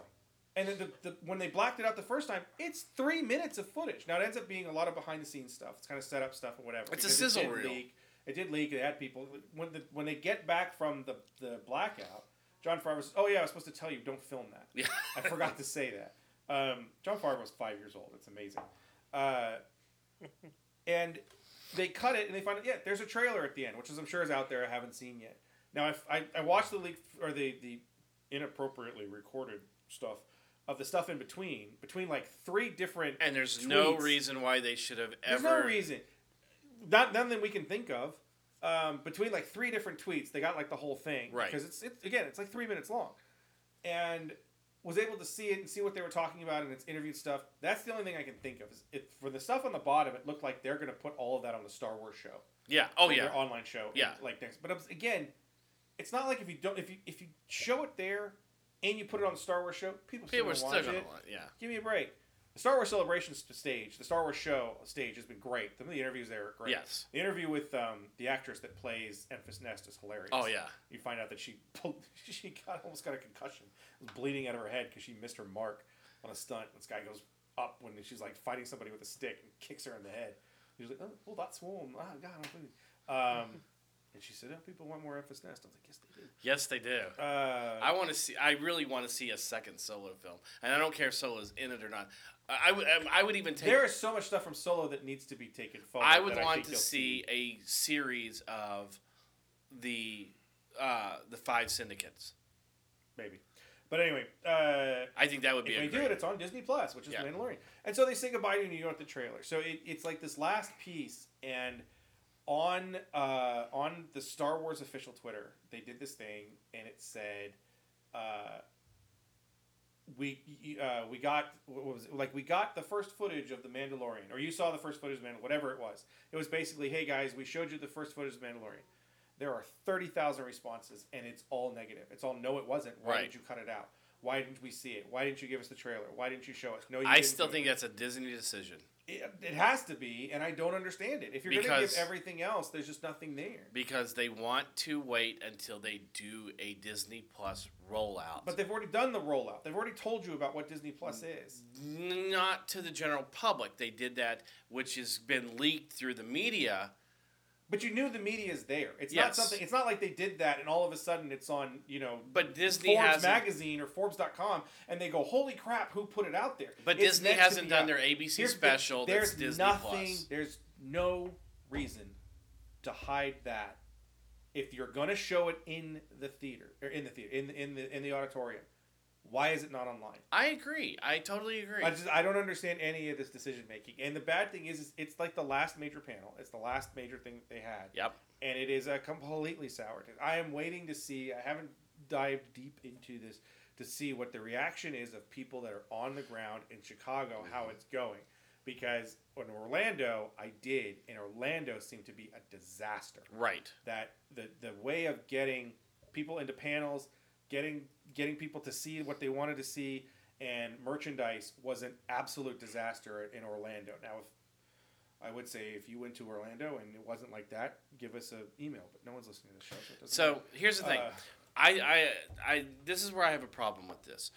Speaker 6: And then the, the, when they blacked it out the first time, it's three minutes of footage. Now it ends up being a lot of behind the scenes stuff. It's kind of set up stuff and whatever.
Speaker 7: It's a
Speaker 6: because it
Speaker 7: sizzle
Speaker 6: did
Speaker 7: reel.
Speaker 6: Leak. It did leak. It had people when the, when they get back from the the blackout. John Favreau says, "Oh yeah, I was supposed to tell you, don't film that.
Speaker 7: Yeah.
Speaker 6: I forgot to say that." Um, John Favreau was five years old. It's amazing. Uh, and they cut it and they find out, yeah, there's a trailer at the end, which is, I'm sure is out there. I haven't seen yet. Now, I, I, I watched the leak or the, the inappropriately recorded stuff of the stuff in between, between like three different.
Speaker 7: And there's no
Speaker 6: tweets.
Speaker 7: reason why they should have
Speaker 6: There's
Speaker 7: ever.
Speaker 6: no reason. Not none that we can think of. Um, between like three different tweets, they got like the whole thing.
Speaker 7: Right.
Speaker 6: Because it's, it's again, it's like three minutes long, and was able to see it and see what they were talking about and it's interviewed stuff. That's the only thing I can think of. Is it for the stuff on the bottom? It looked like they're going to put all of that on the Star Wars show.
Speaker 7: Yeah. Oh
Speaker 6: like
Speaker 7: yeah.
Speaker 6: their online show.
Speaker 7: Yeah.
Speaker 6: like next. But I'm- again, it's not like if you don't if you if you show it there and you put it on the Star Wars show, people still
Speaker 7: People are
Speaker 6: gonna
Speaker 7: still
Speaker 6: watch
Speaker 7: gonna
Speaker 6: it.
Speaker 7: want, yeah.
Speaker 6: Give me a break. The Star Wars Celebration st- stage, the Star Wars show stage, has been great. Some of the interviews there are great.
Speaker 7: Yes.
Speaker 6: The interview with um, the actress that plays Emphas Nest is hilarious.
Speaker 7: Oh, yeah.
Speaker 6: You find out that she *laughs* pulled, she got almost got a concussion, was bleeding out of her head because she missed her mark on a stunt. This guy goes up when she's like fighting somebody with a stick and kicks her in the head. He's like, oh, well, that's warm. Ah, God, I'm bleeding.
Speaker 7: *laughs*
Speaker 6: Um, and she said, oh, people want more Emphas Nest. I was like, yes, they do.
Speaker 7: Yes, they do.
Speaker 6: Uh,
Speaker 7: I want to see. I really want to see a second solo film, and I don't care if Solo's in it or not. I I would. um, I would even take.
Speaker 6: there is so much stuff from Solo that needs to be taken forward.
Speaker 7: I would
Speaker 6: that
Speaker 7: want
Speaker 6: think
Speaker 7: to
Speaker 6: you'll
Speaker 7: see a series of the uh, the five syndicates.
Speaker 6: maybe. But anyway, uh,
Speaker 7: I think that would be
Speaker 6: if
Speaker 7: a
Speaker 6: they do
Speaker 7: great-
Speaker 6: it, it's on Disney Plus, which is
Speaker 7: Yeah.
Speaker 6: Mandalorian. And so they say goodbye to New York the trailer. So it, it's like this last piece, and on uh, on the Star Wars official Twitter, they did this thing, and it said, uh, "We y- uh, we got what was it? like we got the first footage of the Mandalorian, or you saw the first footage of Mandalorian, whatever it was. It was basically, hey guys, we showed you the first footage of Mandalorian." There are thirty thousand responses, and it's all negative. It's all no, it wasn't. Why
Speaker 7: Right.
Speaker 6: did you cut it out? Why didn't we see it? Why didn't you give us the trailer? Why didn't you show us? No, you
Speaker 7: I
Speaker 6: didn't
Speaker 7: still
Speaker 6: do it."
Speaker 7: think that's a Disney decision
Speaker 6: it, it has to be, and I don't understand it. If you're going to give
Speaker 7: Because-
Speaker 6: everything else, there's just nothing there.
Speaker 7: because they want to wait until they do a Disney Plus rollout.
Speaker 6: But they've already done the rollout. They've already told you about what Disney Plus is.
Speaker 7: not to the general public. They did that, which has been leaked through the media.
Speaker 6: But you knew the media is there. It's not
Speaker 7: Yes.
Speaker 6: something. It's not like they did that and all of a sudden it's on you know
Speaker 7: But Disney
Speaker 6: Forbes
Speaker 7: hasn't.
Speaker 6: magazine or Forbes.com and they go, holy crap, who put it out there?
Speaker 7: But
Speaker 6: It's
Speaker 7: Disney
Speaker 6: meant to
Speaker 7: hasn't
Speaker 6: be
Speaker 7: done
Speaker 6: out.
Speaker 7: their ABC
Speaker 6: Here's the-
Speaker 7: special.
Speaker 6: There's
Speaker 7: that's Disney
Speaker 6: nothing.
Speaker 7: Plus.
Speaker 6: There's no reason to hide that. If you're gonna show it in the theater or in the theater in the, in the in the auditorium, why is it not online?
Speaker 7: I agree. I totally agree.
Speaker 6: I just I don't understand any of this decision making. And the bad thing is, is it's like the last major panel. It's the last major thing that they had.
Speaker 7: yep.
Speaker 6: And it is a completely sour. taste. I am waiting to see. I haven't dived deep into this to see what the reaction is of people that are on the ground in Chicago, how it's going. Because in Orlando, I did, and Orlando seemed to be a disaster
Speaker 7: Right.
Speaker 6: that the the way of getting people into panels, getting getting people to see what they wanted to see, and merchandise was an absolute disaster in Orlando. Now, if I would say if you went to Orlando and it wasn't like that, give us an email. But no one's listening to the show, so it doesn't.
Speaker 7: So here's the thing.
Speaker 6: Uh,
Speaker 7: I, I, I, this is where I have a problem with this.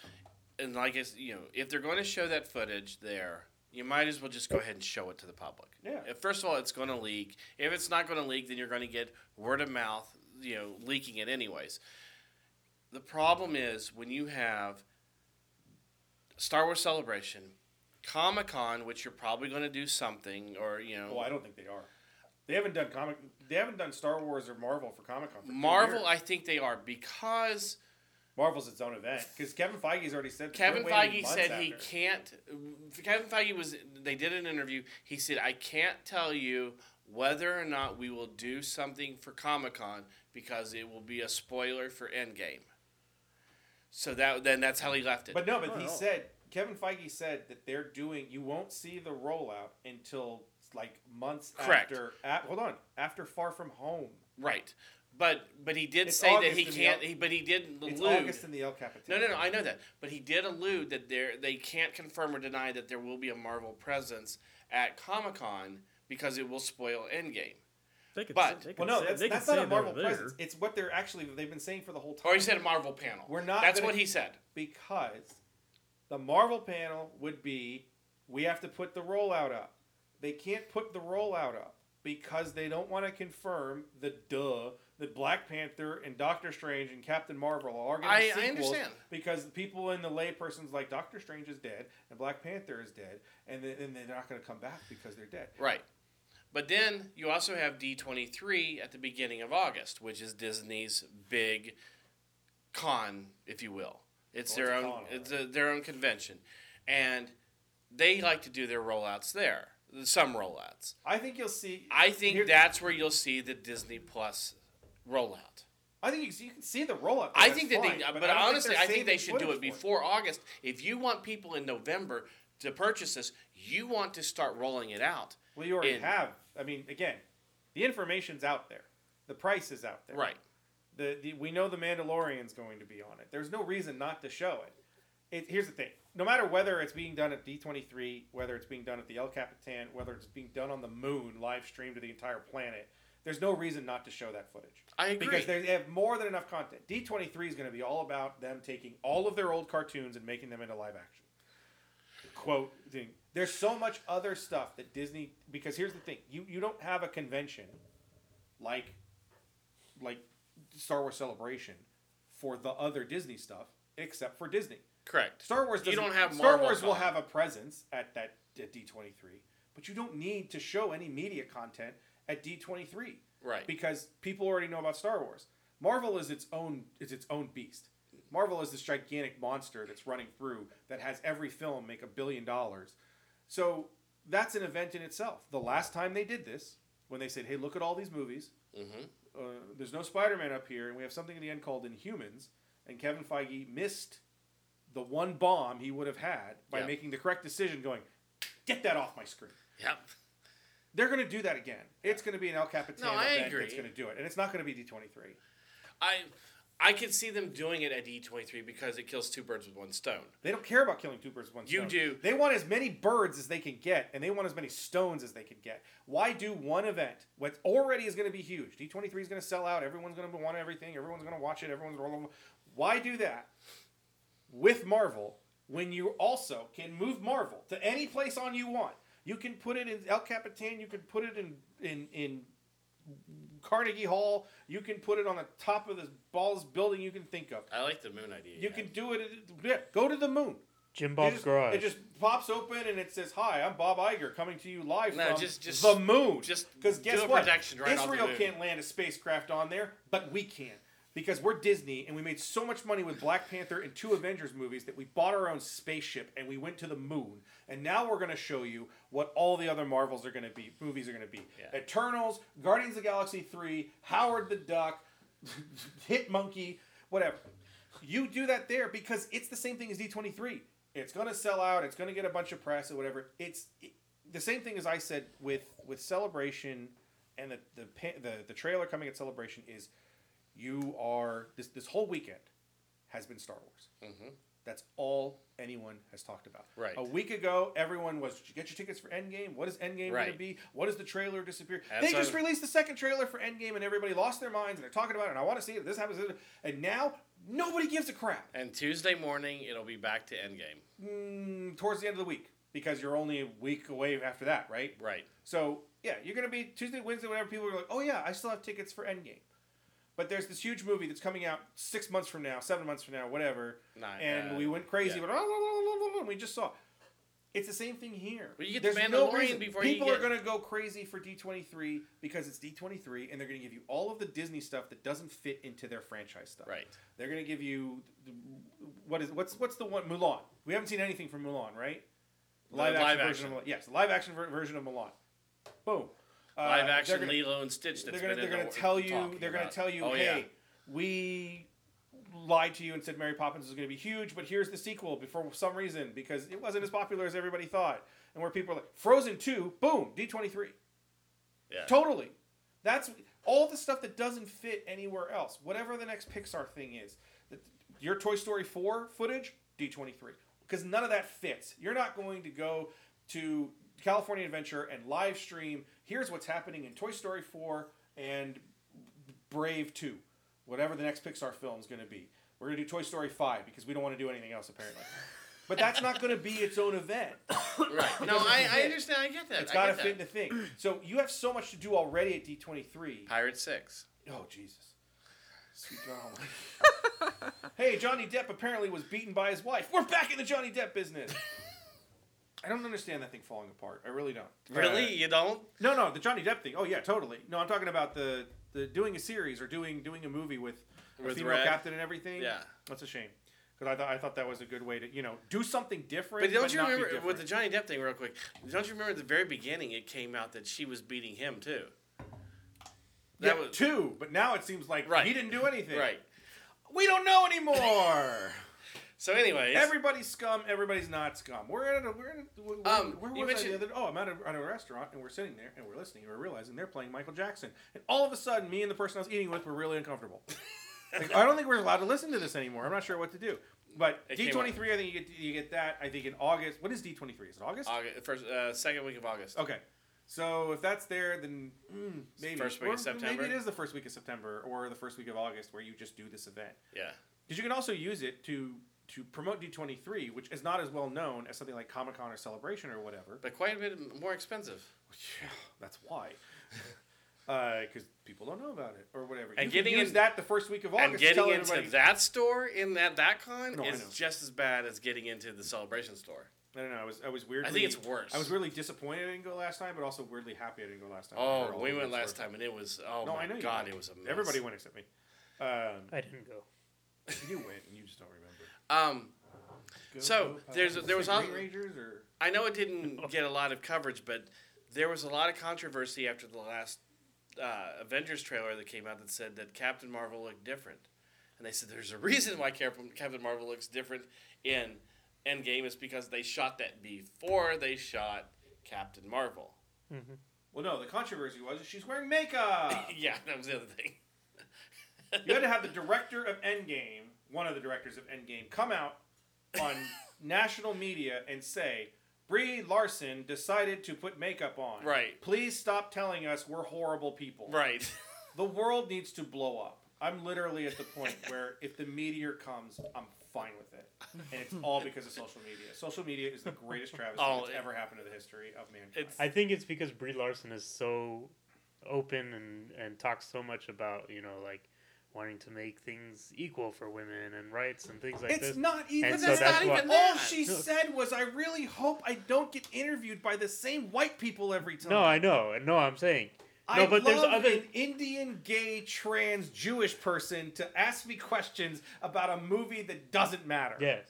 Speaker 7: And like, I s- you know, if they're going to show that footage there, you might as well just go ahead and show it to the public.
Speaker 6: Yeah.
Speaker 7: If- First of all, it's going to leak. If it's not going to leak, then you're going to get word of mouth, you know, leaking it anyways. The problem is when you have Star Wars Celebration, Comic Con, which you're probably going to do something, or you know,
Speaker 6: well, I don't think they are. They haven't done comic. They haven't done Star Wars or Marvel for Comic Con. for two
Speaker 7: Marvel.
Speaker 6: years.
Speaker 7: I think they are because
Speaker 6: Marvel's its own event because Kevin Feige's already said. that
Speaker 7: Kevin
Speaker 6: they're waiting
Speaker 7: Feige
Speaker 6: months
Speaker 7: said he
Speaker 6: after.
Speaker 7: can't. Kevin Feige was. They did an interview. He said, "I can't tell you whether or not we will do something for Comic Con because it will be a spoiler for Endgame." So that then that's how he left it.
Speaker 6: But no, but
Speaker 1: Oh,
Speaker 6: he
Speaker 1: no.
Speaker 6: said Kevin Feige said that they're doing. You won't see the rollout until like months
Speaker 7: Correct.
Speaker 6: after. At, hold on, after Far From Home.
Speaker 7: right, but but he did
Speaker 6: It's
Speaker 7: say
Speaker 6: August
Speaker 7: that he
Speaker 6: in the
Speaker 7: can't.
Speaker 6: Al-
Speaker 7: He, but he did
Speaker 6: It's
Speaker 7: allude.
Speaker 6: August in the El Capitan.
Speaker 7: no, no, no. I know that, but he did allude that there they can't confirm or deny that there will be a Marvel presence at Comic Con because it will spoil Endgame.
Speaker 1: They could,
Speaker 7: But-
Speaker 1: they could
Speaker 6: Well, no,
Speaker 1: say-
Speaker 6: that's,
Speaker 1: they could
Speaker 6: that's not
Speaker 1: say
Speaker 6: a Marvel
Speaker 1: they're there.
Speaker 6: presence. It's what they're actually they've been saying for the whole time.
Speaker 7: Or Oh, he said a Marvel panel.
Speaker 6: We're not
Speaker 7: That's
Speaker 6: gonna-
Speaker 7: what he said.
Speaker 6: because the Marvel panel would be we have to put the rollout up. They can't put the rollout up because they don't want to confirm the duh that Black Panther and Doctor Strange and Captain Marvel are getting
Speaker 7: I- I
Speaker 6: sequels
Speaker 7: understand.
Speaker 6: because the people in the layperson's like Doctor Strange is dead and Black Panther is dead and then and they're not going to come back because they're dead.
Speaker 7: Right. But then you also have D23 at the beginning of August, which is Disney's big con, if you will. It's
Speaker 6: Well,
Speaker 7: their
Speaker 6: it's a con,
Speaker 7: own
Speaker 6: all
Speaker 7: it's a, their own convention. And they like to do their rollouts there. Some rollouts.
Speaker 6: I think you'll see.
Speaker 7: I think
Speaker 6: here-
Speaker 7: that's where you'll see the Disney Plus rollout.
Speaker 6: I think you, see- you can see the rollout.
Speaker 7: I
Speaker 6: Oh, that's
Speaker 7: think that
Speaker 6: fine,
Speaker 7: they, uh, but,
Speaker 6: don't think
Speaker 7: honestly,
Speaker 6: they're
Speaker 7: I think they
Speaker 6: saving
Speaker 7: should do
Speaker 6: footage
Speaker 7: it
Speaker 6: for
Speaker 7: before August. If you want people in November to purchase this, you want to start rolling it out.
Speaker 6: Well, you already
Speaker 7: in-
Speaker 6: have. I mean, again, the information's out there. The price is out there.
Speaker 7: Right.
Speaker 6: The, the we know the Mandalorian's going to be on it. There's no reason not to show it. it here's the thing: no matter whether it's being done at D23, whether it's being done at the El Capitan, whether it's being done on the moon, live streamed to the entire planet, there's no reason not to show that footage.
Speaker 7: I agree.
Speaker 6: Because they have more than enough content. D23 is going to be all about them taking all of their old cartoons and making them into live action. Quote thing. There's so much other stuff that Disney because here's the thing. You you don't have a convention like like Star Wars Celebration for the other Disney stuff except for Disney.
Speaker 7: Correct.
Speaker 6: Star Wars
Speaker 7: You
Speaker 6: doesn't-
Speaker 7: don't have
Speaker 6: Star
Speaker 7: Marvel
Speaker 6: Wars will
Speaker 7: content.
Speaker 6: have a presence at that at D23, but you don't need to show any media content at D23.
Speaker 7: Right.
Speaker 6: Because people already know about Star Wars. Marvel is its own is its own beast. Marvel is this gigantic monster that's running through that has every film make a billion dollars. So that's an event in itself. The last time they did this, when they said, "Hey, look at all these movies.
Speaker 7: Mm-hmm.
Speaker 6: Uh, there's no Spider-Man up here, and we have something at the end called Inhumans." And Kevin Feige missed the one bomb he would have had by
Speaker 7: Yeah.
Speaker 6: making the correct decision, going, "Get that off my screen."
Speaker 7: Yep.
Speaker 6: They're going to do that again. It's going to be an El Capitan
Speaker 7: No, I
Speaker 6: event
Speaker 7: agree.
Speaker 6: that's going to do it, and it's not going to be D23.
Speaker 7: I I could see them doing it at D23 because it kills two birds with one stone.
Speaker 6: They don't care about killing two birds with one
Speaker 7: You
Speaker 6: stone.
Speaker 7: do.
Speaker 6: They want as many birds as they can get, and they want as many stones as they can get. Why do one event? What already is going to be huge. D twenty three is going to sell out. Everyone's going to want everything. Everyone's going to watch it. Everyone's going to. Why do that with Marvel when you also can move Marvel to any place on you want? You can put it in El Capitan. You can put it in in in Carnegie Hall. You can put it on the top of the ballest building you can think of.
Speaker 7: I like the moon idea.
Speaker 6: You
Speaker 7: had.
Speaker 6: can do it. at- Yeah, go to the moon.
Speaker 8: Jim
Speaker 6: It
Speaker 8: Bob's
Speaker 6: just-
Speaker 8: garage.
Speaker 6: It just pops open and it says, "Hi, I'm Bob Iger, coming to you live
Speaker 7: No,
Speaker 6: from
Speaker 7: just- just-
Speaker 6: the moon."
Speaker 7: just
Speaker 6: because
Speaker 7: do
Speaker 6: guess
Speaker 7: a
Speaker 6: what?
Speaker 7: projection right on the
Speaker 6: Israel
Speaker 7: moon.
Speaker 6: can't land a spacecraft on there, but we can because we're Disney and we made so much money with Black Panther and two Avengers movies that we bought our own spaceship and we went to the moon. And now we're going to show you what all the other Marvels are going to be, movies are going to be:
Speaker 7: Yeah.
Speaker 6: Eternals, Guardians of the Galaxy Three, Howard the Duck, *laughs* Hit Monkey, whatever you do that there because it's the same thing as D23. It's going to sell out. It's going to get a bunch of press or whatever. It's it, the same thing as I said with with Celebration and the the pa- the, the trailer coming at Celebration is you are this this whole weekend has been Star Wars. Mm-hmm. That's all anyone has talked about.
Speaker 7: Right.
Speaker 6: A week ago, everyone was, "Did you get your tickets for Endgame? What is Endgame going to
Speaker 7: Right.
Speaker 6: be? What is the trailer disappear?"
Speaker 7: And
Speaker 6: they
Speaker 7: so-
Speaker 6: just released the second trailer for Endgame, and everybody lost their minds, and they're talking about it. And I want to see it. This happens, and now nobody gives a crap
Speaker 7: And Tuesday morning, it'll be back to Endgame.
Speaker 6: mm, towards the end of the week because you're only a week away after that, right?
Speaker 7: Right.
Speaker 6: So yeah, you're gonna be Tuesday, Wednesday, whenever people are like, oh yeah, I still have tickets for Endgame. But there's this huge movie that's coming out six months from now, seven months from now, whatever.
Speaker 7: Nine,
Speaker 6: and
Speaker 7: uh,
Speaker 6: we went crazy,
Speaker 7: yeah.
Speaker 6: but *laughs* and we just saw. It's the same thing here.
Speaker 7: Well, you get
Speaker 6: there's
Speaker 7: the
Speaker 6: no
Speaker 7: Mandalorian
Speaker 6: reason.
Speaker 7: before you
Speaker 6: people
Speaker 7: get-
Speaker 6: are gonna go crazy for D23 because it's D23, and they're gonna give you all of the Disney stuff that doesn't fit into their franchise stuff.
Speaker 7: Right.
Speaker 6: They're gonna give you what is what's what's the one Mulan? We haven't seen anything from Mulan, right? Live,
Speaker 7: live
Speaker 6: action, version
Speaker 7: action.
Speaker 6: of Mulan. Yes, the live action ver- version of Mulan. Boom. Uh,
Speaker 7: Live action
Speaker 6: they're gonna-
Speaker 7: Lilo and Stitch. That's
Speaker 6: They're gonna
Speaker 7: been
Speaker 6: they're
Speaker 7: in the
Speaker 6: gonna
Speaker 7: wor-
Speaker 6: tell you
Speaker 7: talking
Speaker 6: they're gonna
Speaker 7: about.
Speaker 6: tell you
Speaker 7: Oh,
Speaker 6: hey
Speaker 7: yeah.
Speaker 6: we lied to you and said Mary Poppins is gonna be huge, but here's the sequel. But for some reason, because it wasn't as popular as everybody thought, and where people are like Frozen Two, boom, D twenty three.
Speaker 7: Yeah.
Speaker 6: Totally. That's all the stuff that doesn't fit anywhere else. Whatever the next Pixar thing is, The- your Toy Story 4 footage, D23, because none of that fits. You're not going to go to California Adventure and live stream. Here's what's happening in Toy Story 4 and Brave 2, whatever the next Pixar film is going to be. We're going to do Toy Story 5 because we don't want to do anything else apparently. But that's not going to be its own
Speaker 7: *coughs*
Speaker 6: event. *laughs*
Speaker 7: Right. No, I, I understand. I get that.
Speaker 6: It's
Speaker 7: I
Speaker 6: got to
Speaker 7: get that.
Speaker 6: fit in the thing. So you have so much to do already at D23.
Speaker 7: Pirate Six.
Speaker 6: Oh Jesus. Sweet God Almighty.
Speaker 7: *laughs*
Speaker 6: hey, Johnny Depp apparently was beaten by his wife. We're back in the Johnny Depp business. I don't understand that thing falling apart. I really don't.
Speaker 7: Really?
Speaker 6: Uh,
Speaker 7: you don't?
Speaker 6: no, no, the Johnny Depp thing. Oh yeah, totally. No, I'm talking about the the doing a series or doing doing a movie with a
Speaker 7: With
Speaker 6: female
Speaker 7: Red?
Speaker 6: captain and everything.
Speaker 7: Yeah.
Speaker 6: that's a shame. Because I thought I thought that was a good way to you know do something different.
Speaker 7: But don't you
Speaker 6: not be
Speaker 7: remember
Speaker 6: different.
Speaker 7: with the Johnny Depp thing, real quick? Don't you remember at the very beginning it came out that she was beating him too? That
Speaker 6: yeah,
Speaker 7: was
Speaker 6: two? But now it seems like
Speaker 7: Right.
Speaker 6: he didn't do anything.
Speaker 7: right. *laughs*
Speaker 6: We don't know anymore.
Speaker 7: So, anyways,
Speaker 6: Everybody's scum. Everybody's not scum. We're at a we're at a, where,
Speaker 7: Um,
Speaker 6: where was
Speaker 7: you
Speaker 6: I the
Speaker 7: mentioned-
Speaker 6: other? Oh, I'm at a, at a restaurant and we're sitting there and we're listening and we're realizing they're playing Michael Jackson. And all of a sudden, me and the person I was eating with were really
Speaker 7: *laughs*
Speaker 6: uncomfortable. like, I don't think we're allowed to listen to this anymore. I'm not sure what to do. But
Speaker 7: It came
Speaker 6: D23, I think you get you get that. I think in August. What is D23? Is it August?
Speaker 7: August, first, uh, second week of August.
Speaker 6: Okay. So if that's there, then mm, maybe
Speaker 7: First week of
Speaker 6: Or
Speaker 7: September?
Speaker 6: Maybe it is the first week of September or the first week of August where you just do this event
Speaker 7: Yeah.
Speaker 6: because you can also use it to to promote D23, which is not as well known as something like Comic Con or Celebration or whatever.
Speaker 7: But quite a bit more expensive.
Speaker 6: *laughs* Yeah, that's why. *laughs* Because people don't know about it or whatever.
Speaker 7: And
Speaker 6: you
Speaker 7: getting
Speaker 6: can use
Speaker 7: in-
Speaker 6: that the first week of August.
Speaker 7: and
Speaker 6: to tell
Speaker 7: getting into
Speaker 6: everybody,
Speaker 7: that store in that that con
Speaker 6: No, I
Speaker 7: is
Speaker 6: know.
Speaker 7: just as bad as getting into the celebration store.
Speaker 6: I don't know. I was I was weirdly.
Speaker 7: think it's worse.
Speaker 6: I was really disappointed I didn't go last time, but also weirdly happy I didn't go last time. I heard
Speaker 7: Oh,
Speaker 6: all
Speaker 7: we
Speaker 6: the
Speaker 7: went
Speaker 6: good
Speaker 7: last
Speaker 6: stories.
Speaker 7: time and it was oh
Speaker 6: No,
Speaker 7: my
Speaker 6: I know. you
Speaker 7: god,
Speaker 6: went.
Speaker 7: it was a mess.
Speaker 6: Everybody went except me. Um, *laughs*
Speaker 8: I didn't go.
Speaker 6: you went and you just don't remember.
Speaker 7: Um,
Speaker 6: Go,
Speaker 7: So,
Speaker 6: go,
Speaker 7: there's-
Speaker 6: Pirates.
Speaker 7: there was
Speaker 6: Like
Speaker 7: also-
Speaker 6: Green Rangers or
Speaker 7: I know it didn't get a lot of coverage, but there was a lot of controversy after the last uh, Avengers trailer that came out that said that Captain Marvel looked different, and they said there's a reason why Cap- Captain Marvel looks different in Endgame is because they shot that before they shot Captain Marvel.
Speaker 6: well, no. The controversy was she's wearing makeup.
Speaker 7: *laughs* yeah, that was the other thing.
Speaker 6: You had to have the director of Endgame, one of the directors of Endgame, come out
Speaker 7: *laughs*
Speaker 6: on national media and say, Brie Larson decided to put makeup on.
Speaker 7: Right.
Speaker 6: Please stop telling us we're horrible people.
Speaker 7: Right.
Speaker 6: The world needs to blow up. I'm literally at the
Speaker 7: *laughs*
Speaker 6: point where if the meteor comes, I'm fine with it. And it's all because of social media. Social media is the greatest travesty
Speaker 7: Oh,
Speaker 6: that's
Speaker 7: it-
Speaker 6: ever happened to the history of mankind.
Speaker 7: It's
Speaker 8: I think it's because Brie Larson is so open and and talks so much about you know like wanting to make things equal for women and rights and things like
Speaker 6: it's
Speaker 8: this.
Speaker 6: not even
Speaker 8: And so
Speaker 6: that's
Speaker 8: that's
Speaker 6: not even
Speaker 8: why-
Speaker 6: all
Speaker 7: that.
Speaker 6: she
Speaker 8: No.
Speaker 6: said was I really hope I don't get interviewed by the same white people every time.
Speaker 8: no, I know, no, I'm saying
Speaker 6: I
Speaker 8: no, but there's
Speaker 6: love
Speaker 8: other.
Speaker 6: an Indian gay trans Jewish person to ask me questions about a movie that doesn't matter.
Speaker 8: Yes,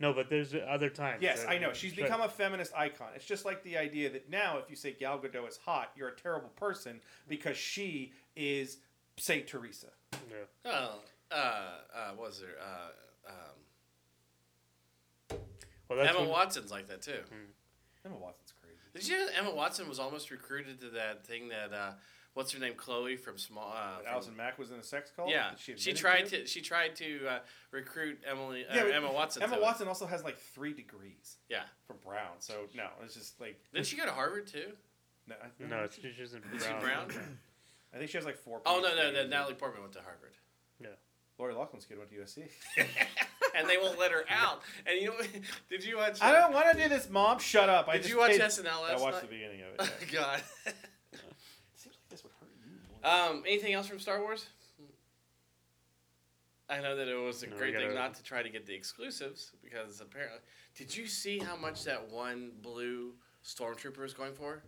Speaker 8: no, but there's other times.
Speaker 6: Yes,
Speaker 8: that-
Speaker 6: I know. She's
Speaker 8: Sure.
Speaker 6: become a feminist icon. It's just like the idea that now if you say Gal Gadot is hot, you're a terrible person because she is Saint Teresa.
Speaker 8: Yeah.
Speaker 7: *laughs* oh, uh, uh, what was there? Uh, um,
Speaker 8: Well, that's
Speaker 7: Emma
Speaker 8: when-
Speaker 7: Watson's like that too.
Speaker 6: Emma Watson's crazy.
Speaker 7: Did you know that Emma Watson was almost recruited to that thing that uh, what's her name, Chloe from Small? Uh, from-
Speaker 6: Allison Mack was in a sex cult.
Speaker 7: yeah,
Speaker 6: that
Speaker 7: she,
Speaker 6: admitted
Speaker 7: tried to. She tried to uh, recruit Emily uh,
Speaker 6: but
Speaker 7: Emma Watson.
Speaker 6: Emma
Speaker 7: to it.
Speaker 6: Watson also has like three degrees
Speaker 7: Yeah.
Speaker 6: from Brown, so no, it's just like
Speaker 7: Didn't she go to
Speaker 6: *laughs*
Speaker 7: Harvard too?
Speaker 6: no. I-
Speaker 8: No, it's she's just in
Speaker 7: Is she
Speaker 8: brown.
Speaker 7: Brown?
Speaker 6: I think she has like four.
Speaker 7: oh no, no,
Speaker 6: PhDs.
Speaker 7: no. Natalie Portman went
Speaker 6: *laughs*
Speaker 7: to Harvard,
Speaker 6: Lori Loughlin's kid went to
Speaker 7: *laughs*
Speaker 6: USC.
Speaker 7: and they won't let her out. And you know, *laughs* did you watch?
Speaker 6: I don't want to do this, Mom. Shut up. I
Speaker 7: Did
Speaker 6: just
Speaker 7: you watch
Speaker 6: paid-
Speaker 7: SNL last
Speaker 6: I watched
Speaker 7: night?
Speaker 6: the beginning
Speaker 7: *laughs*
Speaker 6: of it.
Speaker 7: Oh,
Speaker 6: yeah.
Speaker 7: God.
Speaker 6: Seems like this would hurt you. more.
Speaker 7: Um, anything else from Star Wars? I know that it was a
Speaker 8: No, we
Speaker 7: great thing
Speaker 8: gotta-
Speaker 7: not to try to get the exclusives because apparently, did you see how much that one blue stormtrooper is going for?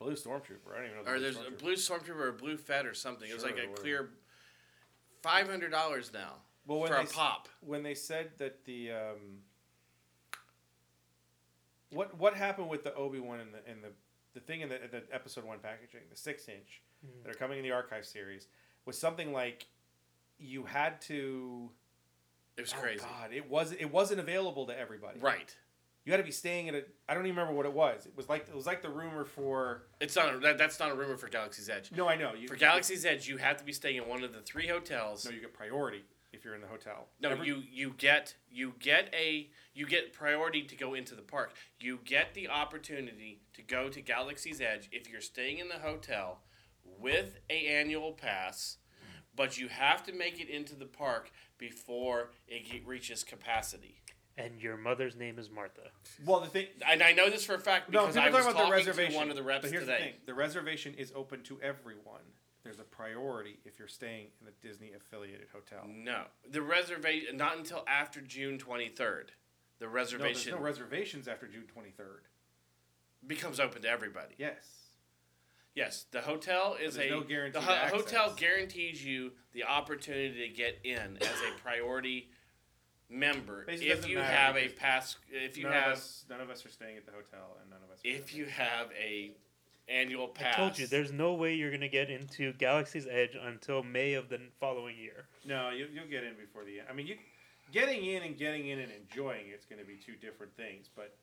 Speaker 6: Blue Stormtrooper. I don't even know. the
Speaker 7: Or
Speaker 6: Blue
Speaker 7: there's a
Speaker 6: Stormtrooper.
Speaker 7: blue stormtrooper or a blue fed or something. It was
Speaker 6: Sure,
Speaker 7: like a
Speaker 6: whatever.
Speaker 7: clear five hundred dollars now
Speaker 6: Well, when
Speaker 7: for
Speaker 6: they
Speaker 7: a
Speaker 6: s-
Speaker 7: pop.
Speaker 6: When they said that the um, what what happened with the Obi Wan and the and the the thing in the, the episode one packaging, the six inch that are coming in the archive series, was something like you had to.
Speaker 7: It was
Speaker 6: oh,
Speaker 7: crazy,
Speaker 6: God, it was it wasn't available to everybody.
Speaker 7: right?
Speaker 6: You had to be staying at a. I don't even remember what it was. It was like it was like the rumor for.
Speaker 7: It's not a, that, that's not a rumor for Galaxy's Edge.
Speaker 6: No, I know. You,
Speaker 7: For Galaxy's Edge, you have to be staying in one of the three hotels.
Speaker 6: No, you get priority if you're in the hotel.
Speaker 7: No,
Speaker 6: Every-
Speaker 7: you you get you get a you get priority to go into the park. You get the opportunity to go to Galaxy's Edge if you're staying in the hotel with a annual pass, but you have to make it into the park before it ge- reaches capacity.
Speaker 8: And your mother's name is Martha.
Speaker 6: Well, the thing.
Speaker 7: And I know this for a fact
Speaker 6: No, people
Speaker 7: because I
Speaker 6: are
Speaker 7: was
Speaker 6: talking about
Speaker 7: talking
Speaker 6: the reservation.
Speaker 7: to one of the reps
Speaker 6: but here's the
Speaker 7: today.
Speaker 6: thing: the reservation is open to everyone. There's a priority if you're staying in a Disney affiliated hotel. No,
Speaker 7: No, the reservation not until after June 23rd. The
Speaker 6: there's
Speaker 7: reservation
Speaker 6: no reservations after June 23rd.
Speaker 7: becomes open to everybody.
Speaker 6: Yes.
Speaker 7: Yes, the hotel is
Speaker 6: There's
Speaker 7: a
Speaker 6: no guaranteed
Speaker 7: the ho-
Speaker 6: access.
Speaker 7: hotel guarantees you the opportunity to get in as a priority member
Speaker 6: Basically,
Speaker 7: if
Speaker 6: doesn't
Speaker 7: you
Speaker 6: matter
Speaker 7: have a
Speaker 6: because
Speaker 7: pass if you
Speaker 6: none
Speaker 7: have
Speaker 6: of us, none of us are staying at the hotel, and none of us. Are
Speaker 7: if
Speaker 6: staying
Speaker 7: you
Speaker 6: at-
Speaker 7: have a annual
Speaker 8: I
Speaker 7: pass.
Speaker 8: told you, there's no way you're gonna get into Galaxy's Edge until May of the following year.
Speaker 6: no, you, you'll get in before the end. I mean, you. getting in and getting in and enjoying it's going to be two different things, but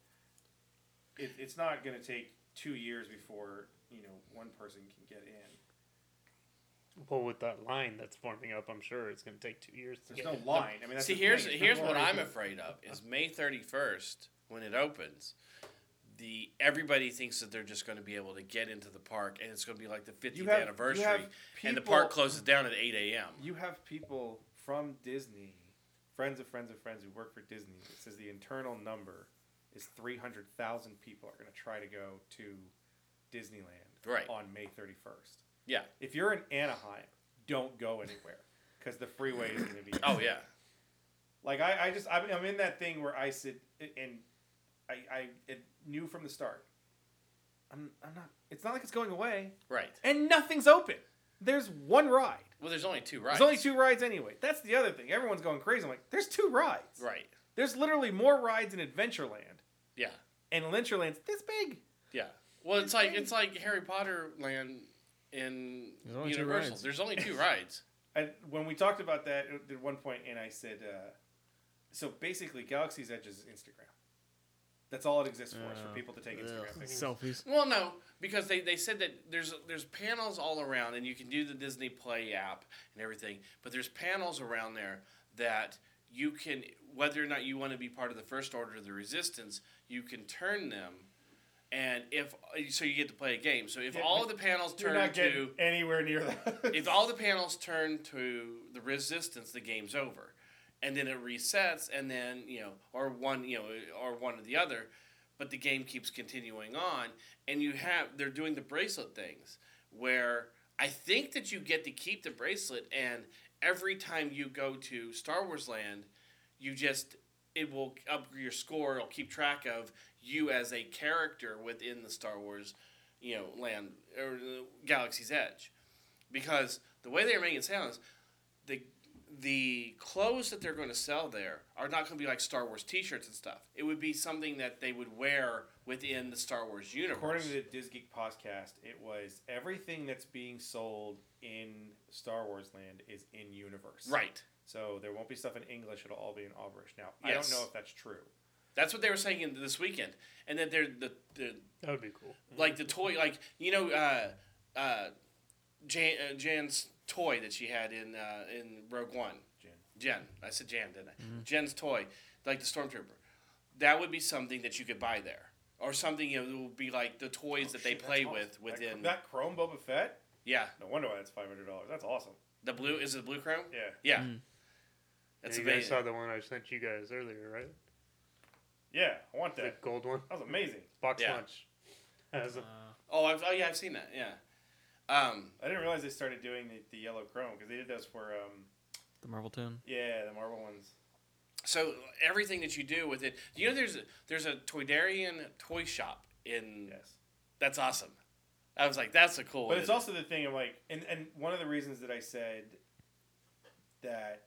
Speaker 6: it, it's not going to take two years before you know one person can get in.
Speaker 8: Well, with that line that's forming up, I'm sure it's going to take two years to
Speaker 6: There's
Speaker 8: get
Speaker 6: no line. I mean, that's
Speaker 7: See,
Speaker 6: the
Speaker 7: here's
Speaker 6: thing.
Speaker 7: here's
Speaker 6: There's
Speaker 7: what
Speaker 6: no
Speaker 7: I'm
Speaker 6: line.
Speaker 7: afraid of is May 31st when it opens. The everybody thinks that they're just going to be able to get into the park, and it's going to be like the 50th
Speaker 6: have- you
Speaker 7: anniversary,
Speaker 6: have
Speaker 7: and the
Speaker 6: people-
Speaker 7: park closes down at 8 a.m.
Speaker 6: You have people from Disney, friends of friends of friends who work for Disney. It says the internal number is three hundred thousand people are going to try to go to Disneyland
Speaker 7: Right.
Speaker 6: on May thirty first.
Speaker 7: Yeah.
Speaker 6: If you're in Anaheim, don't go anywhere because the freeway is going to be.
Speaker 7: *clears throat* Oh yeah.
Speaker 6: Like I, I just I'm, I'm in that thing where I sit and I, I it knew from the start. I'm, I'm not. It's not like it's going away,
Speaker 7: Right.
Speaker 6: and nothing's open. There's one ride.
Speaker 7: Well, there's only two rides.
Speaker 6: There's only two rides anyway. That's the other thing. Everyone's going crazy. I'm like, there's two rides.
Speaker 7: Right.
Speaker 6: There's literally more rides in Adventureland,
Speaker 7: Yeah.
Speaker 6: and Adventureland's this big.
Speaker 7: Yeah. Well, it's like it's like Harry Potter Land in
Speaker 1: There's only two
Speaker 7: Universal.
Speaker 1: rides.
Speaker 7: There's
Speaker 1: *laughs*
Speaker 7: only two rides.
Speaker 6: And when we talked about that uh, at one point, and I said, uh, so basically, Galaxy's Edge is Instagram. That's all it exists for, is for
Speaker 1: Oh.
Speaker 6: people to take Instagram pictures.
Speaker 1: Selfies.
Speaker 7: Well, no, because they, they said that there's there's panels all around, and you can do the Disney Play app and everything. But there's panels around there that you can, whether or not you want to be part of the First Order of the Resistance, you can turn them, and if so, you get to play a game. So if
Speaker 6: Yeah,
Speaker 7: all
Speaker 6: but
Speaker 7: of the panels
Speaker 6: You're
Speaker 7: turn
Speaker 6: not
Speaker 7: to
Speaker 6: getting anywhere near that.
Speaker 7: *laughs*
Speaker 6: *laughs*
Speaker 7: if all the panels turn to the resistance, the game's over, and then it resets, and then you know, or one, you know, or one or the other, but the game keeps continuing on, and you have they're doing the bracelet things where I think that you get to keep the bracelet, and every time you go to Star Wars Land, you just it will up your score. It'll keep track of you as a character within the Star Wars, you know, land or uh, Galaxy's Edge because the way they're making it sound is the the clothes that they're going to sell there are not going to be like Star Wars T-shirts and stuff. It would be something that they would wear within the Star Wars universe.
Speaker 6: According to the Disgeek podcast, it was everything that's being sold in Star Wars land is in universe.
Speaker 7: right,
Speaker 6: So there won't be stuff in English. It'll all be in Auberish. Now I
Speaker 7: Yes.
Speaker 6: don't know if that's true.
Speaker 7: that's what they were saying in this weekend, and that they're the, the
Speaker 8: That would be cool.
Speaker 7: like the toy, like you know, uh, uh, Jan, uh, Jan's toy that she had in uh, in Rogue One.
Speaker 6: Jan.
Speaker 7: Jen, I said Jan, didn't I? Jen's toy, like the stormtrooper. That would be something that you could buy there, or something you know that would be like the toys that they
Speaker 6: Oh, Shit, that's
Speaker 7: play
Speaker 6: awesome.
Speaker 7: with within.
Speaker 6: that, that Chrome Boba Fett.
Speaker 7: yeah,
Speaker 6: No wonder why that's five hundred dollars. That's awesome.
Speaker 7: the blue is it the blue chrome?
Speaker 6: Yeah.
Speaker 7: Yeah,
Speaker 1: Mm.
Speaker 7: that's
Speaker 8: you guys
Speaker 7: amazing.
Speaker 8: saw the one I sent you guys earlier, right?
Speaker 6: Yeah, I want
Speaker 8: The
Speaker 6: that.
Speaker 8: gold one,
Speaker 6: That was amazing.
Speaker 8: box
Speaker 7: Yeah.
Speaker 8: lunch. That was a-
Speaker 1: Uh,
Speaker 7: Oh, I've, oh yeah, I've seen that. Yeah, um,
Speaker 6: I didn't realize they started doing the, the yellow Chrome because they did those for um
Speaker 1: The Marvel Town.
Speaker 6: yeah the Marvel ones.
Speaker 7: so everything that you do with it, you know, there's a, there's a Toydarian toy shop in.
Speaker 6: Yes.
Speaker 7: That's awesome. I was like, that's a cool.
Speaker 6: But
Speaker 7: one,
Speaker 6: it's
Speaker 7: isn't Mm. it?
Speaker 6: also the thing of like, and, and one of the reasons that I said that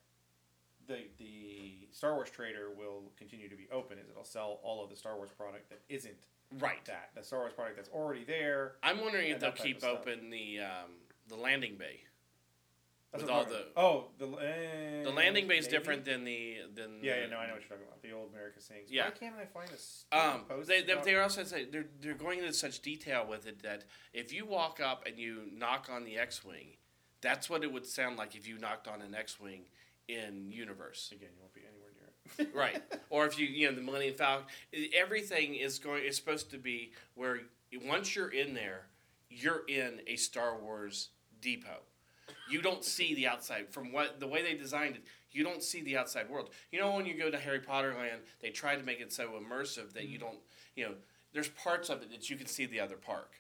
Speaker 6: the the Star Wars trader will continue to be open is it'll sell all of the Star Wars product that isn't
Speaker 7: right.
Speaker 6: that the Star Wars product that's already there.
Speaker 7: I'm wondering
Speaker 6: Yeah,
Speaker 7: if they'll
Speaker 6: that type of
Speaker 7: keep
Speaker 6: stuff.
Speaker 7: open the um, the landing bay.
Speaker 6: That's
Speaker 7: With
Speaker 6: what
Speaker 7: all
Speaker 6: I'm talking
Speaker 7: the-
Speaker 6: about. oh the
Speaker 7: The landing bay is
Speaker 6: maybe?
Speaker 7: different than the than.
Speaker 6: Yeah,
Speaker 7: the-
Speaker 6: yeah, no, I know what you're talking about. The old America sayings.
Speaker 7: Yeah.
Speaker 6: Why can't I find a stupid
Speaker 7: Um,
Speaker 6: post
Speaker 7: they, they,
Speaker 6: about-
Speaker 7: they're also say they're, they're going into such detail with it that if you walk up and you knock on the X-wing, that's what it would sound like if you knocked on an X-wing in universe,
Speaker 6: again? You won't be anywhere near it. *laughs*
Speaker 7: right? or if you you know the Millennium Falcon, i- everything is going is supposed to be where once you're in there, you're in a Star Wars depot. You don't see the outside from what the way they designed it. You don't see the outside world. You know when you go to Harry Potter Land, they try to make it so immersive that you don't, you know, there's parts of it that you can see the other park.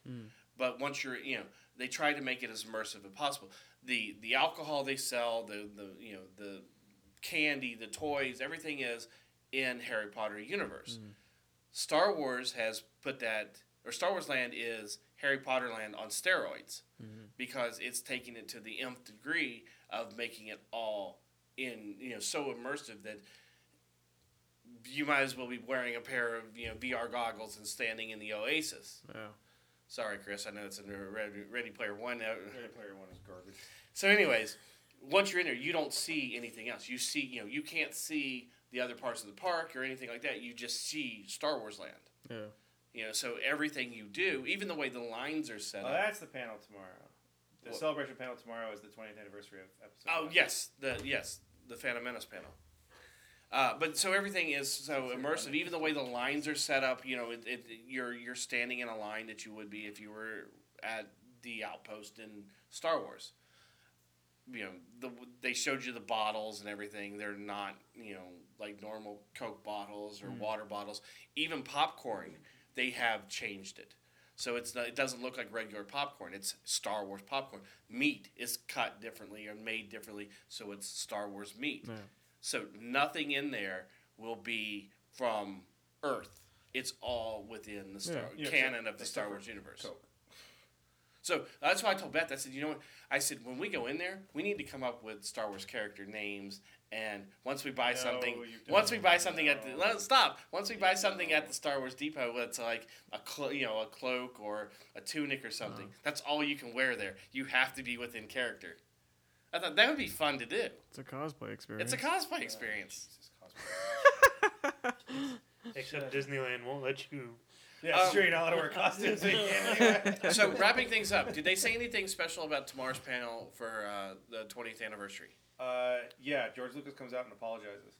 Speaker 7: But once you're, you know, they try to make it as immersive as possible. The the alcohol they sell, the the you know the candy, the toys, everything is in Harry Potter universe. Star Wars has put that, or Star Wars Land is Harry Potter Land on steroids because it's taking it to the nth degree of making it all in, you know, so immersive that you might as well be wearing a pair of, you know, VR goggles and standing in the oasis.
Speaker 1: Yeah.
Speaker 7: Sorry, Chris, I know it's a Ready Player One. uh,
Speaker 6: Ready Player One is garbage.
Speaker 7: so, anyways, once you're in there, you don't see anything else. You see, you know, you can't see the other parts of the park or anything like that. You just see Star Wars Land.
Speaker 1: Yeah.
Speaker 7: You know, so everything you do, even the way the lines are set
Speaker 6: Oh,
Speaker 7: up.
Speaker 6: that's the panel tomorrow. The
Speaker 7: uh, What?
Speaker 6: celebration panel tomorrow is the 20th anniversary of episode.
Speaker 7: Oh
Speaker 6: one.
Speaker 7: yes, the yes, the Phantom Menace panel. Uh, but so everything is so immersive. Even the way the lines are set up, you know, it, it, you're you're standing in a line that you would be if you were at the outpost in Star Wars. You know, the, they showed you the bottles and everything. They're not you know like normal Coke bottles or water bottles. Even popcorn, they have changed it. So it's not, it doesn't look like regular popcorn. It's Star Wars popcorn. Meat is cut differently or made differently, so it's Star Wars meat. So nothing in there will be from Earth. It's all within the Star
Speaker 6: Yeah,
Speaker 7: canon
Speaker 6: except-
Speaker 7: of the
Speaker 6: except
Speaker 7: Star
Speaker 6: for
Speaker 7: Wars universe.
Speaker 6: Coke.
Speaker 7: So that's why I told Beth. I said, you know what? I said when we go in there, we need to come up with Star Wars character names. And once we buy
Speaker 6: No,
Speaker 7: something,
Speaker 6: you don't.
Speaker 7: once we buy something at the
Speaker 6: No.
Speaker 7: let- stop. Once we buy something at the Star Wars Depot, that's like a clo- you know a cloak or a tunic or something. That's all you can wear there. You have to be within character. I thought that would be fun to do.
Speaker 1: It's a cosplay experience.
Speaker 7: It's
Speaker 6: *laughs*
Speaker 7: *laughs* a cosplay experience.
Speaker 6: Jesus, cosplay. Oh,
Speaker 8: Except Disneyland won't let you.
Speaker 6: *laughs* Yeah,
Speaker 7: Um,
Speaker 6: sure, you're not allowed to wear costumes. but you
Speaker 7: *laughs*
Speaker 6: can anyway.
Speaker 7: so wrapping things up, did they say anything special about tomorrow's panel for uh, the 20th anniversary? *laughs*
Speaker 6: uh, yeah, George Lucas comes out and apologizes.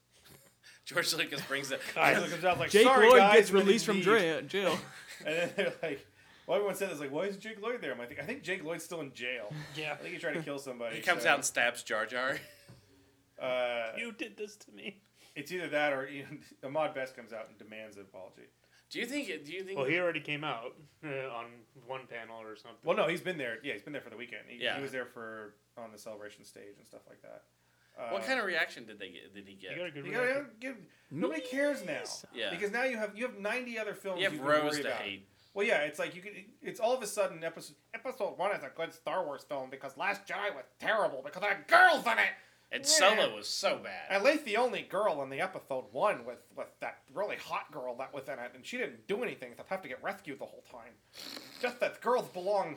Speaker 7: George Lucas brings the
Speaker 6: George Lucas comes out like,
Speaker 1: Jake
Speaker 6: sorry
Speaker 1: Lloyd
Speaker 6: guys,
Speaker 1: gets
Speaker 6: we didn't
Speaker 1: released from
Speaker 6: need-
Speaker 1: dra- jail.
Speaker 6: And then they're like, well, everyone said this, like, why isn't Jake Lloyd there? I'm like, I think Jake Lloyd's still in jail.
Speaker 8: Yeah.
Speaker 6: I think *laughs* he tried to kill somebody.
Speaker 7: he comes
Speaker 6: so,
Speaker 7: out and stabs Jar Jar. *laughs*
Speaker 6: Uh,
Speaker 8: You did this to me.
Speaker 6: it's either that or you know, *laughs* Ahmad Best comes out and demands an apology.
Speaker 7: Do you think? Do you think?
Speaker 8: Well, he already came out uh, on one panel or something.
Speaker 6: Well, no, he's been there. Yeah, he's been there for the weekend. He,
Speaker 7: Yeah.
Speaker 6: he was there for on the celebration stage and stuff like that. Uh,
Speaker 7: what kind of reaction did they get? Did he
Speaker 8: You got a
Speaker 7: get?
Speaker 8: good
Speaker 6: You gotta
Speaker 8: reaction.
Speaker 6: give, *laughs* nobody cares now.
Speaker 7: Yeah.
Speaker 6: Because now you have you have ninety other films.
Speaker 7: You have
Speaker 6: can
Speaker 7: Rose
Speaker 6: worry
Speaker 7: to
Speaker 6: about.
Speaker 7: hate.
Speaker 6: Well, yeah, it's like you can. It's all of a sudden episode episode one is a good Star Wars film because Last Jedi was terrible because I had girls in it.
Speaker 7: And
Speaker 6: Yeah.
Speaker 7: Solo was so bad.
Speaker 6: At least the only girl in the episode one with with that really hot girl that was in it, and she didn't do anything except have to get rescued the whole time. Just that girls belong.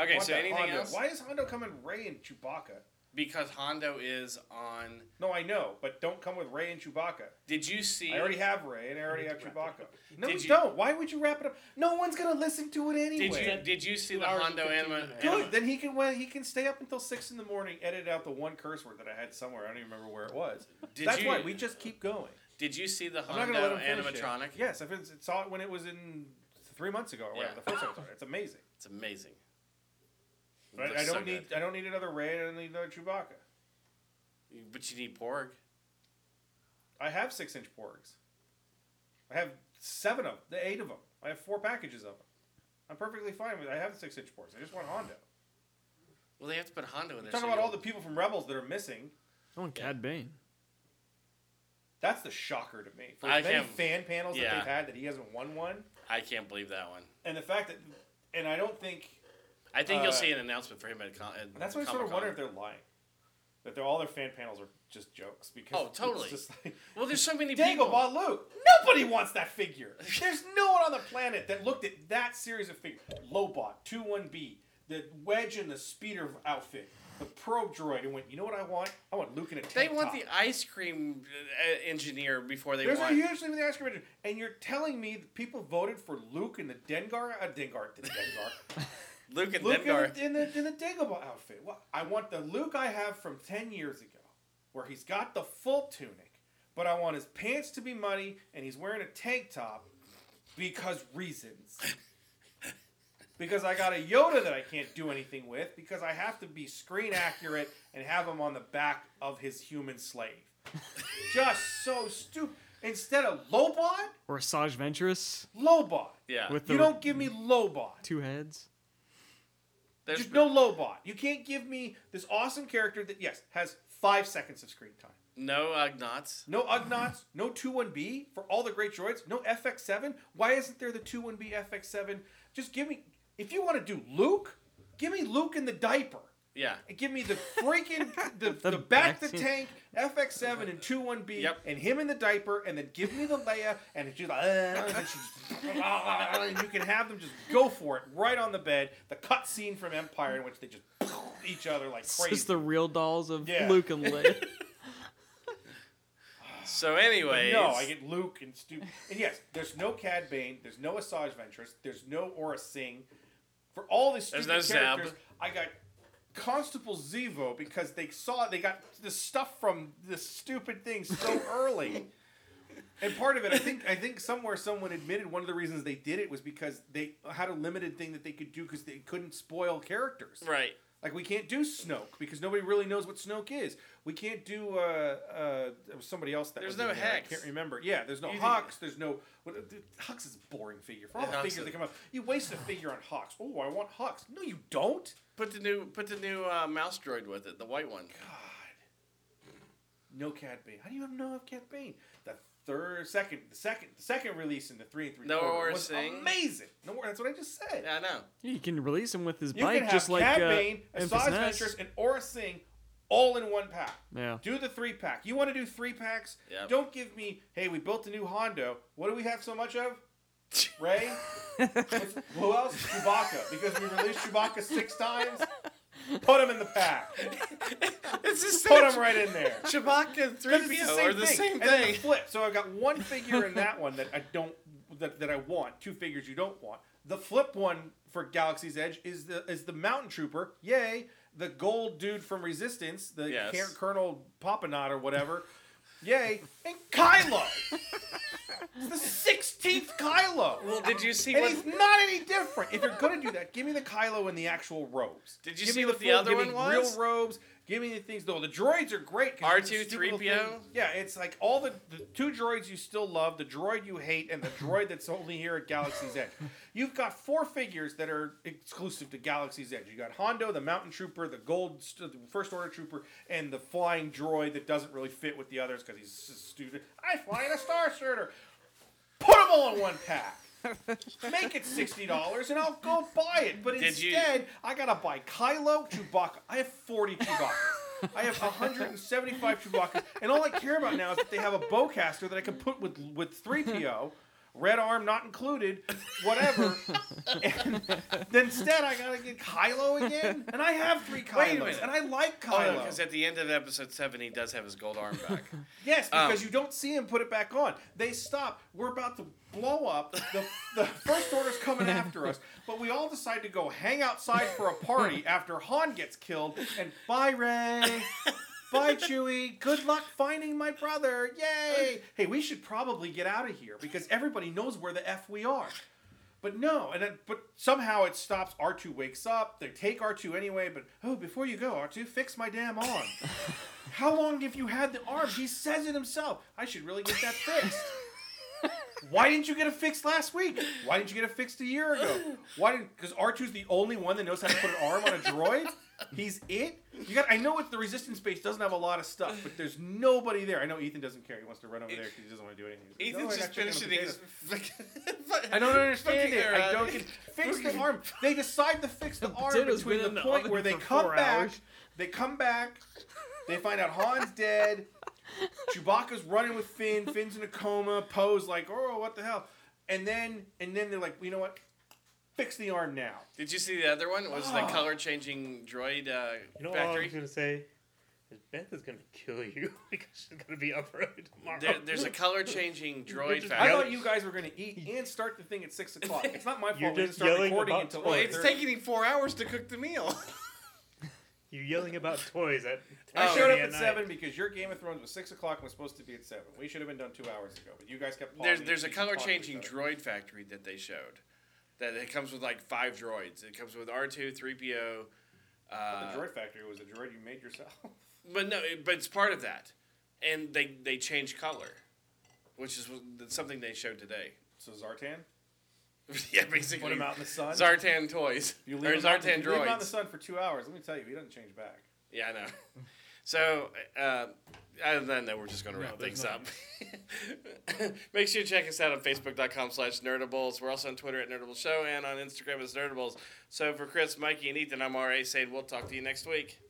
Speaker 6: Okay,
Speaker 7: so anything
Speaker 6: Hondo.
Speaker 7: else?
Speaker 6: Why is Hondo coming Ray and Chewbacca?
Speaker 7: Because Hondo is on.
Speaker 6: No, I know, but don't come with Ray and Chewbacca.
Speaker 7: Did you see?
Speaker 6: I already have Ray and I already have
Speaker 8: to wrap
Speaker 6: Chewbacca. No,
Speaker 7: Did
Speaker 6: you
Speaker 7: you-
Speaker 6: don't. Why would you wrap it up? No one's gonna listen to it anyway.
Speaker 7: Did you? Did you see
Speaker 8: Two
Speaker 7: the
Speaker 8: hours and
Speaker 7: Hondo
Speaker 8: 15
Speaker 7: anima?
Speaker 8: minutes.
Speaker 7: anima-
Speaker 6: Good. Then he can well, he can stay up until six in the morning, edit out the one curse word that I had somewhere. I don't even remember where it was.
Speaker 7: Did
Speaker 6: That's
Speaker 7: you-
Speaker 6: why we just keep going.
Speaker 7: Did you see the
Speaker 6: I'm not gonna
Speaker 7: Hondo
Speaker 6: let him finish
Speaker 7: animatronic?
Speaker 6: It. Yes, I fin- saw it when it was in three months ago or whatever.
Speaker 7: Yeah.
Speaker 6: The first time I saw it. It's amazing.
Speaker 7: It's amazing.
Speaker 6: But I,
Speaker 7: *laughs* Looks
Speaker 6: I
Speaker 7: so
Speaker 6: don't need
Speaker 7: good.
Speaker 6: I don't need another Ray. I don't need another Chewbacca.
Speaker 7: But you need Porg.
Speaker 6: I have six inch porgs. I have seven of the eight of them. I have four packages of them. I'm perfectly fine with. I have six inch porgs. I just want Hondo.
Speaker 7: Well, they have to put Hondo in there.
Speaker 6: Talking
Speaker 7: so
Speaker 6: about
Speaker 7: you-
Speaker 6: all the people from Rebels that are missing.
Speaker 1: I want Cad Bane.
Speaker 6: That's the shocker to me. For
Speaker 7: I
Speaker 6: as many
Speaker 7: can't-
Speaker 6: fan panels that
Speaker 7: yeah.
Speaker 6: they've had that he hasn't won one,
Speaker 7: I can't believe that one.
Speaker 6: and the fact that, and I don't think
Speaker 7: I think
Speaker 6: Uh,
Speaker 7: you'll see an announcement for him at. Con- at
Speaker 6: And that's why I sort of
Speaker 7: Comic-Con.
Speaker 6: wonder if they're lying. That they're, all their fan panels are just jokes because
Speaker 7: Oh, totally.
Speaker 6: It's just like,
Speaker 7: Well, there's so many people.
Speaker 6: Dagobah Luke. Nobody wants that figure. There's no one on the planet that looked at that series of figures. Lobot, 2-1-B, the Wedge and the Speeder outfit, the Probe Droid, and went, you know what I want? I want Luke in a tank
Speaker 7: They want
Speaker 6: top."
Speaker 7: the ice cream uh, engineer before they
Speaker 6: There's
Speaker 7: want.
Speaker 6: a huge thing with the ice cream engine. And you're telling me that people voted for Luke in the Dengar, uh, Dengar, the Dengar,
Speaker 7: Luke and
Speaker 6: Luke in
Speaker 7: Dengar.
Speaker 6: the, in the in the Dagobah outfit. Well, I want the Luke I have from ten years ago, where he's got the full tunic, but I want his pants to be muddy and he's wearing a tank top, because reasons. Because I got a Yoda that I can't do anything with because I have to be screen accurate and have him on the back of his human slave. Just so stupid. Instead of Lobot,
Speaker 1: Or Saj Ventress
Speaker 6: Lobot.
Speaker 7: yeah.
Speaker 1: with the
Speaker 6: Uh, You don't give me Lobot.
Speaker 1: two heads.
Speaker 7: There's
Speaker 6: Just no Lobot. You can't give me this awesome character that yes has five seconds of screen time.
Speaker 7: no Ugnaughts.
Speaker 6: No Ugnaughts, no 2-1-B for all the great droids, no FX7. Why isn't there the 2-1-B FX7? Just give me if you want to do Luke, give me Luke in the diaper.
Speaker 7: Yeah.
Speaker 6: *laughs* Give me the freaking the,
Speaker 1: *laughs*
Speaker 6: the,
Speaker 1: The
Speaker 6: back the
Speaker 1: vaccine.
Speaker 6: tank FX7 and 2-1B
Speaker 7: Yep.
Speaker 6: and him in the diaper and then give me the Leia and she's like "Uh," and, she's, and you can have them just *laughs* go for it right on the bed. The cut scene from Empire in which they just *laughs* each other like
Speaker 1: It's
Speaker 6: crazy.
Speaker 1: just the real dolls of
Speaker 6: Yeah.
Speaker 1: Luke and Leia.
Speaker 6: *laughs*
Speaker 7: So
Speaker 6: *sighs*
Speaker 7: anyway,
Speaker 6: no, I get Luke and Stu. And yes, there's no Cad Bane, there's no Asajj Ventress, there's no Aura Singh. For all these
Speaker 7: There's
Speaker 6: stupid
Speaker 7: no Zeb.
Speaker 6: characters, I got Constable Zevo because they saw they got the stuff from the stupid thing
Speaker 7: *laughs*
Speaker 6: so early. And part of it, I think, I think somewhere someone admitted one of the reasons they did it was because they had a limited thing that they could do because they couldn't spoil characters.
Speaker 7: right.
Speaker 6: Like we can't do Snoke because nobody really knows what Snoke is. We can't do uh, uh, there was somebody else that
Speaker 7: There's
Speaker 6: was in
Speaker 7: no
Speaker 6: there. I
Speaker 7: Hex.
Speaker 6: can't remember. Yeah, there's no
Speaker 7: You
Speaker 6: Hawks. There's no what, uh, dude, Hawks is a boring figure. For all the
Speaker 7: Hux
Speaker 6: figures
Speaker 7: is-
Speaker 6: that come out, you waste a figure on Hawks. Oh, I want Hawks. No, you don't.
Speaker 7: Put the new put the new uh, mouse droid with it, the white one.
Speaker 6: God, no Cad Bane. How do you even know of Cad Bane? The third, second, the second, the second release in the three and three
Speaker 7: No
Speaker 6: quarter
Speaker 7: Aura
Speaker 6: was
Speaker 7: Sing.
Speaker 6: amazing. No, more- that's what I just said.
Speaker 7: Yeah, I know.
Speaker 1: you can release him with his
Speaker 6: You
Speaker 1: bike,
Speaker 6: can have
Speaker 1: just like
Speaker 6: Cad
Speaker 1: uh,
Speaker 6: Bane,
Speaker 1: Empress
Speaker 6: Asajj
Speaker 1: Ness.
Speaker 6: Ventress, and Aura Singh all in one pack.
Speaker 1: Yeah.
Speaker 6: Do the three pack. You want to do three packs?
Speaker 7: Yeah.
Speaker 6: Don't give me, hey, we built a new Hondo. What do we have so much of? Ray? Who else? Chewbacca. Because we released Chewbacca six times? Put him in the pack.
Speaker 7: *laughs* It's the same.
Speaker 6: Put him right in there.
Speaker 7: Chewbacca and three
Speaker 6: Because it's
Speaker 7: PO are the same
Speaker 6: And then the
Speaker 7: thing.
Speaker 6: flip. So I've got one figure in that one that I don't that, that I want. Two figures you don't want. The flip one for Galaxy's Edge is the is the Mountain Trooper. Yay! The gold dude from Resistance, the
Speaker 7: Yes.
Speaker 6: Car- Colonel Papanot or whatever. Yay! And Kylo. it's the sixteenth Kylo.
Speaker 7: Well, did you see
Speaker 6: and
Speaker 7: what?
Speaker 6: he's not any different. If you're gonna do that, give me the Kylo and the actual robes.
Speaker 7: Did you
Speaker 6: Give
Speaker 7: see
Speaker 6: me
Speaker 7: what the
Speaker 6: full-
Speaker 7: other
Speaker 6: give me
Speaker 7: one was?
Speaker 6: Real robes. Give me the things. No, the droids are great. 'cause they're the
Speaker 7: R2-3PO?
Speaker 6: stupid little thing- Yeah, it's like all the, the two droids you still love, the droid you hate, and the droid that's only here at Galaxy's
Speaker 7: *laughs*
Speaker 6: Edge. You've got four figures that are exclusive to Galaxy's Edge. You got Hondo, the Mountain Trooper, the Gold st- the First Order Trooper, and the flying droid that doesn't really fit with the others because he's s- stupid. I fly in a starshooter. Put them all in one pack. Make it sixty dollars, and I'll go buy it. But
Speaker 7: Did you-
Speaker 6: instead, I gotta buy Kylo, Chewbacca. I have forty Chewbacca. I have hundred and seventy-five Chewbacca, and all I care about now is that they have a bowcaster that I can put with with three PO, red arm not included, whatever. and then instead, I gotta get Kylo again, and I have three Kylos,
Speaker 7: Wait a minute.
Speaker 6: and I like
Speaker 7: Oh,
Speaker 6: Kylo.
Speaker 7: because at the end of episode seven, he does have his gold arm
Speaker 6: *laughs*
Speaker 7: back.
Speaker 6: Yes,
Speaker 7: Um,
Speaker 6: because you don't see him put it back on. They stop. We're about to blow up. The, the First Order's coming after us. But we all decide to go hang outside for a party after Han gets killed. And bye, Ray. Bye, Chewie. Good luck finding my brother. Yay. Hey, we should probably get out of here because everybody knows where the F we are. But no, and then, but somehow it stops. R two wakes up. They take R two anyway. But oh, before you go, R two, fix my damn arm. How long have you had the arm? He says it himself. I should really get that fixed. Why didn't you get it fixed last week? Why didn't you get it fixed a year ago? Why didn't? Because R 2s the only one that knows how to put an arm on a droid. He's it. You got. I know it's the resistance base doesn't have a lot of stuff, but there's nobody there. I know Ethan doesn't care. He wants to run over there because he doesn't want to do anything. He's like,
Speaker 7: Ethan's
Speaker 6: "No, I got
Speaker 7: just
Speaker 6: chicken and
Speaker 7: finishing *laughs*
Speaker 6: potatoes."
Speaker 7: his.
Speaker 6: I don't understand
Speaker 7: fucking
Speaker 6: it. I
Speaker 7: era.
Speaker 6: don't get fix the arm. They decide to fix the arm
Speaker 1: potato's
Speaker 6: between
Speaker 1: been
Speaker 6: the
Speaker 1: in the
Speaker 6: point
Speaker 1: oven
Speaker 6: where they
Speaker 1: for
Speaker 6: come
Speaker 1: four
Speaker 6: back.
Speaker 1: hours.
Speaker 6: They come back. They find out Han's dead. Chewbacca's running with Finn. Finn's in a coma. Poe's like, oh, what the hell? And then and then they're like, you know what? Fix the arm now.
Speaker 7: *laughs* Did you see the other one? Was
Speaker 6: *gasps*
Speaker 7: the color changing droid uh,
Speaker 8: You know all I was
Speaker 7: factory?
Speaker 8: gonna say is Beth is gonna kill you *laughs* because she's gonna be up early tomorrow.
Speaker 7: There, there's a
Speaker 6: *laughs*
Speaker 7: color changing droid
Speaker 8: just-
Speaker 7: factory.
Speaker 6: um, I thought you guys were gonna eat and start the thing at six o'clock. It's not my fault.
Speaker 8: You're
Speaker 6: we didn't
Speaker 8: just
Speaker 6: start
Speaker 8: yelling
Speaker 6: recording
Speaker 8: about
Speaker 6: until
Speaker 8: toys.
Speaker 7: Well, it's
Speaker 6: 8:30.
Speaker 7: taking him four hours to cook the meal.
Speaker 8: *laughs* You're yelling about toys at.
Speaker 6: I
Speaker 7: Oh,
Speaker 6: showed up
Speaker 8: yeah,
Speaker 6: at
Speaker 8: nice.
Speaker 6: seven because your Game of Thrones was six o'clock and was supposed to be at seven. We should have been done two hours ago, but you guys kept pausing.
Speaker 7: *laughs* there's
Speaker 6: and
Speaker 7: there's a
Speaker 6: you kept
Speaker 7: color
Speaker 6: talking to each
Speaker 7: changing
Speaker 6: other.
Speaker 7: droid factory that they showed. That it comes with like five droids. It comes with R two, three PO. Uh,
Speaker 6: The droid factory was a droid you made yourself. *laughs*
Speaker 7: But no, it- but it's part of that, and they they change color, which is what- that's something they showed today. *laughs*
Speaker 6: So Zartan,
Speaker 7: yeah, basically.
Speaker 6: put him out in the sun.
Speaker 7: Zartan toys
Speaker 6: you
Speaker 7: or
Speaker 6: him out-
Speaker 7: Zartan
Speaker 6: you leave him out in the
Speaker 7: droids.
Speaker 6: sun for two hours. Let me tell you, he doesn't change back.
Speaker 7: Yeah, I know. So, uh, other than that, we're just going to wrap
Speaker 1: No, there's
Speaker 7: things up. *laughs* Make sure you check us out on facebook.com slash nerdables. We're also on Twitter at Nerdable Show and on Instagram as Nerdables. So, for Chris, Mikey, and Ethan, I'm R.A. saying we'll talk to you next week.